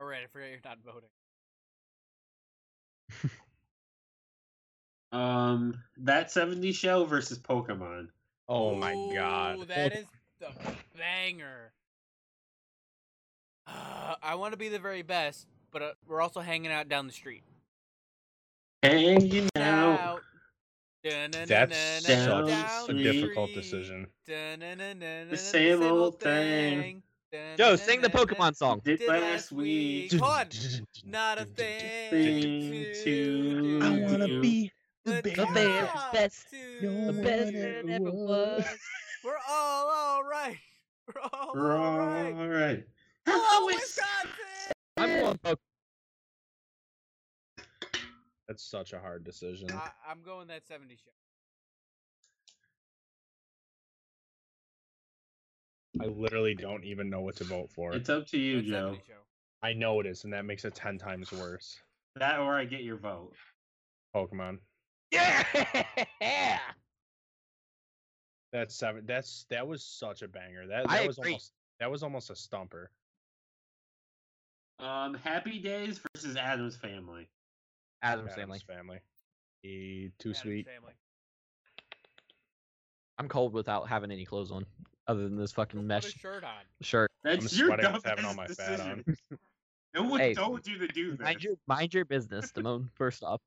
Speaker 3: All right, I forgot you're not voting.
Speaker 2: Um, that 70s show versus Pokemon.
Speaker 5: Oh my
Speaker 3: Ooh,
Speaker 5: god.
Speaker 3: That is the banger. Ah, I want to be the very best, but uh, we're also hanging out down the street.
Speaker 2: Hanging out.
Speaker 3: Out. Dun-dun-dun-dun-dun,
Speaker 5: That's
Speaker 2: Down
Speaker 5: such
Speaker 2: the
Speaker 3: down
Speaker 5: a
Speaker 2: street.
Speaker 5: difficult
Speaker 3: street.
Speaker 5: decision.
Speaker 3: Dun-dun-dun-dun-dun, The
Speaker 2: same old thing.
Speaker 3: thing.
Speaker 4: Yo, sing the
Speaker 3: Dun-dun-dun-dun-dun.
Speaker 4: Pokemon song.
Speaker 2: Did
Speaker 3: Did
Speaker 2: last week.
Speaker 3: Come on. Not a thing
Speaker 2: Thing
Speaker 3: to
Speaker 2: to
Speaker 5: I
Speaker 3: do.
Speaker 5: wanna
Speaker 2: do.
Speaker 5: be
Speaker 3: But
Speaker 5: the best.
Speaker 4: very
Speaker 3: not
Speaker 4: best.
Speaker 3: to
Speaker 5: You're
Speaker 3: do.
Speaker 5: best it ever was.
Speaker 3: We're all alright. We're all
Speaker 2: We're all
Speaker 3: alright. Oh,
Speaker 2: right.
Speaker 3: Hello, Wisconsin!
Speaker 4: I'm going Pokemon.
Speaker 5: That's such a hard decision.
Speaker 3: I, I'm going that 70 show.
Speaker 5: I literally don't even know what to vote for.
Speaker 2: It's up to you,
Speaker 3: That 70
Speaker 2: Joe.
Speaker 3: show.
Speaker 5: I know it is, and that makes it ten times worse.
Speaker 2: That or I get your vote.
Speaker 5: Pokemon.
Speaker 4: Yeah.
Speaker 5: That's seven. That's that was such a banger. That, that
Speaker 4: I
Speaker 5: was
Speaker 4: agree.
Speaker 5: almost that was almost a stumper.
Speaker 2: Um, Happy Days versus Adam's Family.
Speaker 4: Adam's family.
Speaker 5: Addams family. E- too
Speaker 3: Adam's
Speaker 5: sweet.
Speaker 3: Family.
Speaker 4: I'm cold without having any clothes on, other than this fucking
Speaker 3: Put
Speaker 4: mesh
Speaker 3: a shirt on.
Speaker 4: shirt.
Speaker 2: That's
Speaker 5: I'm
Speaker 2: your
Speaker 5: sweating with
Speaker 2: dumbest
Speaker 5: having all my fat
Speaker 2: decision.
Speaker 5: on.
Speaker 2: No one
Speaker 4: Hey,
Speaker 2: told you to do
Speaker 4: Mind
Speaker 2: this.
Speaker 4: your mind your business, Damone. First off,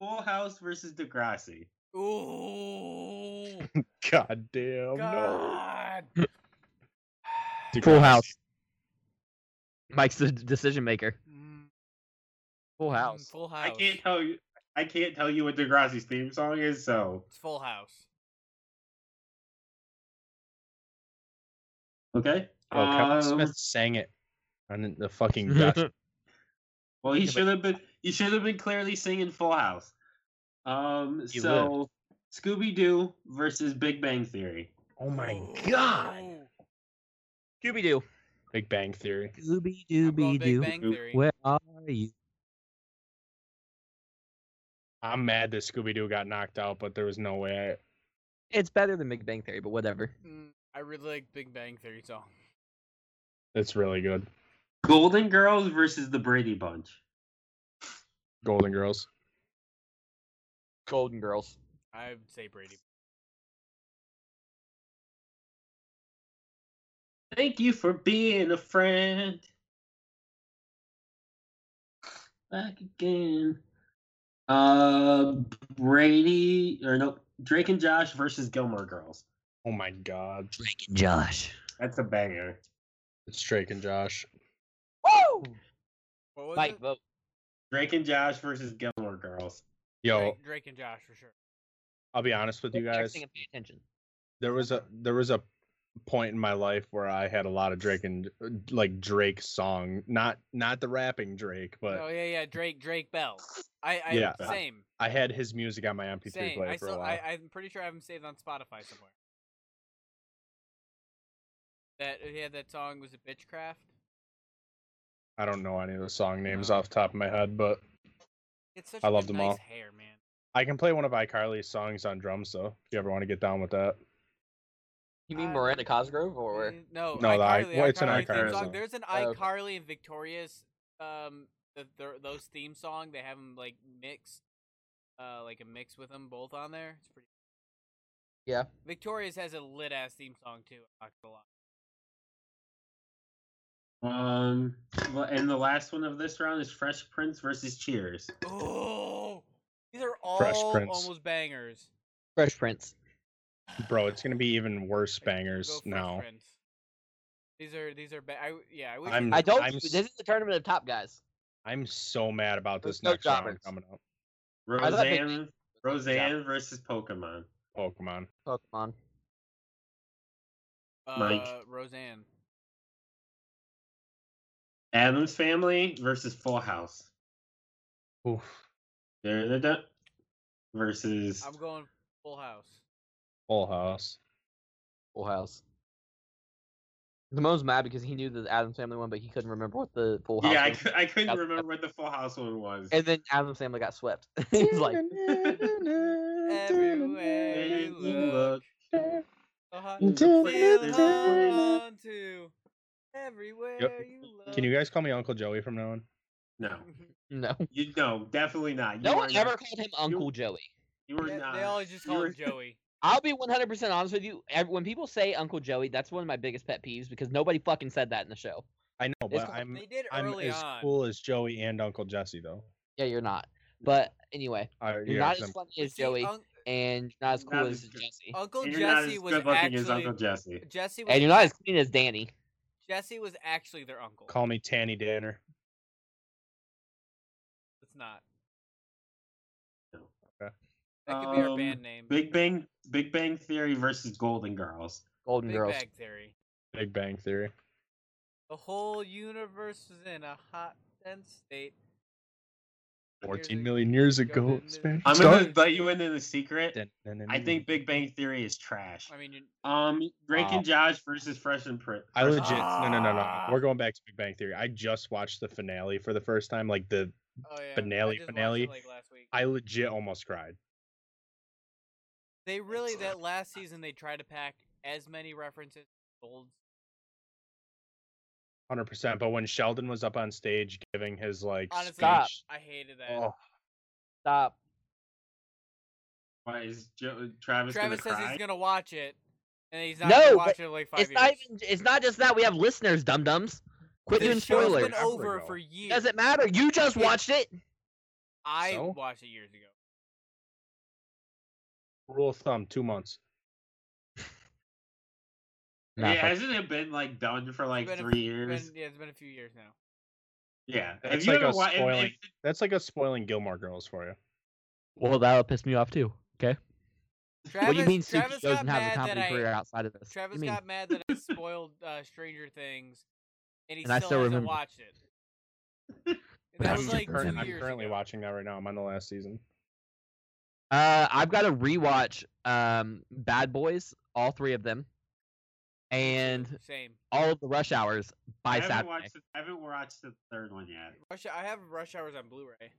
Speaker 2: Full House versus Degrassi.
Speaker 3: Ooh.
Speaker 5: God damn. Oh, No.
Speaker 3: God. Mm,
Speaker 4: Full House. Mike's the d- decision maker.
Speaker 3: Mm,
Speaker 4: Full
Speaker 3: mm,
Speaker 4: House.
Speaker 3: Full house.
Speaker 2: I can't tell you. I can't tell you what Degrassi's theme song is. So
Speaker 3: It's full house.
Speaker 2: okay.
Speaker 5: Oh, Kevin
Speaker 2: Um,
Speaker 5: Smith sang it on the fucking best.
Speaker 2: well, he
Speaker 5: but-
Speaker 2: should have been. You should have been clearly singing Full House. Um.
Speaker 5: He
Speaker 2: so Scooby Doo versus Big Bang Theory.
Speaker 5: oh my
Speaker 3: Ooh.
Speaker 5: god.
Speaker 4: Scooby Doo.
Speaker 5: Big Bang Theory.
Speaker 4: Scooby
Speaker 3: I'm going Big
Speaker 4: Dooby Doo.
Speaker 3: Bang
Speaker 2: Oop.
Speaker 3: Theory.
Speaker 4: Where are you?
Speaker 5: I'm mad that Scooby Doo got knocked out, but there was no way. I,
Speaker 4: It's better than Big Bang Theory, but whatever.
Speaker 3: Mm, I really like Big Bang Theory song.
Speaker 5: it's really good.
Speaker 2: Golden Girls versus the Brady Bunch.
Speaker 5: Golden Girls.
Speaker 4: Golden Girls.
Speaker 3: I would say Brady.
Speaker 2: Thank you for being a friend. Back again. Uh, Brady or no Drake and Josh versus Gilmore Girls.
Speaker 5: Oh my God.
Speaker 4: Drake and Josh.
Speaker 2: That's a banger.
Speaker 5: It's Drake and Josh.
Speaker 4: Woo!
Speaker 3: What was
Speaker 4: Mike,
Speaker 3: it?
Speaker 4: vote.
Speaker 2: Drake and Josh versus Gilmore Girls.
Speaker 5: Yo,
Speaker 3: Drake, Drake and Josh for sure.
Speaker 5: I'll be honest with you
Speaker 4: Check
Speaker 5: guys.
Speaker 4: thing and pay attention.
Speaker 5: There was a there was a point in my life where I had a lot of Drake and like Drake song, not not the rapping Drake, but
Speaker 3: oh yeah, yeah. Drake Drake Bell. I, I
Speaker 5: Yeah.
Speaker 3: same
Speaker 5: I had his music on my MP3
Speaker 3: same.
Speaker 5: player
Speaker 3: I
Speaker 5: for a
Speaker 3: still
Speaker 5: while.
Speaker 3: I, I'm pretty sure I have him saved on Spotify somewhere. That he had that song was it Bitchcraft?
Speaker 5: I, don't know any of the song names
Speaker 3: No.
Speaker 5: off the top of my head, but
Speaker 3: It's such
Speaker 5: I
Speaker 3: a
Speaker 5: love
Speaker 3: good,
Speaker 5: them
Speaker 3: nice
Speaker 5: all.
Speaker 3: hair, man.
Speaker 5: I can play one of iCarly's songs on drums, though. If you ever want to get down with that,
Speaker 4: You
Speaker 3: I-
Speaker 4: mean Miranda Cosgrove or?
Speaker 3: Mm, No,
Speaker 5: No, the I-
Speaker 3: iCarly,
Speaker 5: well, it's an
Speaker 3: iCarly theme
Speaker 2: iCarly
Speaker 3: song.
Speaker 5: song.
Speaker 3: There's an
Speaker 4: Oh, okay.
Speaker 3: iCarly and Victoria's um the, the, those theme song. They have them like mixed, uh, like a mix with them both on there. It's pretty.
Speaker 4: Yeah.
Speaker 3: Victoria's has a lit ass theme song too. I'm not gonna lie.
Speaker 2: Um, well, and the last one of this round is Fresh Prince versus Cheers.
Speaker 3: Oh, these are all
Speaker 5: Fresh Prince.
Speaker 3: almost bangers.
Speaker 4: Fresh Prince.
Speaker 5: bro, it's gonna be even worse
Speaker 3: Go
Speaker 5: bangers
Speaker 3: Fresh
Speaker 5: now.
Speaker 3: Prince. These are these are ba- I, yeah. I wish
Speaker 5: I'm-
Speaker 4: I don't.
Speaker 5: I'm
Speaker 4: this
Speaker 5: s-
Speaker 4: is the tournament of top guys.
Speaker 5: I'm so mad about
Speaker 4: There's
Speaker 5: this
Speaker 4: no
Speaker 5: next round
Speaker 4: jobbers.
Speaker 5: coming up.
Speaker 4: I thought they-
Speaker 2: Roseanne, Roseanne versus Pokemon.
Speaker 5: Pokemon.
Speaker 4: Pokemon.
Speaker 3: uh,
Speaker 2: Mike.
Speaker 3: Roseanne.
Speaker 2: Adam's Family versus Full House.
Speaker 5: Oof.
Speaker 2: They're the dun- versus
Speaker 3: I'm going Full House.
Speaker 5: Full House.
Speaker 4: Full House. Simone's mad because he knew the Adams Family one, but he couldn't remember what the Full House.
Speaker 2: yeah, I,
Speaker 4: was.
Speaker 2: cou- I couldn't
Speaker 4: Yep.
Speaker 2: remember what the Full House one was.
Speaker 4: And then Adams Family got swept. He's like,
Speaker 3: Everywhere you
Speaker 2: You
Speaker 3: look.
Speaker 2: look.
Speaker 3: So hot
Speaker 2: There's
Speaker 3: you
Speaker 2: a place-
Speaker 3: feel
Speaker 2: there's a
Speaker 3: hung on to everywhere you look.
Speaker 5: Can you guys call me Uncle Joey from now on?
Speaker 2: No,
Speaker 4: no.
Speaker 2: you no, definitely not. You
Speaker 4: No
Speaker 2: are
Speaker 4: one ever
Speaker 2: Not,
Speaker 4: called him Uncle Joey.
Speaker 2: you were
Speaker 3: They-
Speaker 2: not.
Speaker 3: They always just
Speaker 2: you
Speaker 3: call
Speaker 2: were-
Speaker 3: him Joey.
Speaker 4: I'll be 100% honest with you. ev- When people say Uncle Joey, that's one of my biggest pet peeves because nobody fucking said that in the show.
Speaker 5: I know, but
Speaker 4: cool.
Speaker 5: I'm
Speaker 3: They did
Speaker 5: I'm
Speaker 3: early
Speaker 5: as
Speaker 3: on.
Speaker 5: cool as Joey and Uncle Jesse though.
Speaker 4: Yeah, you're not. But anyway,
Speaker 5: I,
Speaker 4: you're
Speaker 5: yeah,
Speaker 4: not
Speaker 5: 'cause
Speaker 4: as
Speaker 5: I'm-
Speaker 4: funny as
Speaker 3: See,
Speaker 4: Joey,
Speaker 3: Unc-
Speaker 4: and you're not as cool
Speaker 2: Not
Speaker 4: as
Speaker 2: as good.
Speaker 4: Jesse,
Speaker 3: Uncle
Speaker 2: You're not
Speaker 3: Jesse
Speaker 2: as
Speaker 3: was
Speaker 2: good looking as Uncle
Speaker 3: actually
Speaker 2: Jesse.
Speaker 3: Jesse was
Speaker 4: and you're not as clean as Danny.
Speaker 3: Jesse was actually their uncle.
Speaker 5: call me Tanny Danner.
Speaker 3: It's not.
Speaker 2: No.
Speaker 5: Okay.
Speaker 3: That could be our
Speaker 2: Um,
Speaker 3: band name.
Speaker 2: Big Bang, Big Bang Theory versus Golden Girls.
Speaker 4: Golden
Speaker 3: Big
Speaker 4: Girls.
Speaker 3: Bang Theory.
Speaker 5: Big Bang Theory.
Speaker 3: The whole universe is in a hot, dense state.
Speaker 5: Fourteen million years ago.
Speaker 3: Golden-
Speaker 5: Spanish
Speaker 2: I'm
Speaker 5: star-
Speaker 2: gonna let you in on a secret.
Speaker 5: Dun, dun, dun,
Speaker 2: I
Speaker 5: dun.
Speaker 2: think Big Bang Theory is trash.
Speaker 3: I mean, you-
Speaker 2: Um, Drake
Speaker 5: Wow.
Speaker 2: and Josh versus Fresh and Prince.
Speaker 5: I legit no no no no.
Speaker 3: Ah.
Speaker 5: We're going back to Big Bang Theory. I just watched the finale for the first time. Like the
Speaker 3: oh yeah. I
Speaker 5: Finale,
Speaker 3: just watched it,
Speaker 5: finale.
Speaker 3: like, last week.
Speaker 5: I legit almost cried.
Speaker 3: They really that last season they tried to pack as many references as old.
Speaker 5: Hundred percent. But when Sheldon was up on stage giving his like
Speaker 3: Honestly,
Speaker 4: Stop.
Speaker 5: speech,
Speaker 3: I hated that.
Speaker 5: oh,
Speaker 4: Stop.
Speaker 2: Why is Joe, Travis,
Speaker 3: Travis says
Speaker 2: gonna cry?
Speaker 3: he's gonna watch it, and he's not
Speaker 4: No,
Speaker 3: gonna
Speaker 4: but
Speaker 3: watch it in like five
Speaker 4: It's
Speaker 3: years.
Speaker 4: not even. It's not just that we have listeners, dum dums. Quit
Speaker 3: the
Speaker 4: doing
Speaker 3: show's
Speaker 4: spoilers.
Speaker 3: been over
Speaker 5: Ago.
Speaker 3: for years.
Speaker 4: Doesn't matter. You just
Speaker 3: It-
Speaker 4: watched it.
Speaker 3: I
Speaker 5: So?
Speaker 3: watched it years ago.
Speaker 5: rule of thumb, two months.
Speaker 2: yeah, hasn't it been like done for like
Speaker 3: been a-
Speaker 2: three
Speaker 3: It's
Speaker 2: years?
Speaker 3: been- yeah, it's been a few years now.
Speaker 2: Yeah. Have
Speaker 5: That's
Speaker 2: you
Speaker 5: like
Speaker 2: ever
Speaker 5: us
Speaker 2: wa- if-
Speaker 5: spoiling.
Speaker 2: if-
Speaker 5: That's like us spoiling Gilmore Girls for you.
Speaker 4: Well, that'll piss me off too. Okay.
Speaker 3: Travis,
Speaker 4: what do you mean Steve
Speaker 3: Travis got
Speaker 4: doesn't have
Speaker 3: mad
Speaker 4: a comedy
Speaker 3: that
Speaker 4: career
Speaker 3: I,
Speaker 4: outside of this?
Speaker 3: Travis
Speaker 4: I mean,
Speaker 3: got mad that I spoiled uh, Stranger Things, and he
Speaker 4: And I
Speaker 3: still,
Speaker 4: still
Speaker 3: hasn't
Speaker 4: remember.
Speaker 3: watched it.
Speaker 4: But
Speaker 3: And that
Speaker 4: I'm
Speaker 3: was
Speaker 4: just
Speaker 3: like
Speaker 5: current-
Speaker 3: two
Speaker 5: I'm
Speaker 3: years
Speaker 5: currently
Speaker 3: ago.
Speaker 5: watching that right now. I'm on the last season.
Speaker 4: uh, I've got to rewatch um, Bad Boys, all three of them, and
Speaker 3: same.
Speaker 4: all of the Rush Hours
Speaker 2: I
Speaker 4: by
Speaker 2: haven't
Speaker 4: Saturday.
Speaker 2: watched. The, I haven't watched the third one yet.
Speaker 3: Rush, I have Rush Hours on Blu-ray.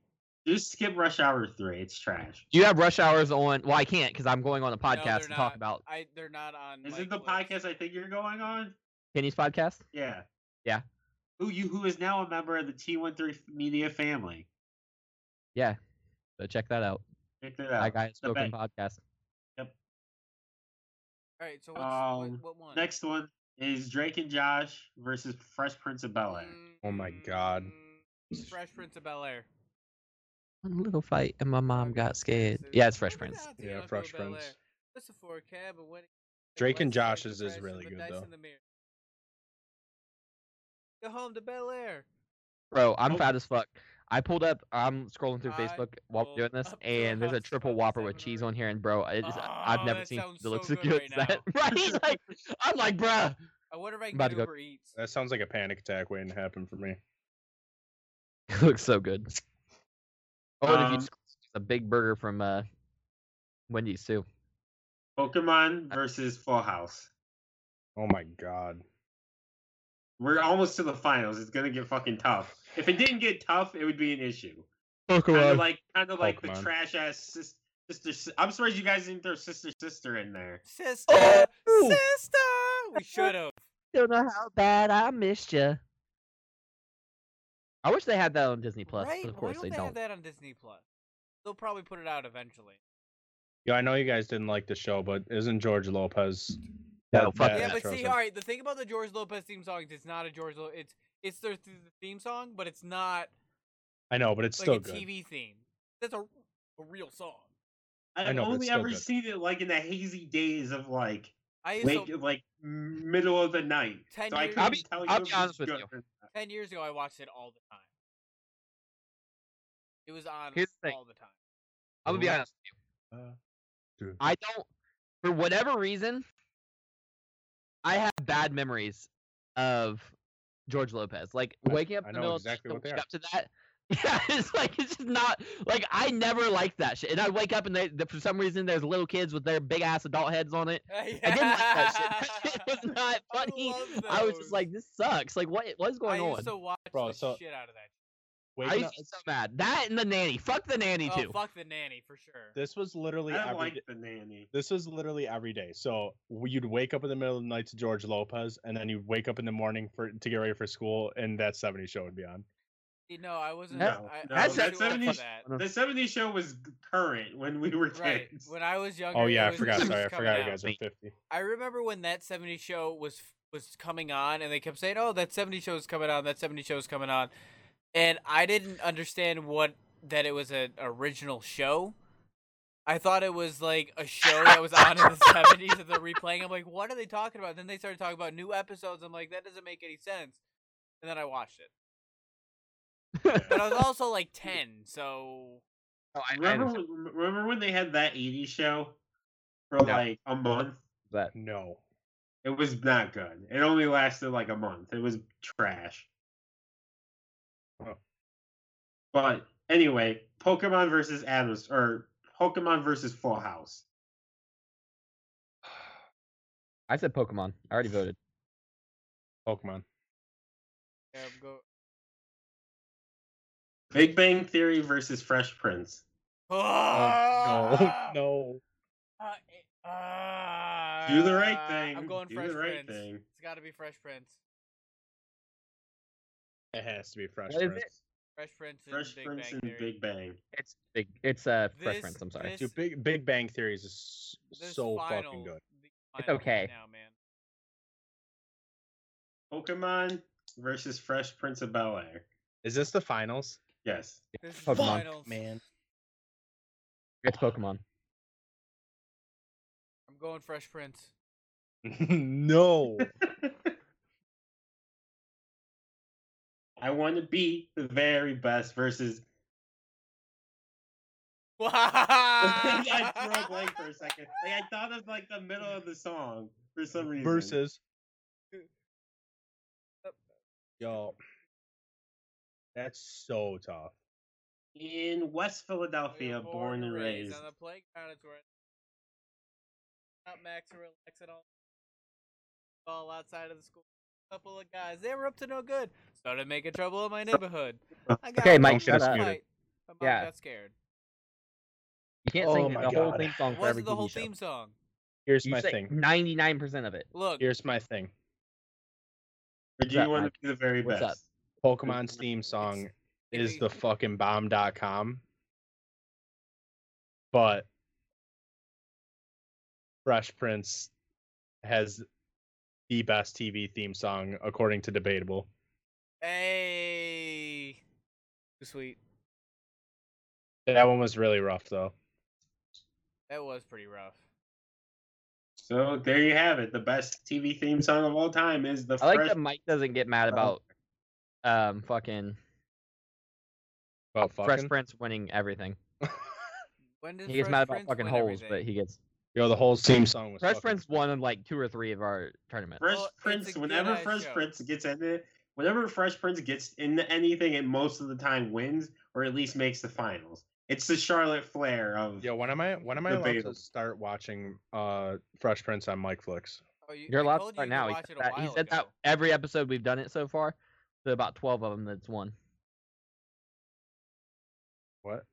Speaker 2: Just skip Rush Hour three. It's trash.
Speaker 4: You have Rush Hours on. Well, I can't because I'm going on a
Speaker 3: they're
Speaker 4: podcast to
Speaker 3: not.
Speaker 4: talk about
Speaker 3: I they're not on.
Speaker 2: Is
Speaker 3: like,
Speaker 2: it the
Speaker 3: Blu-ray.
Speaker 2: podcast I think you're going on?
Speaker 4: Kenny's podcast.
Speaker 2: Yeah.
Speaker 4: Yeah.
Speaker 2: who you who is now a member of the T13 Media family.
Speaker 4: So check that out.
Speaker 2: Check that
Speaker 4: I
Speaker 2: out.
Speaker 4: Guy Has
Speaker 2: the
Speaker 4: Spoken podcast.
Speaker 3: All right, so what's,
Speaker 2: Um,
Speaker 3: what, what one?
Speaker 2: Next one is Drake and Josh versus Fresh Prince of Bel Air.
Speaker 5: Oh my God.
Speaker 3: Mm, Fresh Prince of Bel Air.
Speaker 4: One little fight and my mom got scared.
Speaker 3: This is-
Speaker 4: Yeah, it's Fresh
Speaker 3: Look at
Speaker 4: Prince.
Speaker 3: that,
Speaker 5: Yeah,
Speaker 3: Tequila
Speaker 5: Fresh
Speaker 3: Bel-Air.
Speaker 5: Prince.
Speaker 3: That's a 4K, but when it-
Speaker 5: Drake and
Speaker 3: West Side
Speaker 5: Josh's is
Speaker 3: Surprise
Speaker 5: really
Speaker 3: with
Speaker 5: good,
Speaker 3: Dice
Speaker 5: though.
Speaker 3: in the Mirror. Go home to Bel Air.
Speaker 4: Bro, I'm
Speaker 2: Nope.
Speaker 4: fat as fuck. I pulled up. I'm scrolling through
Speaker 3: Oh. I
Speaker 4: Facebook while
Speaker 3: pulled
Speaker 4: we're doing this,
Speaker 3: up to
Speaker 4: and there's a
Speaker 3: about
Speaker 4: triple Whopper with
Speaker 3: seven
Speaker 4: cheese
Speaker 3: or
Speaker 4: on here, and bro, I just, I've
Speaker 3: Oh,
Speaker 4: never
Speaker 3: that
Speaker 4: seen
Speaker 3: sounds
Speaker 4: that looks
Speaker 3: so
Speaker 4: as
Speaker 3: good
Speaker 4: good as
Speaker 3: right
Speaker 4: that. right? Like, I'm like, bruh.
Speaker 3: I wonder if I can
Speaker 4: About
Speaker 3: get
Speaker 4: to go-
Speaker 3: Uber Eats.
Speaker 5: That sounds like a panic attack waiting to happen for me.
Speaker 4: It looks so good. Or Oh, if you
Speaker 2: Um,
Speaker 4: sc- a big burger from uh, Wendy's too.
Speaker 2: Pokemon versus Full House.
Speaker 5: Oh my god.
Speaker 2: We're almost to the finals. It's gonna get fucking tough. If it didn't get tough, it would be an issue. Kind of like, kind of like the
Speaker 5: Pokemon.
Speaker 2: trash ass sis- sister. si- I'm surprised you guys didn't throw sister sister in there.
Speaker 3: Sister!
Speaker 4: Oh!
Speaker 3: Sister! We should have.
Speaker 4: Don't know how bad I missed you. I wish they had that on Disney Plus.
Speaker 3: right?
Speaker 4: but of course
Speaker 3: Why don't
Speaker 4: they
Speaker 3: have
Speaker 4: don't.
Speaker 3: that on Disney Plus? They'll probably put it out eventually.
Speaker 5: Yeah, I know you guys didn't like the show, but isn't George Lopez?
Speaker 4: No,
Speaker 5: that-
Speaker 4: fuck
Speaker 5: that
Speaker 4: Yeah,
Speaker 3: Yeah,
Speaker 4: that's
Speaker 3: but
Speaker 5: atrocious?
Speaker 3: see, all right. The thing about the George Lopez theme song is it's not a George. Lo- it's it's their th- theme song, but it's not
Speaker 5: I know, but it's
Speaker 3: like
Speaker 5: still
Speaker 3: a
Speaker 5: good.
Speaker 3: TV theme. That's a, a real song.
Speaker 2: I've
Speaker 5: I know, but it's
Speaker 2: only
Speaker 5: still
Speaker 2: ever
Speaker 5: good.
Speaker 2: seen it like in the hazy days of like
Speaker 3: I used
Speaker 2: wake,
Speaker 3: to,
Speaker 2: like middle of the night.
Speaker 3: 10
Speaker 2: So I
Speaker 3: years-
Speaker 2: couldn't
Speaker 4: I'll be-
Speaker 2: tell you
Speaker 4: I'll
Speaker 2: if
Speaker 4: be
Speaker 2: it's
Speaker 4: honest with
Speaker 2: good
Speaker 4: you.
Speaker 2: or not.
Speaker 3: ten years ago. I watched it all the time. It was on
Speaker 4: Here's the thing.
Speaker 3: all the time.
Speaker 4: I'm gonna be
Speaker 5: Ooh.
Speaker 4: honest.
Speaker 5: Uh,
Speaker 4: With you.
Speaker 5: dude.
Speaker 4: I don't, for whatever reason, I have bad memories of George Lopez. Like
Speaker 5: I-
Speaker 4: waking up
Speaker 5: I
Speaker 4: in the
Speaker 5: know
Speaker 4: middle
Speaker 5: exactly
Speaker 4: of
Speaker 5: what
Speaker 4: the
Speaker 5: they
Speaker 4: night to
Speaker 5: are.
Speaker 4: wake up to that. Yeah, it's like it's just not like I never liked that shit. And I wake up and they, the, for some reason there's little kids with their big ass adult heads on it.
Speaker 3: I
Speaker 4: I didn't like that shit. it was not funny.
Speaker 3: love
Speaker 4: I was
Speaker 3: those.
Speaker 4: just like, this sucks. Like what what is going
Speaker 3: I
Speaker 4: on?
Speaker 3: used to watch
Speaker 5: Bro,
Speaker 3: the
Speaker 5: so-
Speaker 3: shit out of that.
Speaker 4: I
Speaker 5: Waking
Speaker 4: used
Speaker 5: up,
Speaker 4: to be so mad. That and the nanny. Fuck the nanny
Speaker 3: oh
Speaker 4: too.
Speaker 3: fuck the nanny for sure.
Speaker 5: this was literally
Speaker 2: I
Speaker 5: every
Speaker 2: don't like
Speaker 5: day-
Speaker 2: the nanny.
Speaker 5: this was literally every day. So w- you'd wake up in the middle of the night to George Lopez, and then you'd wake up in the morning for to get ready for school, and that '70s show would be on.
Speaker 3: See, no, I wasn't.
Speaker 2: No,
Speaker 3: I,
Speaker 2: no,
Speaker 3: I was
Speaker 4: that
Speaker 3: too old for
Speaker 2: 70s
Speaker 3: that.
Speaker 2: The '70s show was g- current when we were
Speaker 3: Right.
Speaker 2: kids.
Speaker 3: When I was younger.
Speaker 5: Oh
Speaker 3: it
Speaker 5: yeah, I
Speaker 3: was
Speaker 5: forgot.
Speaker 3: just
Speaker 5: Sorry, I
Speaker 3: coming
Speaker 5: forgot you
Speaker 3: out.
Speaker 5: guys are
Speaker 4: Wait.
Speaker 5: 50.
Speaker 3: I remember when that 70 show was was coming on and they kept saying, "Oh, that 70 show is coming on, that 70 show is coming on." And I didn't understand what that it was an original show. I thought it was like a show that was on in the 70s that they're replaying. I'm like, "What are they talking about?" Then they started talking about new episodes. I'm like, "That doesn't make any sense." And then I watched it. But I was also like 10, so
Speaker 4: Oh, I- I
Speaker 2: remember,
Speaker 4: understand
Speaker 2: when- remember when they had that '80s show for
Speaker 4: No.
Speaker 2: like a month?
Speaker 4: that.
Speaker 5: No,
Speaker 2: It was not good. It only lasted like a month. It was trash.
Speaker 5: Oh.
Speaker 2: But anyway, Pokemon versus Adams or Pokemon versus Full House.
Speaker 4: I said Pokemon. I already voted.
Speaker 5: Pokemon.
Speaker 3: yeah, I'm um, go-
Speaker 2: Big Bang Theory versus Fresh Prince.
Speaker 4: Ah!
Speaker 5: Oh, no, no.
Speaker 3: Uh, Ah, eh, uh,
Speaker 2: Do the right thing.
Speaker 3: I'm going
Speaker 2: Do
Speaker 3: Fresh
Speaker 2: the right
Speaker 3: Prince.
Speaker 2: thing.
Speaker 3: It's got to be Fresh Prince.
Speaker 5: It has to be Fresh
Speaker 4: What is
Speaker 5: Prince.
Speaker 3: Fresh Prince and
Speaker 2: Fresh
Speaker 3: Big
Speaker 2: Prince
Speaker 3: Bang
Speaker 2: and
Speaker 3: Theory.
Speaker 2: Big Bang.
Speaker 4: It's big. It's uh
Speaker 3: This-
Speaker 4: Fresh Prince. I'm sorry.
Speaker 3: this-
Speaker 5: Dude, Big Big Bang Theory is s-
Speaker 3: This
Speaker 5: so
Speaker 3: final,
Speaker 5: fucking good.
Speaker 3: the
Speaker 4: It's
Speaker 3: final right
Speaker 4: okay.
Speaker 3: now, man.
Speaker 2: Pokemon versus Fresh Prince of Bel Air.
Speaker 5: Is this the finals?
Speaker 2: Yes.
Speaker 3: This is
Speaker 4: Pokemon.
Speaker 3: the finals.
Speaker 5: man.
Speaker 4: It's Pokemon.
Speaker 3: I'm going Fresh Prince.
Speaker 5: no.
Speaker 2: I want to be the very best versus. I threw a blank for a second. Like I thought of like the middle of the song for some reason.
Speaker 5: Versus. Yo. That's so tough.
Speaker 2: in West Philadelphia, born, and raised.
Speaker 3: on the playground. It's where not Max or relax at all. Ball outside of the school. Couple of guys, they were up to no good. Started making trouble in my neighborhood. I got in
Speaker 4: Okay,
Speaker 3: a
Speaker 4: Mike,
Speaker 3: little
Speaker 5: shut
Speaker 3: fist
Speaker 5: up.
Speaker 3: fight. My mom
Speaker 4: Yeah.
Speaker 3: got scared.
Speaker 4: You can't
Speaker 5: Oh
Speaker 4: sing the
Speaker 5: my
Speaker 4: whole
Speaker 5: God.
Speaker 4: theme song for every
Speaker 3: Wasn't the
Speaker 4: TV
Speaker 3: whole
Speaker 4: show.
Speaker 3: theme song.
Speaker 5: Here's
Speaker 4: You
Speaker 5: my
Speaker 4: say
Speaker 5: thing.
Speaker 4: 99% of it.
Speaker 3: Look,
Speaker 5: Here's my thing.
Speaker 2: Or do
Speaker 4: that,
Speaker 2: you want
Speaker 4: Mike?
Speaker 2: to be the very
Speaker 4: What's up?
Speaker 2: best?
Speaker 5: Pokemon's theme song
Speaker 3: If
Speaker 5: is
Speaker 3: we-
Speaker 5: the fucking bomb.com. But Fresh Prince has the best TV theme song according to Debatable.
Speaker 3: Hey, too sweet.
Speaker 5: That one was really rough though.
Speaker 3: That was pretty rough.
Speaker 2: So there you have it. The best TV theme song of all time is the
Speaker 4: I like
Speaker 2: Fresh
Speaker 4: that Mike doesn't get mad about um fucking
Speaker 5: About
Speaker 4: Fresh
Speaker 5: fucking.
Speaker 4: Prince winning everything.
Speaker 3: When did
Speaker 4: He gets
Speaker 3: Fresh
Speaker 4: mad about
Speaker 3: Prince
Speaker 4: fucking
Speaker 3: win
Speaker 4: holes, but
Speaker 3: everything?
Speaker 4: he gets
Speaker 5: Yo, the whole theme song was
Speaker 4: Fresh
Speaker 5: fucking-
Speaker 4: Prince won in like two or three of our tournaments.
Speaker 2: Fresh
Speaker 3: Well, it's a
Speaker 2: Prince.
Speaker 3: good
Speaker 2: Whenever
Speaker 3: ass
Speaker 2: Fresh
Speaker 3: show.
Speaker 2: Prince gets into it, whenever Fresh Prince gets into anything, it most of the time wins or at least makes the finals. It's the Charlotte Flair of
Speaker 5: Yo, when am I when am I allowed
Speaker 2: Debatable.
Speaker 5: to start watching uh Fresh Prince on Mike Flix?
Speaker 3: Oh, you,
Speaker 4: You're
Speaker 3: I
Speaker 4: allowed to
Speaker 3: told
Speaker 4: start
Speaker 3: you
Speaker 4: now.
Speaker 3: You
Speaker 4: He
Speaker 3: could watch it a
Speaker 4: said, that, he
Speaker 3: while
Speaker 4: said that
Speaker 3: ago.
Speaker 4: every episode we've done it so far. So about twelve of them that's won.
Speaker 5: What?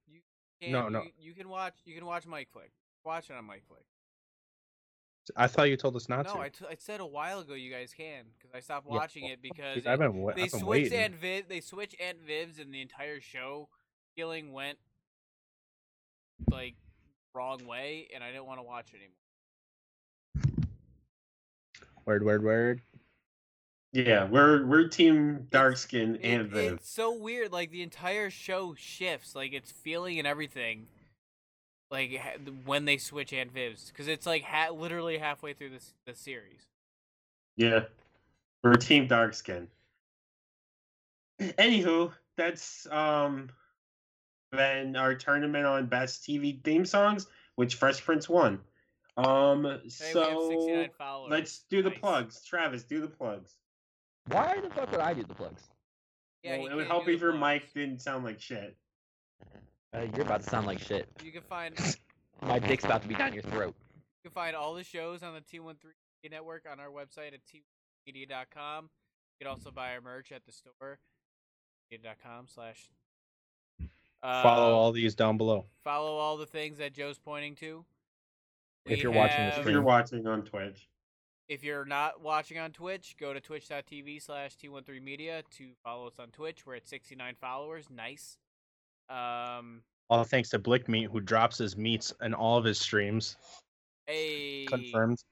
Speaker 3: Can-
Speaker 5: No, no.
Speaker 3: You, you can watch. You can watch Mike Flick. Watch it on Mike Flick.
Speaker 5: I thought you told us not
Speaker 3: no,
Speaker 5: to.
Speaker 3: I, t- I said a while ago you guys can because I stopped
Speaker 4: Yeah,
Speaker 3: watching
Speaker 4: well,
Speaker 3: it because
Speaker 5: Dude,
Speaker 3: it-
Speaker 5: I've been, wa-
Speaker 3: they
Speaker 5: I've been
Speaker 3: switched
Speaker 5: waiting.
Speaker 3: Aunt Viv. They switched Aunt Viv's, and the entire show feeling went like wrong way, and I didn't want to watch it anymore.
Speaker 5: Word, word, word.
Speaker 2: yeah, we're we're Team Dark Skin
Speaker 3: It-
Speaker 2: and Viv.
Speaker 3: it's so weird. Like the entire show shifts. Like it's feeling and everything. Like ha- when they switch Aunt Viv's, because it's like ha- literally halfway through this the series.
Speaker 2: Yeah, we're Team Dark Skin. Anywho, that's um been our tournament on best TV theme songs, which Fresh Prince won. Um,
Speaker 3: Hey, we have
Speaker 2: so
Speaker 3: 69 followers.
Speaker 2: let's do the
Speaker 3: Nice.
Speaker 2: plugs. Travis, do the plugs.
Speaker 4: Why the fuck would I do the plugs?
Speaker 3: Yeah,
Speaker 2: well,
Speaker 3: he
Speaker 2: it would
Speaker 3: can't
Speaker 2: help
Speaker 3: do
Speaker 2: if
Speaker 3: the
Speaker 2: your
Speaker 3: plugs.
Speaker 2: mic didn't sound like shit.
Speaker 4: Uh, you're about to sound like shit.
Speaker 3: You can find you
Speaker 4: My dick's about to be down your throat.
Speaker 3: can find all the shows on the T13 Media network on our website at t1media.com. You can also buy our merch at the store media.com slash
Speaker 5: Follow
Speaker 3: Uh,
Speaker 5: all these down below.
Speaker 3: follow all the things that Joe's pointing to.
Speaker 4: If
Speaker 3: We
Speaker 4: you're watching the
Speaker 3: have-
Speaker 2: If
Speaker 4: stream.
Speaker 2: you're watching on Twitch,
Speaker 3: If you're not watching on Twitch, go to twitch.tv slash T13Media to follow us on Twitch. We're at 69 followers. Nice. Um,
Speaker 5: All thanks to Blick Meat, who drops his meats in all of his streams.
Speaker 3: hey.
Speaker 5: Confirmed.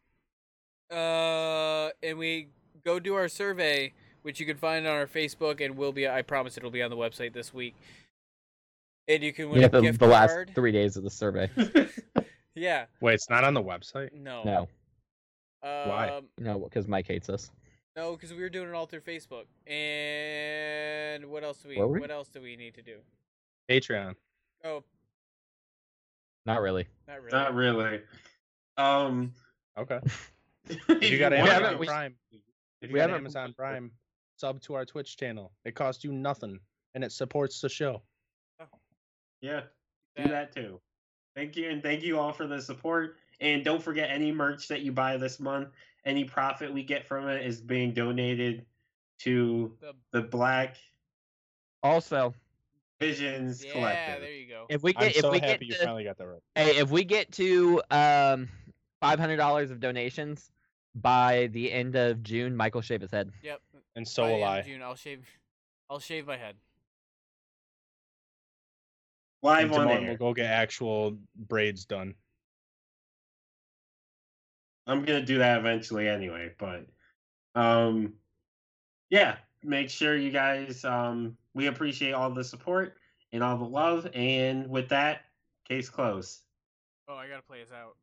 Speaker 3: Uh, and we go do our survey, which you can find on our Facebook, and will be. I promise it'll be on the website this week. And you can win
Speaker 4: We have
Speaker 3: a
Speaker 4: the,
Speaker 3: gift
Speaker 4: the last
Speaker 3: card.
Speaker 4: three days of the survey.
Speaker 3: Yeah.
Speaker 5: Wait, it's not on the website.
Speaker 3: No.
Speaker 4: No,
Speaker 3: Um,
Speaker 5: Why?
Speaker 4: no, because Mike hates us.
Speaker 3: No, because we were doing it all through Facebook. And what else do we?
Speaker 4: Were we?
Speaker 3: What else do we need to do?
Speaker 5: Patreon.
Speaker 3: Oh,
Speaker 4: Not really.
Speaker 3: not really.
Speaker 2: not really. Um,
Speaker 5: Okay.
Speaker 2: if
Speaker 5: You got
Speaker 4: We
Speaker 2: want-
Speaker 5: Amazon
Speaker 4: haven't- we-
Speaker 5: Prime. If you
Speaker 4: we
Speaker 5: got
Speaker 4: haven't-
Speaker 5: Amazon Prime, sub to our Twitch channel. It costs you nothing, and it supports the show.
Speaker 2: yeah, do
Speaker 3: That-
Speaker 2: that too. Thank you, and thank you all for the support. And don't forget any merch that you buy this month, any profit we get from it is being donated to
Speaker 3: The,
Speaker 2: the Black
Speaker 4: Also,
Speaker 2: Visions
Speaker 3: yeah,
Speaker 2: Collective.
Speaker 3: there you go.
Speaker 4: if we
Speaker 5: I'm
Speaker 4: get if
Speaker 5: so
Speaker 4: we get
Speaker 5: happy you
Speaker 4: to-
Speaker 5: finally got that right.
Speaker 4: Hey, if we get to um five hundred dollars of donations by the end of June, Mike will shave his head.
Speaker 3: Yep.
Speaker 5: And so
Speaker 3: by the
Speaker 5: will
Speaker 3: end
Speaker 5: I.
Speaker 3: of June, I'll shave. I'll shave my head.
Speaker 5: And
Speaker 2: Live on
Speaker 5: tomorrow we'll
Speaker 2: air.
Speaker 5: go get actual braids done.
Speaker 2: I'm gonna do that eventually anyway, but um yeah, make sure you guys um we appreciate all the support and all the love and with that, case closed.
Speaker 3: Oh, I gotta play this out.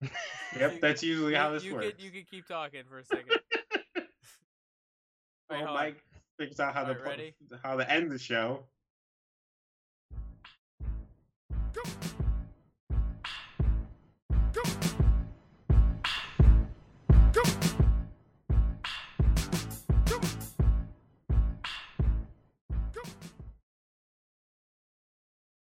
Speaker 2: Yep, that's usually how
Speaker 3: You-
Speaker 2: this
Speaker 3: you
Speaker 2: works.
Speaker 3: Can, you can keep talking for a second. Wait,
Speaker 2: Well,
Speaker 3: hold on.
Speaker 2: Oh Mike figures out how to
Speaker 3: Alright,
Speaker 2: pl-
Speaker 3: ready?
Speaker 2: how to end the show.